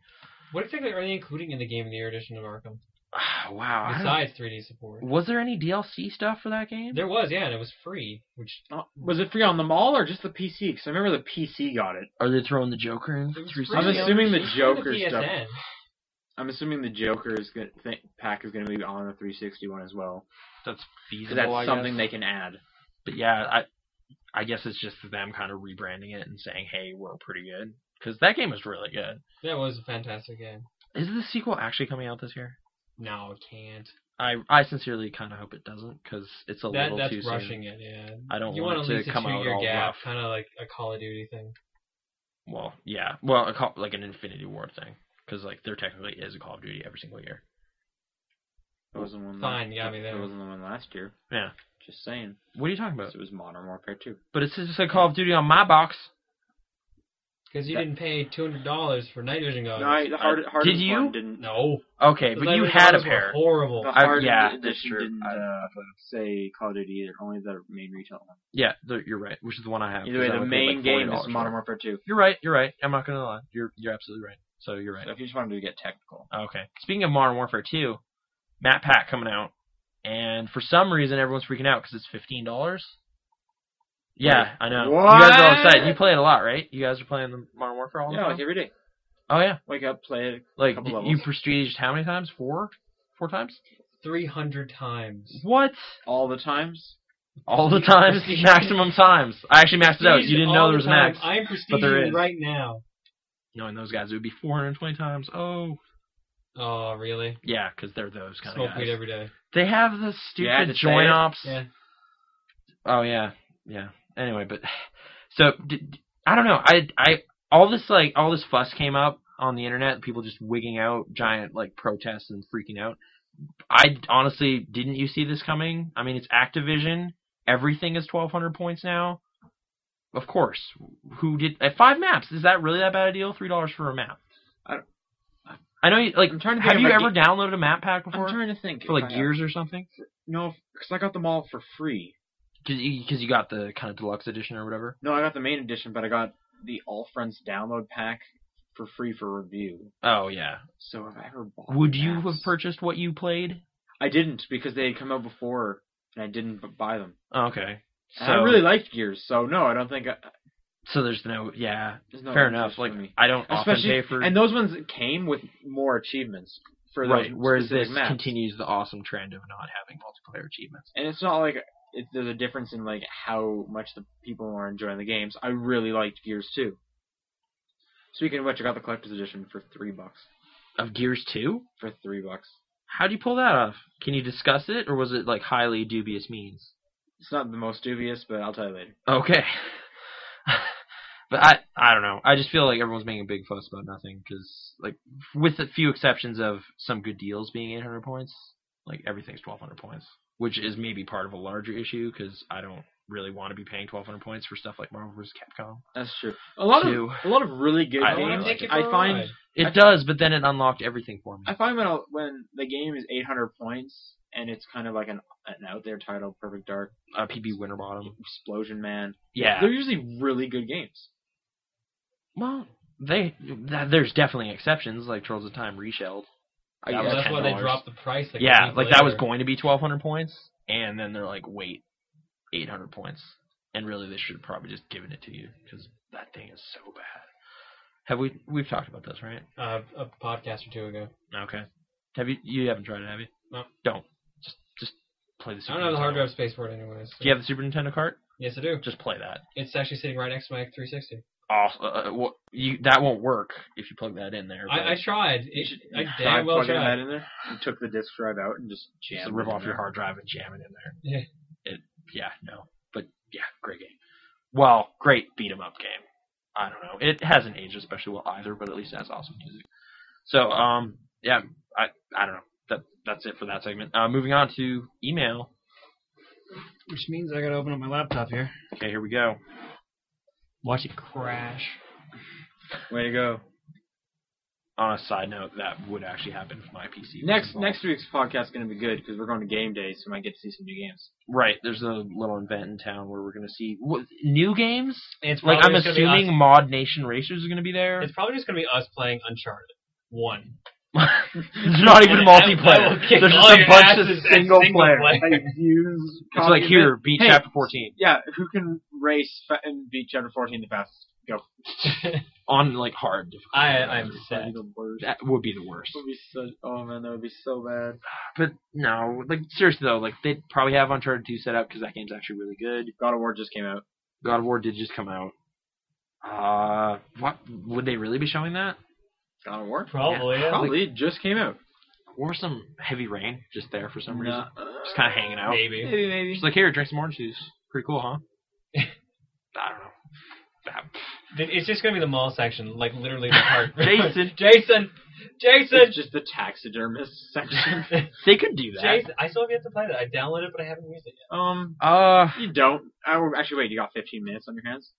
Speaker 2: What exactly are they including in the Game of the Year edition of Arkham
Speaker 1: wow. I don't- Mm-hmm.
Speaker 2: besides 3D support?
Speaker 1: Was there any DLC stuff for that game?
Speaker 2: There was, yeah, and it was free, which
Speaker 3: Oh, was it free on the mall or just the PC? Because I remember the PC got it.
Speaker 1: Are they throwing the Joker in?
Speaker 2: it was
Speaker 1: through
Speaker 2: free
Speaker 3: I'm
Speaker 2: on
Speaker 1: something?
Speaker 3: assuming the
Speaker 2: it was free on the
Speaker 3: Joker stuff-
Speaker 2: PSN.
Speaker 3: I'm assuming the Joker's gonna, th- pack is going to be on the 360 one as well.
Speaker 1: that's
Speaker 3: 'Cause
Speaker 1: feasible.
Speaker 3: that's
Speaker 1: I guess.
Speaker 3: something they can add.
Speaker 1: but yeah, I I guess it's just them kind of rebranding it and saying, "Hey, we're pretty good," because that game was really good.
Speaker 2: That was a fantastic game.
Speaker 1: Is the sequel actually coming out this year?
Speaker 2: No, it can't.
Speaker 1: I I sincerely kind of hope it doesn't because it's a
Speaker 2: That,
Speaker 1: little
Speaker 2: that's
Speaker 1: too soon.
Speaker 2: rushing it, yeah.
Speaker 1: I don't
Speaker 2: you
Speaker 1: want
Speaker 2: want
Speaker 1: it to
Speaker 2: at least
Speaker 1: come
Speaker 2: a
Speaker 1: out
Speaker 2: two-year
Speaker 1: all
Speaker 2: gap,
Speaker 1: rough.
Speaker 2: kind of like a Call of Duty thing.
Speaker 1: Well, yeah, well, a call, like an Infinity War thing because like there technically is a Call of Duty every single year.
Speaker 3: That wasn't one.
Speaker 2: Fine,
Speaker 3: last,
Speaker 2: you got me there.
Speaker 3: That wasn't the one last year.
Speaker 1: Yeah.
Speaker 3: Just saying.
Speaker 1: What are you talking about?
Speaker 3: So it was Modern Warfare 2.
Speaker 1: But it's just a Call of Duty on my box.
Speaker 2: Because you
Speaker 3: That-
Speaker 2: didn't pay two hundred dollars for night vision goggles.
Speaker 3: No, I, the hard, hardest
Speaker 1: Did you?
Speaker 3: one didn't.
Speaker 2: no.
Speaker 1: Okay,
Speaker 2: Those
Speaker 1: but
Speaker 2: night
Speaker 1: you
Speaker 2: vision
Speaker 1: had a
Speaker 2: goggles were
Speaker 1: pair.
Speaker 2: Horrible.
Speaker 3: The
Speaker 1: I-
Speaker 3: hard
Speaker 1: yeah,
Speaker 3: edition
Speaker 1: that's true.
Speaker 3: didn't
Speaker 1: I-
Speaker 3: uh, say Call of Duty either, only the main retail one.
Speaker 1: Yeah, the, you're right. Which is the one I have.
Speaker 3: Either
Speaker 1: 'cause
Speaker 3: way,
Speaker 1: I
Speaker 3: the
Speaker 1: only paid,
Speaker 3: main
Speaker 1: like,
Speaker 3: game
Speaker 1: $40
Speaker 3: is
Speaker 1: for
Speaker 3: Modern
Speaker 1: it.
Speaker 3: Warfare 2.
Speaker 1: You're right. You're right. I'm not gonna lie. You're you're absolutely right. So you're right.
Speaker 3: So if you just wanted to get technical,
Speaker 1: Okay. Speaking of Modern Warfare 2, Matt Pack coming out, and for some reason everyone's freaking out because it's fifteen dollars. Yeah, I know. You guys are all excited. You
Speaker 3: What?
Speaker 1: play it a lot, right? You guys are playing the Modern Warfare all the
Speaker 3: yeah,
Speaker 1: time.
Speaker 3: like every day,
Speaker 1: oh yeah.
Speaker 3: wake up, play it.
Speaker 1: Like
Speaker 3: Couple
Speaker 1: you
Speaker 3: levels.
Speaker 1: prestiged how many times? Four, four times.
Speaker 2: Three hundred times.
Speaker 1: What?
Speaker 3: all the times.
Speaker 1: All the times,
Speaker 2: Prestige.
Speaker 1: maximum times. I actually maxed it out.
Speaker 2: Prestige
Speaker 1: You didn't know
Speaker 2: all
Speaker 1: there was
Speaker 2: the
Speaker 1: an
Speaker 2: time.
Speaker 1: max.
Speaker 2: I'm
Speaker 1: but there
Speaker 2: prestiging
Speaker 1: is.
Speaker 2: right now.
Speaker 1: Knowing those guys, it would be 420 times. Oh,
Speaker 2: Oh, really?
Speaker 1: yeah, because they're those kind
Speaker 2: Smoke
Speaker 1: of
Speaker 2: weed
Speaker 1: guys.
Speaker 2: every day.
Speaker 1: They have the
Speaker 3: You had to
Speaker 1: stupid
Speaker 3: say
Speaker 1: join
Speaker 3: it?
Speaker 1: ops.
Speaker 2: Yeah.
Speaker 1: Oh yeah, yeah. Anyway, but so d- d- I don't know. I I all this like all this fuss came up on the internet. People just wigging out, giant like protests and freaking out. I honestly didn't you see this coming? I mean, it's Activision. Everything is twelve hundred points now. Of course. Who did at five maps? Is that really that bad a deal? Three dollars for a map.
Speaker 3: I don't-
Speaker 1: I know you like.
Speaker 3: I'm trying to
Speaker 1: Have
Speaker 3: think
Speaker 1: you
Speaker 3: of a
Speaker 1: ever
Speaker 3: ge-
Speaker 1: downloaded a map pack
Speaker 3: I'm
Speaker 1: before
Speaker 3: trying to think.
Speaker 1: for
Speaker 3: if
Speaker 1: like
Speaker 3: I-
Speaker 1: Gears or something?
Speaker 3: No, because I got them all for free.
Speaker 1: Because you, 'cause you got the kind of deluxe edition or whatever.
Speaker 3: No, I got the main edition, but I got the All Friends download pack for free for review.
Speaker 1: Oh yeah.
Speaker 3: So have I ever bought?
Speaker 1: Would you have
Speaker 3: maps?
Speaker 1: purchased what you played?
Speaker 3: I didn't because they had come out before, and I didn't b- buy them.
Speaker 1: Oh, Okay.
Speaker 3: And I really liked Gears, so no, I don't think I,
Speaker 1: So there's no yeah.
Speaker 3: There's no
Speaker 1: fair enough.
Speaker 3: interest for
Speaker 1: Like
Speaker 3: me.
Speaker 1: I don't
Speaker 3: especially
Speaker 1: often pay for
Speaker 3: and those ones came with more achievements for those
Speaker 1: right. Whereas
Speaker 3: specific
Speaker 1: this
Speaker 3: maps.
Speaker 1: continues the awesome trend of not having multiplayer achievements.
Speaker 3: and it's not like it, there's a difference in like how much the people are enjoying the games. I really liked Gears 2. Speaking of which, I got the collector's edition for three bucks.
Speaker 1: Of Gears Two,
Speaker 3: For three bucks.
Speaker 1: how do you pull that off? Can you discuss it, or was it like highly dubious means?
Speaker 3: It's not the most dubious, but I'll tell you later.
Speaker 1: Okay. but I I don't know. I just feel like everyone's making a big fuss about nothing because like with a few exceptions of some good deals being 800 points, like everything's 1200 points, which is maybe part of a larger issue because I don't really want to be paying 1200 points for stuff like Marvel vs. Capcom.
Speaker 3: That's true. A lot
Speaker 1: Two.
Speaker 3: of a lot of really good
Speaker 1: I
Speaker 2: I wanna
Speaker 1: really
Speaker 3: games.
Speaker 2: take
Speaker 1: like
Speaker 2: you
Speaker 3: I
Speaker 2: for a
Speaker 3: find
Speaker 2: ride.
Speaker 1: It
Speaker 3: I-
Speaker 1: does, but then it unlocked everything for me.
Speaker 3: I find when i when the game is 800 points and it's kind of like an an out there title, Perfect Dark,
Speaker 1: Uh, PB Winterbottom.
Speaker 3: Explosion Man.
Speaker 1: Yeah.
Speaker 3: They're usually really good games.
Speaker 1: Well, they th- there's definitely exceptions like Trolls of Time reshelled.
Speaker 3: I
Speaker 1: That
Speaker 2: Well,
Speaker 1: was
Speaker 3: guess.
Speaker 2: that's why they
Speaker 1: $10.
Speaker 2: dropped the price. Like a
Speaker 1: yeah,
Speaker 2: week
Speaker 1: like that was
Speaker 2: later.
Speaker 1: going to be 1,200 points, and then they're like, wait, 800 points. And really, they should have probably just given it to you because that thing is so bad. Have we we've talked about this, right?
Speaker 2: uh, a podcast or two ago.
Speaker 1: Okay. Have you you haven't tried it, have you?
Speaker 2: No.
Speaker 1: Don't. Just just play the.
Speaker 2: I
Speaker 1: Super
Speaker 2: don't have the hard
Speaker 1: Nintendo.
Speaker 2: drive space for it anyways. so-
Speaker 1: Do you have the Super Nintendo cart?
Speaker 2: Yes, I do.
Speaker 1: Just play that.
Speaker 2: It's actually sitting right next to my 360.
Speaker 1: Awesome. Uh, well, you that won't work if you plug that in there. but
Speaker 2: I, I tried. It, I
Speaker 3: Try
Speaker 2: damn well
Speaker 3: plugging that
Speaker 2: tried.
Speaker 3: in there. You took the disk drive out and just
Speaker 1: just
Speaker 3: jammed
Speaker 1: rip
Speaker 3: it in
Speaker 1: off your
Speaker 3: there.
Speaker 1: hard drive and jam it in there.
Speaker 2: Yeah.
Speaker 1: It, yeah, no. But yeah, great game. Well, great beat 'em up game. I don't know. It hasn't aged especially well either, but at least it has awesome music. So, um, yeah, I, I don't know. That that's it for that segment. Uh, moving on to email.
Speaker 2: Which means I gotta open up my laptop here.
Speaker 1: Okay, here we go.
Speaker 2: Watch it crash.
Speaker 3: Way to go.
Speaker 1: On a side note, that would actually happen if my PC. was
Speaker 3: Next
Speaker 1: involved.
Speaker 3: next week's podcast is going to be good because we're going to game day, so we might get to see some new games.
Speaker 1: right? There's a little event in town where we're gonna see what, new games.
Speaker 2: It's
Speaker 1: Like I'm
Speaker 2: probably just gonna be
Speaker 1: assuming
Speaker 2: us-
Speaker 1: Mod Nation Racers is gonna be there.
Speaker 2: it's probably just gonna be us playing Uncharted one.
Speaker 1: There's not even
Speaker 2: And I- I
Speaker 1: multiplayer.
Speaker 2: will kick
Speaker 1: There's
Speaker 2: all
Speaker 1: just a
Speaker 2: your
Speaker 1: bunch of
Speaker 2: asses at
Speaker 1: single player.
Speaker 3: Use
Speaker 1: It's like here, beat
Speaker 3: Hey.
Speaker 1: chapter 14
Speaker 3: Yeah, who can race fa- and beat Chapter 14 the fastest? Go.
Speaker 1: on like hard. difficulty.
Speaker 2: I I'm
Speaker 3: That'd
Speaker 2: sad.
Speaker 3: be the worst. That
Speaker 1: That would be the worst.
Speaker 3: would be so, oh man, that would be so bad.
Speaker 1: But no, like seriously though, like they probably have Uncharted 2 set up because that game's actually really good.
Speaker 3: God of War just came out.
Speaker 1: God of War did just come out. Uh, what would they really be showing that?
Speaker 3: God of War?
Speaker 2: Probably. Yeah.
Speaker 3: Probably it just came out.
Speaker 1: Or some heavy rain just there for some reason,
Speaker 3: Nah.
Speaker 1: just kind of hanging out.
Speaker 2: Maybe.
Speaker 3: Maybe, maybe.
Speaker 1: Just like here, drink some orange juice. Pretty cool, huh? I don't know. That-
Speaker 2: Th- It's just gonna be the mall section, like literally the part.
Speaker 1: Jason.
Speaker 2: Jason. Jason.
Speaker 3: It's just the taxidermist section.
Speaker 1: They could do that.
Speaker 2: Jason. I still have yet to play that. I downloaded it, but I haven't used it yet.
Speaker 3: um,
Speaker 1: Uh,
Speaker 3: you don't. I, will- actually, wait, you got 15 minutes on your hands?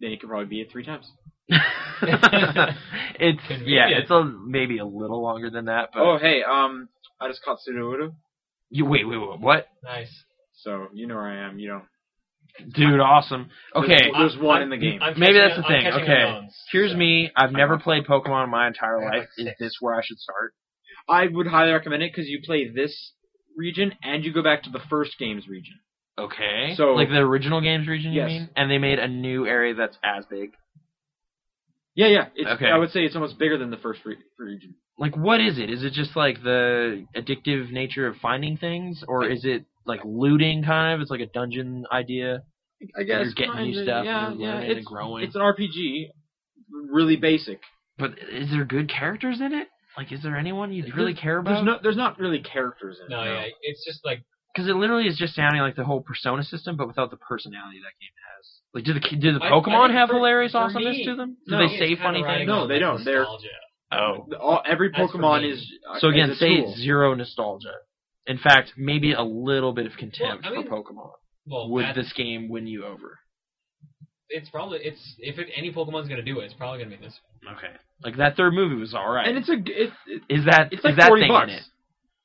Speaker 3: Then you could probably beat it three times.
Speaker 1: it's yeah,
Speaker 2: Convenient.
Speaker 1: it's a maybe a little longer than that, but
Speaker 3: oh, hey, um, I just caught Sudowoodo,
Speaker 1: you wait, wait, wait, what?
Speaker 2: Nice.
Speaker 3: so you know where I am. You don't.
Speaker 1: Dude, awesome. Okay,
Speaker 3: There's- there's one
Speaker 2: I'm-
Speaker 3: in the game.
Speaker 2: I'm
Speaker 1: Maybe
Speaker 2: catching
Speaker 1: that's
Speaker 2: it-
Speaker 1: the
Speaker 2: I'm
Speaker 1: thing,
Speaker 2: catching it
Speaker 1: okay.
Speaker 2: on,
Speaker 1: here's
Speaker 2: so.
Speaker 1: me. I've never played Pokemon in my entire
Speaker 2: I have,
Speaker 1: life.
Speaker 2: like,
Speaker 1: Is
Speaker 2: six.
Speaker 1: this where I should start?
Speaker 3: I would highly recommend it because you play this region and you go back to the first game's region.
Speaker 1: Okay.
Speaker 3: So-
Speaker 1: like the original games region,
Speaker 3: Yes.
Speaker 1: you mean? And they made a new area that's as big.
Speaker 3: Yeah, yeah. It's,
Speaker 1: Okay.
Speaker 3: I would say it's almost bigger than the first re- region.
Speaker 1: Like what is it? Is it just like the addictive nature of finding things or is it like looting kind of? It's like a dungeon idea.
Speaker 3: I
Speaker 1: Yeah,
Speaker 3: guess.
Speaker 1: you're getting new
Speaker 3: kinda,
Speaker 1: stuff
Speaker 3: Yeah,
Speaker 1: and you're
Speaker 3: yeah.
Speaker 1: learning and
Speaker 3: It's,
Speaker 1: growing.
Speaker 3: it's an RPG, really basic.
Speaker 1: but is there good characters in it? Like is there anyone you
Speaker 3: There's-
Speaker 1: really care about?
Speaker 3: There's no, there's not really characters in it.
Speaker 2: No, yeah, it's just like
Speaker 1: because it literally is just sounding like the whole Persona system, but without the personality that game has. Like, do the do the
Speaker 2: I- I
Speaker 1: Pokemon
Speaker 2: think
Speaker 1: have
Speaker 2: for-
Speaker 1: hilarious
Speaker 2: for
Speaker 1: awesomeness
Speaker 2: me-
Speaker 1: to them? Do
Speaker 3: no.
Speaker 1: they
Speaker 2: it's
Speaker 1: say
Speaker 2: kinda
Speaker 1: funny
Speaker 2: riding
Speaker 1: things?
Speaker 3: No,
Speaker 2: on,
Speaker 3: they
Speaker 2: like,
Speaker 3: don't. They're-
Speaker 2: nostalgia.
Speaker 1: Oh,
Speaker 3: The- All every
Speaker 2: That's for
Speaker 3: Pokemon
Speaker 2: me.
Speaker 3: is uh,
Speaker 1: so again,
Speaker 3: is a
Speaker 1: say
Speaker 3: tool.
Speaker 1: zero nostalgia. In fact, maybe a little bit of contempt
Speaker 2: Well, I mean,
Speaker 1: for Pokemon.
Speaker 2: Well,
Speaker 1: Would
Speaker 2: that-
Speaker 1: this game win you over?
Speaker 2: it's probably it's if it, any Pokemon's gonna do it, it's probably gonna be this.
Speaker 1: Okay, like that third movie was all right.
Speaker 3: and it's a g- it, it,
Speaker 1: is that
Speaker 3: it's
Speaker 1: is
Speaker 3: like
Speaker 1: that
Speaker 3: forty
Speaker 1: thing
Speaker 3: bucks.
Speaker 1: in it?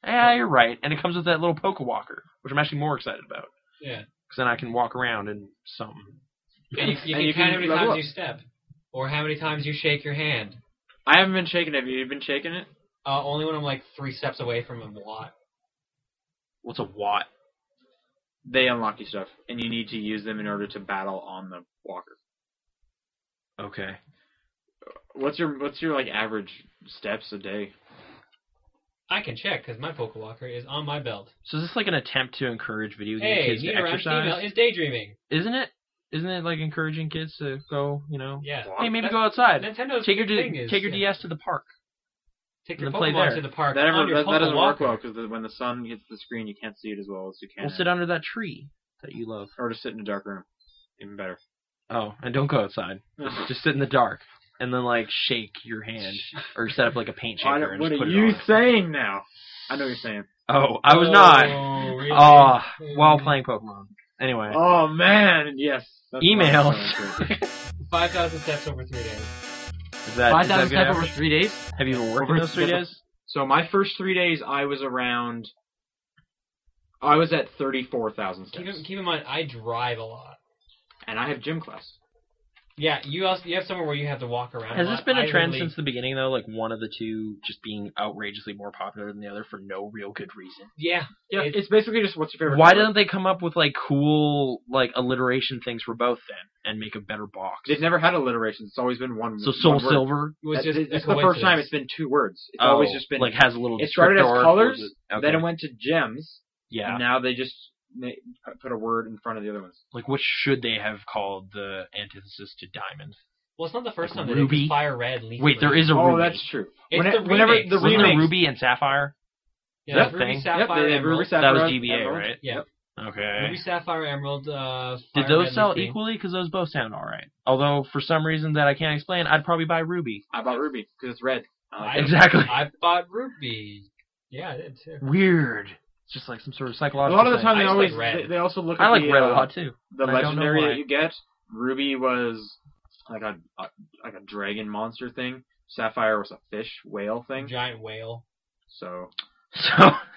Speaker 1: Yeah, you're right, and it comes with that little Poke Walker, which I'm actually more excited about
Speaker 2: Yeah,
Speaker 1: because then I can walk around and something.
Speaker 2: and you, you
Speaker 3: And
Speaker 2: can
Speaker 3: you
Speaker 2: count
Speaker 3: can
Speaker 2: how many
Speaker 3: level
Speaker 2: times
Speaker 3: up.
Speaker 2: you step, or how many times you shake your hand.
Speaker 3: I haven't been shaking. it. Have you been shaking it?
Speaker 2: Uh, only when I'm like three steps away from a lot.
Speaker 1: What's a watt?
Speaker 3: They unlock you stuff, and you need to use them in order to battle on the walker.
Speaker 1: Okay.
Speaker 3: What's your what's your like average steps a day?
Speaker 2: I can check because my Poke Walker is on my belt.
Speaker 1: So is this like an attempt to encourage video game
Speaker 2: Hey,
Speaker 1: kids to
Speaker 2: Nina Rhyme's female
Speaker 1: exercise?
Speaker 2: is daydreaming.
Speaker 1: Isn't it? Isn't it like encouraging kids to go? You know.
Speaker 2: Yeah.
Speaker 1: Hey, maybe
Speaker 2: That's-
Speaker 1: go outside.
Speaker 2: Nintendo's
Speaker 1: Take your
Speaker 2: big
Speaker 1: D-
Speaker 2: thing is,
Speaker 1: take your
Speaker 2: yeah,
Speaker 1: DS to the park.
Speaker 2: Take
Speaker 1: and
Speaker 2: your
Speaker 1: then play
Speaker 2: Pokemon
Speaker 1: there.
Speaker 2: to the park.
Speaker 3: That, ever,
Speaker 2: on your
Speaker 3: that, that
Speaker 2: Poke
Speaker 3: doesn't work
Speaker 2: Walker.
Speaker 3: well because when the sun hits the screen, you can't see it as well as you can.
Speaker 1: We'll sit under that tree that you love.
Speaker 3: or just sit in a dark room, even better.
Speaker 1: Oh, and don't go outside. Just sit in the dark and then like shake your hand or set up like a paint
Speaker 3: I
Speaker 1: shaker
Speaker 3: don't-
Speaker 1: and
Speaker 3: what
Speaker 1: just
Speaker 3: are
Speaker 1: put it
Speaker 3: you
Speaker 1: on.
Speaker 3: saying now? I know what you're saying.
Speaker 1: Oh, I was
Speaker 2: Oh,
Speaker 1: not.
Speaker 2: really?
Speaker 1: Ah, while
Speaker 2: Mm.
Speaker 1: playing Pokemon. Anyway,
Speaker 3: Oh man, yes. That's
Speaker 1: email.
Speaker 3: what I'm saying, too.
Speaker 2: Five thousand steps over three days.
Speaker 1: is that,
Speaker 3: Five
Speaker 1: is that good
Speaker 3: thousand steps over
Speaker 1: average?
Speaker 3: three days.
Speaker 1: Have you been working
Speaker 3: over-
Speaker 1: those three
Speaker 3: that's
Speaker 1: days?
Speaker 3: So my first three days, I was around. I was at thirty-four thousand
Speaker 2: Keep
Speaker 3: steps,
Speaker 2: in, keep in mind, I drive a lot.
Speaker 3: and I have gym class.
Speaker 2: Yeah, you also you have somewhere where you have to walk around.
Speaker 1: Has
Speaker 2: a
Speaker 1: this
Speaker 2: lot.
Speaker 1: been
Speaker 2: I
Speaker 1: a trend
Speaker 2: literally-
Speaker 1: since the beginning though? Like one of the two just being outrageously more popular than the other for no real good reason.
Speaker 2: Yeah,
Speaker 3: Yeah,
Speaker 2: It's-
Speaker 3: it's, basically just what's your favorite.
Speaker 1: Why
Speaker 3: color?
Speaker 1: don't they come up with like cool like alliteration things for both then and make a better box?
Speaker 3: They've never had alliterations. It's always been one.
Speaker 1: so Soul
Speaker 3: one word.
Speaker 1: Silver
Speaker 2: it was
Speaker 3: That's-
Speaker 2: just
Speaker 3: it's
Speaker 2: a
Speaker 3: the first time
Speaker 2: coincidence.
Speaker 3: it's been two words. It's
Speaker 1: oh,
Speaker 3: always just been.
Speaker 1: like has a little.
Speaker 3: it started as
Speaker 1: descriptor.
Speaker 3: colors,
Speaker 1: Okay.
Speaker 3: then it went to gems,
Speaker 1: yeah.
Speaker 3: and now they just they put a word in front of the other ones.
Speaker 1: like what should they have called the antithesis to diamond?
Speaker 2: Well, it's not the first
Speaker 1: Like
Speaker 2: time. Ruby.
Speaker 1: ruby?
Speaker 2: fire red. Leaf
Speaker 1: Wait, there
Speaker 2: green.
Speaker 1: is a
Speaker 3: Oh,
Speaker 1: ruby.
Speaker 3: that's true.
Speaker 2: It's
Speaker 3: When-
Speaker 2: the
Speaker 3: whenever
Speaker 2: remakes.
Speaker 3: the
Speaker 1: Wasn't there
Speaker 3: remakes-
Speaker 1: ruby and sapphire?
Speaker 2: Yeah,
Speaker 1: Yep.
Speaker 2: there's Ruby
Speaker 1: thing.
Speaker 2: Sapphire
Speaker 3: yep, they have
Speaker 2: Emerald.
Speaker 3: Ruby
Speaker 1: That
Speaker 3: Sapphire. Mm-hmm.
Speaker 1: was GBA,
Speaker 3: Emerald.
Speaker 1: right?
Speaker 2: Yeah.
Speaker 3: Yep.
Speaker 1: Okay.
Speaker 2: Ruby Sapphire Emerald. Uh,
Speaker 1: Did
Speaker 2: Fire
Speaker 1: those
Speaker 2: Red,
Speaker 1: sell
Speaker 2: Leaf Green.
Speaker 1: equally? Because those both sound alright. Although for some reason that I can't explain, I'd probably buy ruby.
Speaker 3: I bought ruby because it's red. I like
Speaker 2: I-
Speaker 3: it.
Speaker 1: Exactly.
Speaker 2: I bought Ruby. Yeah, I did too.
Speaker 1: Weird. It's just like some sort of
Speaker 3: A
Speaker 1: psychological.
Speaker 3: lot of the
Speaker 1: thing.
Speaker 3: time
Speaker 2: I
Speaker 3: they
Speaker 2: just like
Speaker 3: always
Speaker 2: red.
Speaker 3: they, they also look.
Speaker 1: I
Speaker 3: at
Speaker 1: like
Speaker 3: the,
Speaker 1: red a
Speaker 3: uh,
Speaker 1: lot too.
Speaker 3: the
Speaker 1: and I don't know
Speaker 3: legendary
Speaker 1: why.
Speaker 3: that you get. Ruby was like a, a like a dragon monster thing. Sapphire was a fish whale thing.
Speaker 2: Giant whale.
Speaker 3: So
Speaker 1: So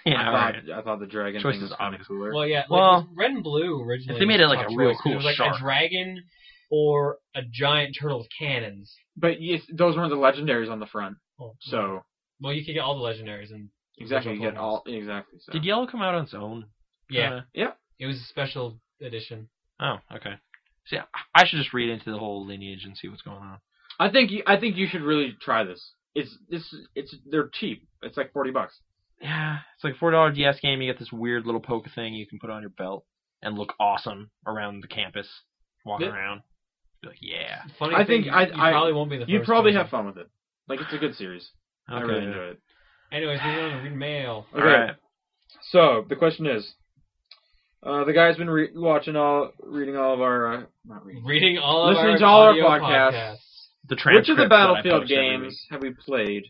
Speaker 1: yeah,
Speaker 3: I,
Speaker 1: alright.
Speaker 3: thought, I thought the dragon
Speaker 1: Choice
Speaker 3: thing
Speaker 1: is
Speaker 3: was kind
Speaker 1: obvious.
Speaker 3: of cooler.
Speaker 2: Well, yeah. Like,
Speaker 1: Well,
Speaker 2: it was red and blue originally.
Speaker 1: if they made it like
Speaker 2: was
Speaker 1: a
Speaker 2: top
Speaker 1: real
Speaker 2: choice, 'cause
Speaker 1: cool
Speaker 2: it was like
Speaker 1: shark.
Speaker 2: a dragon or a giant turtle with cannons.
Speaker 3: But yes, those weren't the legendaries on the front.
Speaker 2: Oh,
Speaker 1: Mm-hmm.
Speaker 3: So
Speaker 2: well, you could get all the legendaries and
Speaker 3: exactly, you
Speaker 2: Original
Speaker 3: get
Speaker 2: Pokemon.
Speaker 3: all exactly. So.
Speaker 1: Did yellow come out on its own?
Speaker 2: yeah,
Speaker 3: Uh.
Speaker 1: Kinda?
Speaker 2: it was a special edition.
Speaker 1: oh, okay. See, I- I should just read into the whole lineage and see what's going on.
Speaker 3: I think you, I think you should really try this. It's this it's they're cheap. It's like forty bucks.
Speaker 1: Yeah, it's like a four dollar DS game. You get this weird little poker thing you can put on your belt and look awesome around the campus, walk
Speaker 2: Yeah.
Speaker 1: around. Be like, yeah,
Speaker 2: Funny
Speaker 3: I
Speaker 2: thing,
Speaker 3: think
Speaker 2: you,
Speaker 3: I-
Speaker 2: you
Speaker 3: I-
Speaker 2: probably won't be the
Speaker 3: You
Speaker 2: first
Speaker 3: probably
Speaker 2: person.
Speaker 3: have fun with it. Like it's a good series. I
Speaker 1: Okay.
Speaker 3: really enjoy it.
Speaker 2: Anyways, moving on to read mail.
Speaker 1: All right.
Speaker 3: So the question is, uh, the guy's been re- watching all, reading all of our, uh, not reading,
Speaker 2: Reading all of
Speaker 3: Listening
Speaker 2: our
Speaker 3: to all our
Speaker 2: audio
Speaker 1: The
Speaker 3: podcasts. which of the
Speaker 1: transcripts that I
Speaker 3: Battlefield
Speaker 1: post every week.
Speaker 3: games have we played,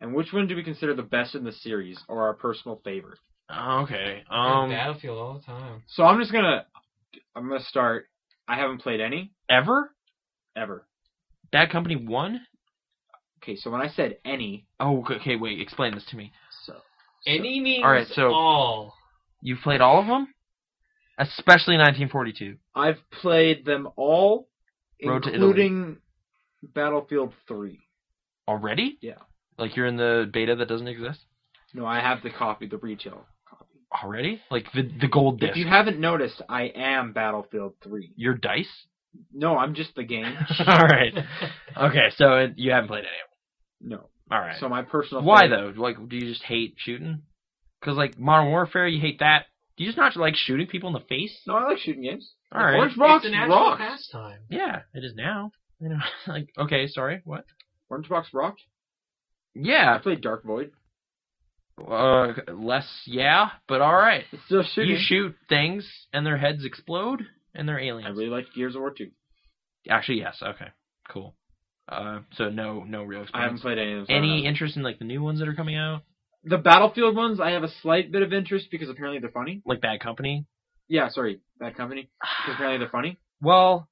Speaker 3: and which one do we consider the best in the series or our personal favorite?
Speaker 1: Oh, okay.
Speaker 2: Um,
Speaker 1: Um,
Speaker 2: Battlefield all the time.
Speaker 3: So I'm just gonna, I'm gonna start. I haven't played any
Speaker 1: ever
Speaker 3: ever.
Speaker 1: Bad Company one.
Speaker 3: Okay, so when I said any,
Speaker 1: Oh, okay, okay. Wait, explain this to me.
Speaker 3: so
Speaker 2: Any means all.
Speaker 1: Alright, so- You've played all of them, especially 1942.
Speaker 3: I've played them all,
Speaker 1: Road to Italy.
Speaker 3: including Battlefield Three.
Speaker 1: Already?
Speaker 3: Yeah.
Speaker 1: Like you're in the beta that doesn't exist
Speaker 3: No, I have the copy, the retail copy.
Speaker 1: already. Like the the gold disc.
Speaker 3: If you haven't noticed, I am Battlefield Three.
Speaker 1: your dice.
Speaker 3: No, I'm just the game.
Speaker 1: all right. Okay, so it, you haven't played any of
Speaker 3: No.
Speaker 1: them. All right.
Speaker 3: So my personal.
Speaker 1: Why
Speaker 3: favorite-
Speaker 1: though? Like, do you just hate shooting? Because like Modern Warfare, you hate that. Do you just not like shooting people in the face?
Speaker 3: No, I like shooting games.
Speaker 1: All right.
Speaker 3: Orange Box
Speaker 2: it's a national
Speaker 3: rocks.
Speaker 2: pastime.
Speaker 1: Yeah, it is now. You know, like okay, sorry, what?
Speaker 3: Orange Box rocked. I
Speaker 1: Yeah,
Speaker 3: played Dark Void.
Speaker 1: uh, less yeah, but all right.
Speaker 3: It's still shooting.
Speaker 1: You shoot things and their heads explode and they're
Speaker 3: I
Speaker 1: aliens.
Speaker 3: really like Gears of War Two.
Speaker 1: Actually, yes. Okay, cool. Uh, so no, no real
Speaker 3: I haven't
Speaker 1: experience.
Speaker 3: played any of them. so I don't
Speaker 1: Any
Speaker 3: know.
Speaker 1: interest in like the new ones that are coming out,
Speaker 3: the Battlefield ones, I have a slight bit of interest because apparently they're funny.
Speaker 1: like Bad Company?
Speaker 3: Yeah, sorry, Bad Company. Because apparently they're funny.
Speaker 1: Well,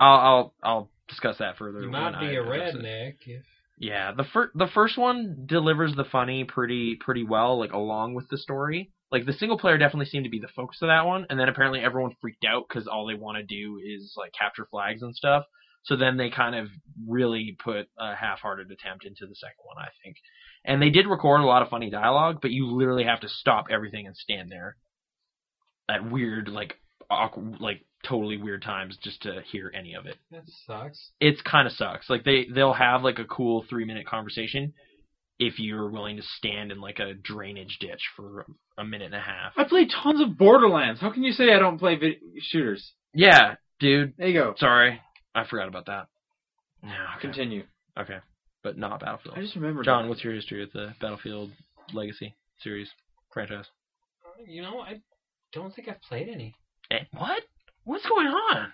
Speaker 1: I'll I'll, I'll discuss that further.
Speaker 2: You
Speaker 1: when
Speaker 2: might be
Speaker 1: I
Speaker 2: a
Speaker 1: address it.
Speaker 2: redneck. If...
Speaker 1: Yeah, the first the first one delivers the funny pretty pretty well, like along with the story. Like the single player definitely seemed to be the focus of that one, and then apparently everyone freaked out because all they want to do is like capture flags and stuff. So then they kind of really put a half-hearted attempt into the second one, I think. And they did record a lot of funny dialogue, but you literally have to stop everything and stand there. That weird, like, awkward, like totally weird times just to hear any of it.
Speaker 2: That sucks.
Speaker 1: It's kind of sucks. Like they they'll have like a cool three minute conversation if you're willing to stand in like a drainage ditch for a minute and a half.
Speaker 3: I play tons of Borderlands. How can you say I don't play vid- shooters?
Speaker 1: Yeah, dude.
Speaker 3: There you go.
Speaker 1: Sorry, I forgot about that. No, okay.
Speaker 3: Continue.
Speaker 1: okay, but not Battlefield.
Speaker 3: I just remembered.
Speaker 1: John,
Speaker 3: that.
Speaker 1: what's your history with the Battlefield Legacy series franchise?
Speaker 2: You know, I don't think I've played any.
Speaker 1: Eh, what? What's going on?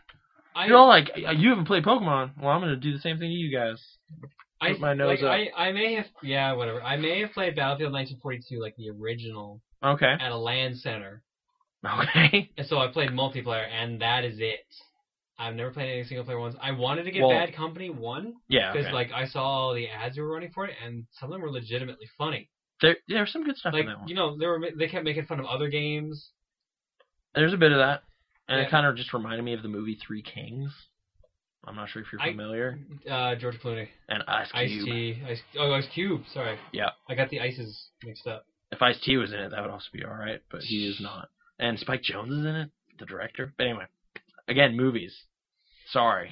Speaker 2: I
Speaker 1: You're all like, "Uh, you haven't played Pokemon. Well, I'm gonna do the same thing to you guys.
Speaker 2: I
Speaker 1: put my nose
Speaker 2: like, I, I may have yeah whatever. I may have played Battlefield 1942 like the original
Speaker 1: Okay.
Speaker 2: at a LAN center,
Speaker 1: Okay.
Speaker 2: and so I played multiplayer, and that is it. I've never played any single player ones. I wanted to get
Speaker 1: Well-
Speaker 2: Bad Company one
Speaker 1: Yeah.
Speaker 2: because
Speaker 1: Okay.
Speaker 2: like I saw all the ads they were running for it, and some of them were legitimately funny.
Speaker 1: there, there's some good stuff
Speaker 2: Like
Speaker 1: in that one.
Speaker 2: you know they were ma- they kept making fun of other games.
Speaker 1: There's a bit of that, and it
Speaker 2: Yeah.
Speaker 1: kind of just reminded me of the movie Three Kings. I'm not sure if you're
Speaker 2: I-
Speaker 1: familiar.
Speaker 2: Uh, George Clooney,
Speaker 1: and Ice
Speaker 2: Ice
Speaker 1: Cube.
Speaker 2: T, Ice oh Ice Cube, sorry.
Speaker 1: Yeah.
Speaker 2: I got the ices mixed up.
Speaker 1: If Ice T was in it, that would also be all right, but he is not. And Spike Jones is in it, the director. But anyway, again, movies. Sorry.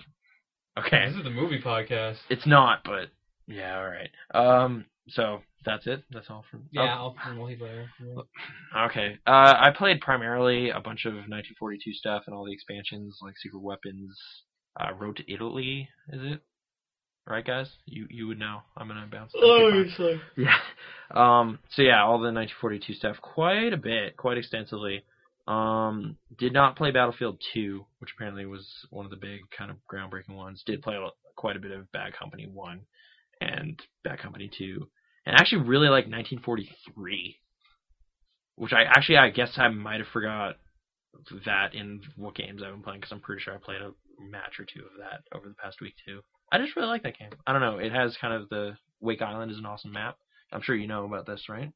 Speaker 1: Okay.
Speaker 2: This is the movie podcast.
Speaker 1: It's not, but yeah, all right. Um, so that's it. That's all from.
Speaker 2: Yeah,
Speaker 1: oh,
Speaker 2: I'll play multiplayer. Yeah.
Speaker 1: Okay. Uh, I played primarily a bunch of 1942 stuff and all the expansions, like Secret Weapons. Uh, Road to Italy, is it? Right, guys? You you would know. I'm gonna bounce.
Speaker 2: Oh,
Speaker 1: Okay, bye. Yeah. Um, so yeah, all the 1942 stuff, quite a bit, quite extensively. Um, did not play Battlefield 2, which apparently was one of the big kind of groundbreaking ones. Did play a- quite a bit of Bad Company 1 and Bad Company 2, and actually really like 1943, which I actually I guess I might have forgot that in what games I've been playing because I'm pretty sure I played a match or two of that over the past week too. I just really like that game. I don't know. It has kind of the Wake Island is an awesome map. I'm sure you know about this, right?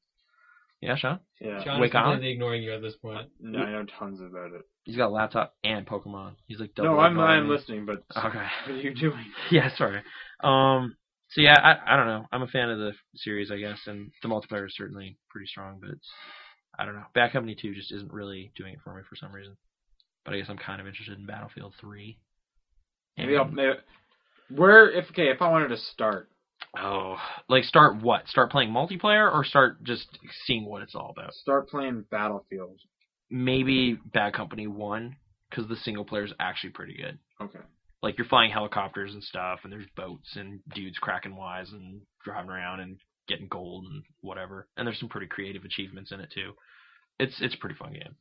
Speaker 1: Yeah, Sean.
Speaker 3: Yeah.
Speaker 2: John
Speaker 1: Wake
Speaker 2: is
Speaker 1: Island?
Speaker 2: completely ignoring you at this point.
Speaker 3: No, I know tons about it.
Speaker 1: He's got a laptop and Pokemon. He's like double. Uh-huh.
Speaker 3: No, I'm
Speaker 1: ignoring
Speaker 3: I'm
Speaker 1: me.
Speaker 3: listening, but
Speaker 1: Okay.
Speaker 3: what are you doing?
Speaker 1: yeah, sorry. Um. So yeah, I I don't know. I'm a fan of the series, I guess, and the multiplayer is certainly pretty strong, but it's, I don't know. Bad Company Two just isn't really doing it for me for some reason. But I guess I'm kind of interested in Battlefield Three.
Speaker 3: Maybe I'll.
Speaker 1: And-
Speaker 3: Maybe, where if okay if I wanted to start
Speaker 1: Oh, like start what? Start playing multiplayer or start just seeing what it's all about?
Speaker 3: start playing Battlefield.
Speaker 1: Maybe Bad Company One, because the single player is actually pretty good.
Speaker 3: Okay.
Speaker 1: like you're flying helicopters and stuff, and there's boats and dudes cracking wise and driving around and getting gold and whatever. And there's some pretty creative achievements in it too. It's it's a pretty fun game.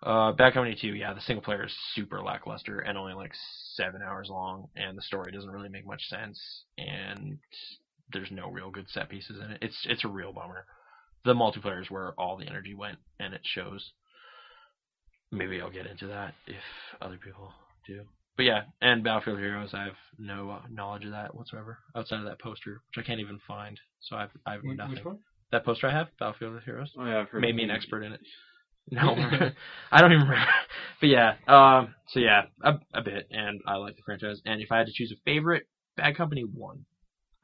Speaker 1: Uh, Bad Company 2, yeah, the single player is super lackluster and only like seven hours long, and the story doesn't really make much sense, and there's no real good set pieces in it. It's it's a real bummer. The multiplayer is where all the energy went, and it shows. Maybe I'll get into that if other people do. But yeah, and Battlefield Heroes, I have no uh, knowledge of that whatsoever outside of that poster, which I can't even find. So I've I've
Speaker 2: Wh-
Speaker 1: nothing.
Speaker 2: Which one?
Speaker 1: That poster I have, Battlefield Heroes
Speaker 3: Oh yeah, I've heard
Speaker 1: made
Speaker 3: of
Speaker 1: me an
Speaker 3: it.
Speaker 1: expert in it. No, I don't even remember. But yeah, um, so yeah, a, a bit, and I like the franchise. And if I had to choose a favorite, Bad Company won.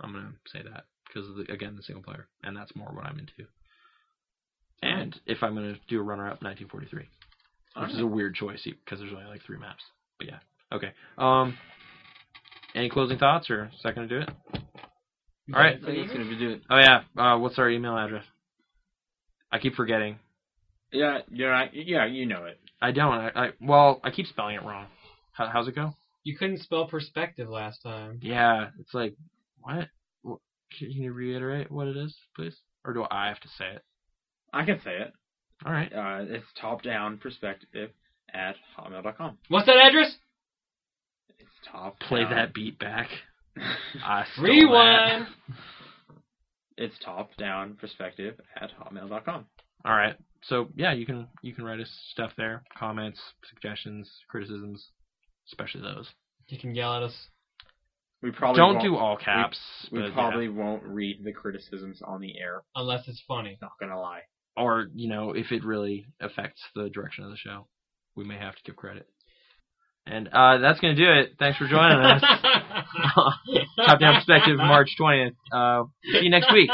Speaker 1: I'm gonna say that because the, again, the single player, and that's more what I'm into. And if I'm gonna do a runner-up, 1943, which is a weird choice because there's only like three maps. But yeah, okay. Um, any closing thoughts, or is that gonna do it?
Speaker 2: You
Speaker 1: All right.
Speaker 2: got
Speaker 3: I think that's gonna be do it.
Speaker 1: Oh yeah, uh, what's our email address? I keep forgetting.
Speaker 3: Yeah, you're right. Yeah, you know it.
Speaker 1: I don't. I, I well, I keep spelling it wrong. How, how's it go?
Speaker 2: You couldn't spell perspective last time.
Speaker 1: Yeah, it's like what? Wh- Can you reiterate what it is, please? Or do I have to say it?
Speaker 3: I can say it.
Speaker 1: All right.
Speaker 3: Uh, it's top down perspective at hotmail.com.
Speaker 2: What's that address?
Speaker 3: It's top.
Speaker 1: Play
Speaker 3: down.
Speaker 1: that beat back. I stole
Speaker 2: Rewind.
Speaker 1: that.
Speaker 3: it's top down perspective at hotmail.com.
Speaker 1: All right. So yeah, you can you can write us stuff there, comments, suggestions, criticisms, especially those.
Speaker 2: You can yell at us.
Speaker 3: We probably
Speaker 1: don't
Speaker 3: won't,
Speaker 1: do all caps.
Speaker 3: We
Speaker 1: but yeah.
Speaker 3: probably won't read the criticisms on the air.
Speaker 2: Unless it's funny.
Speaker 3: Not gonna lie.
Speaker 1: or you know if it really affects the direction of the show, we may have to give credit. And uh, that's gonna do it. Thanks for joining us. Top Down Perspective, March 20th. Uh, see you next week.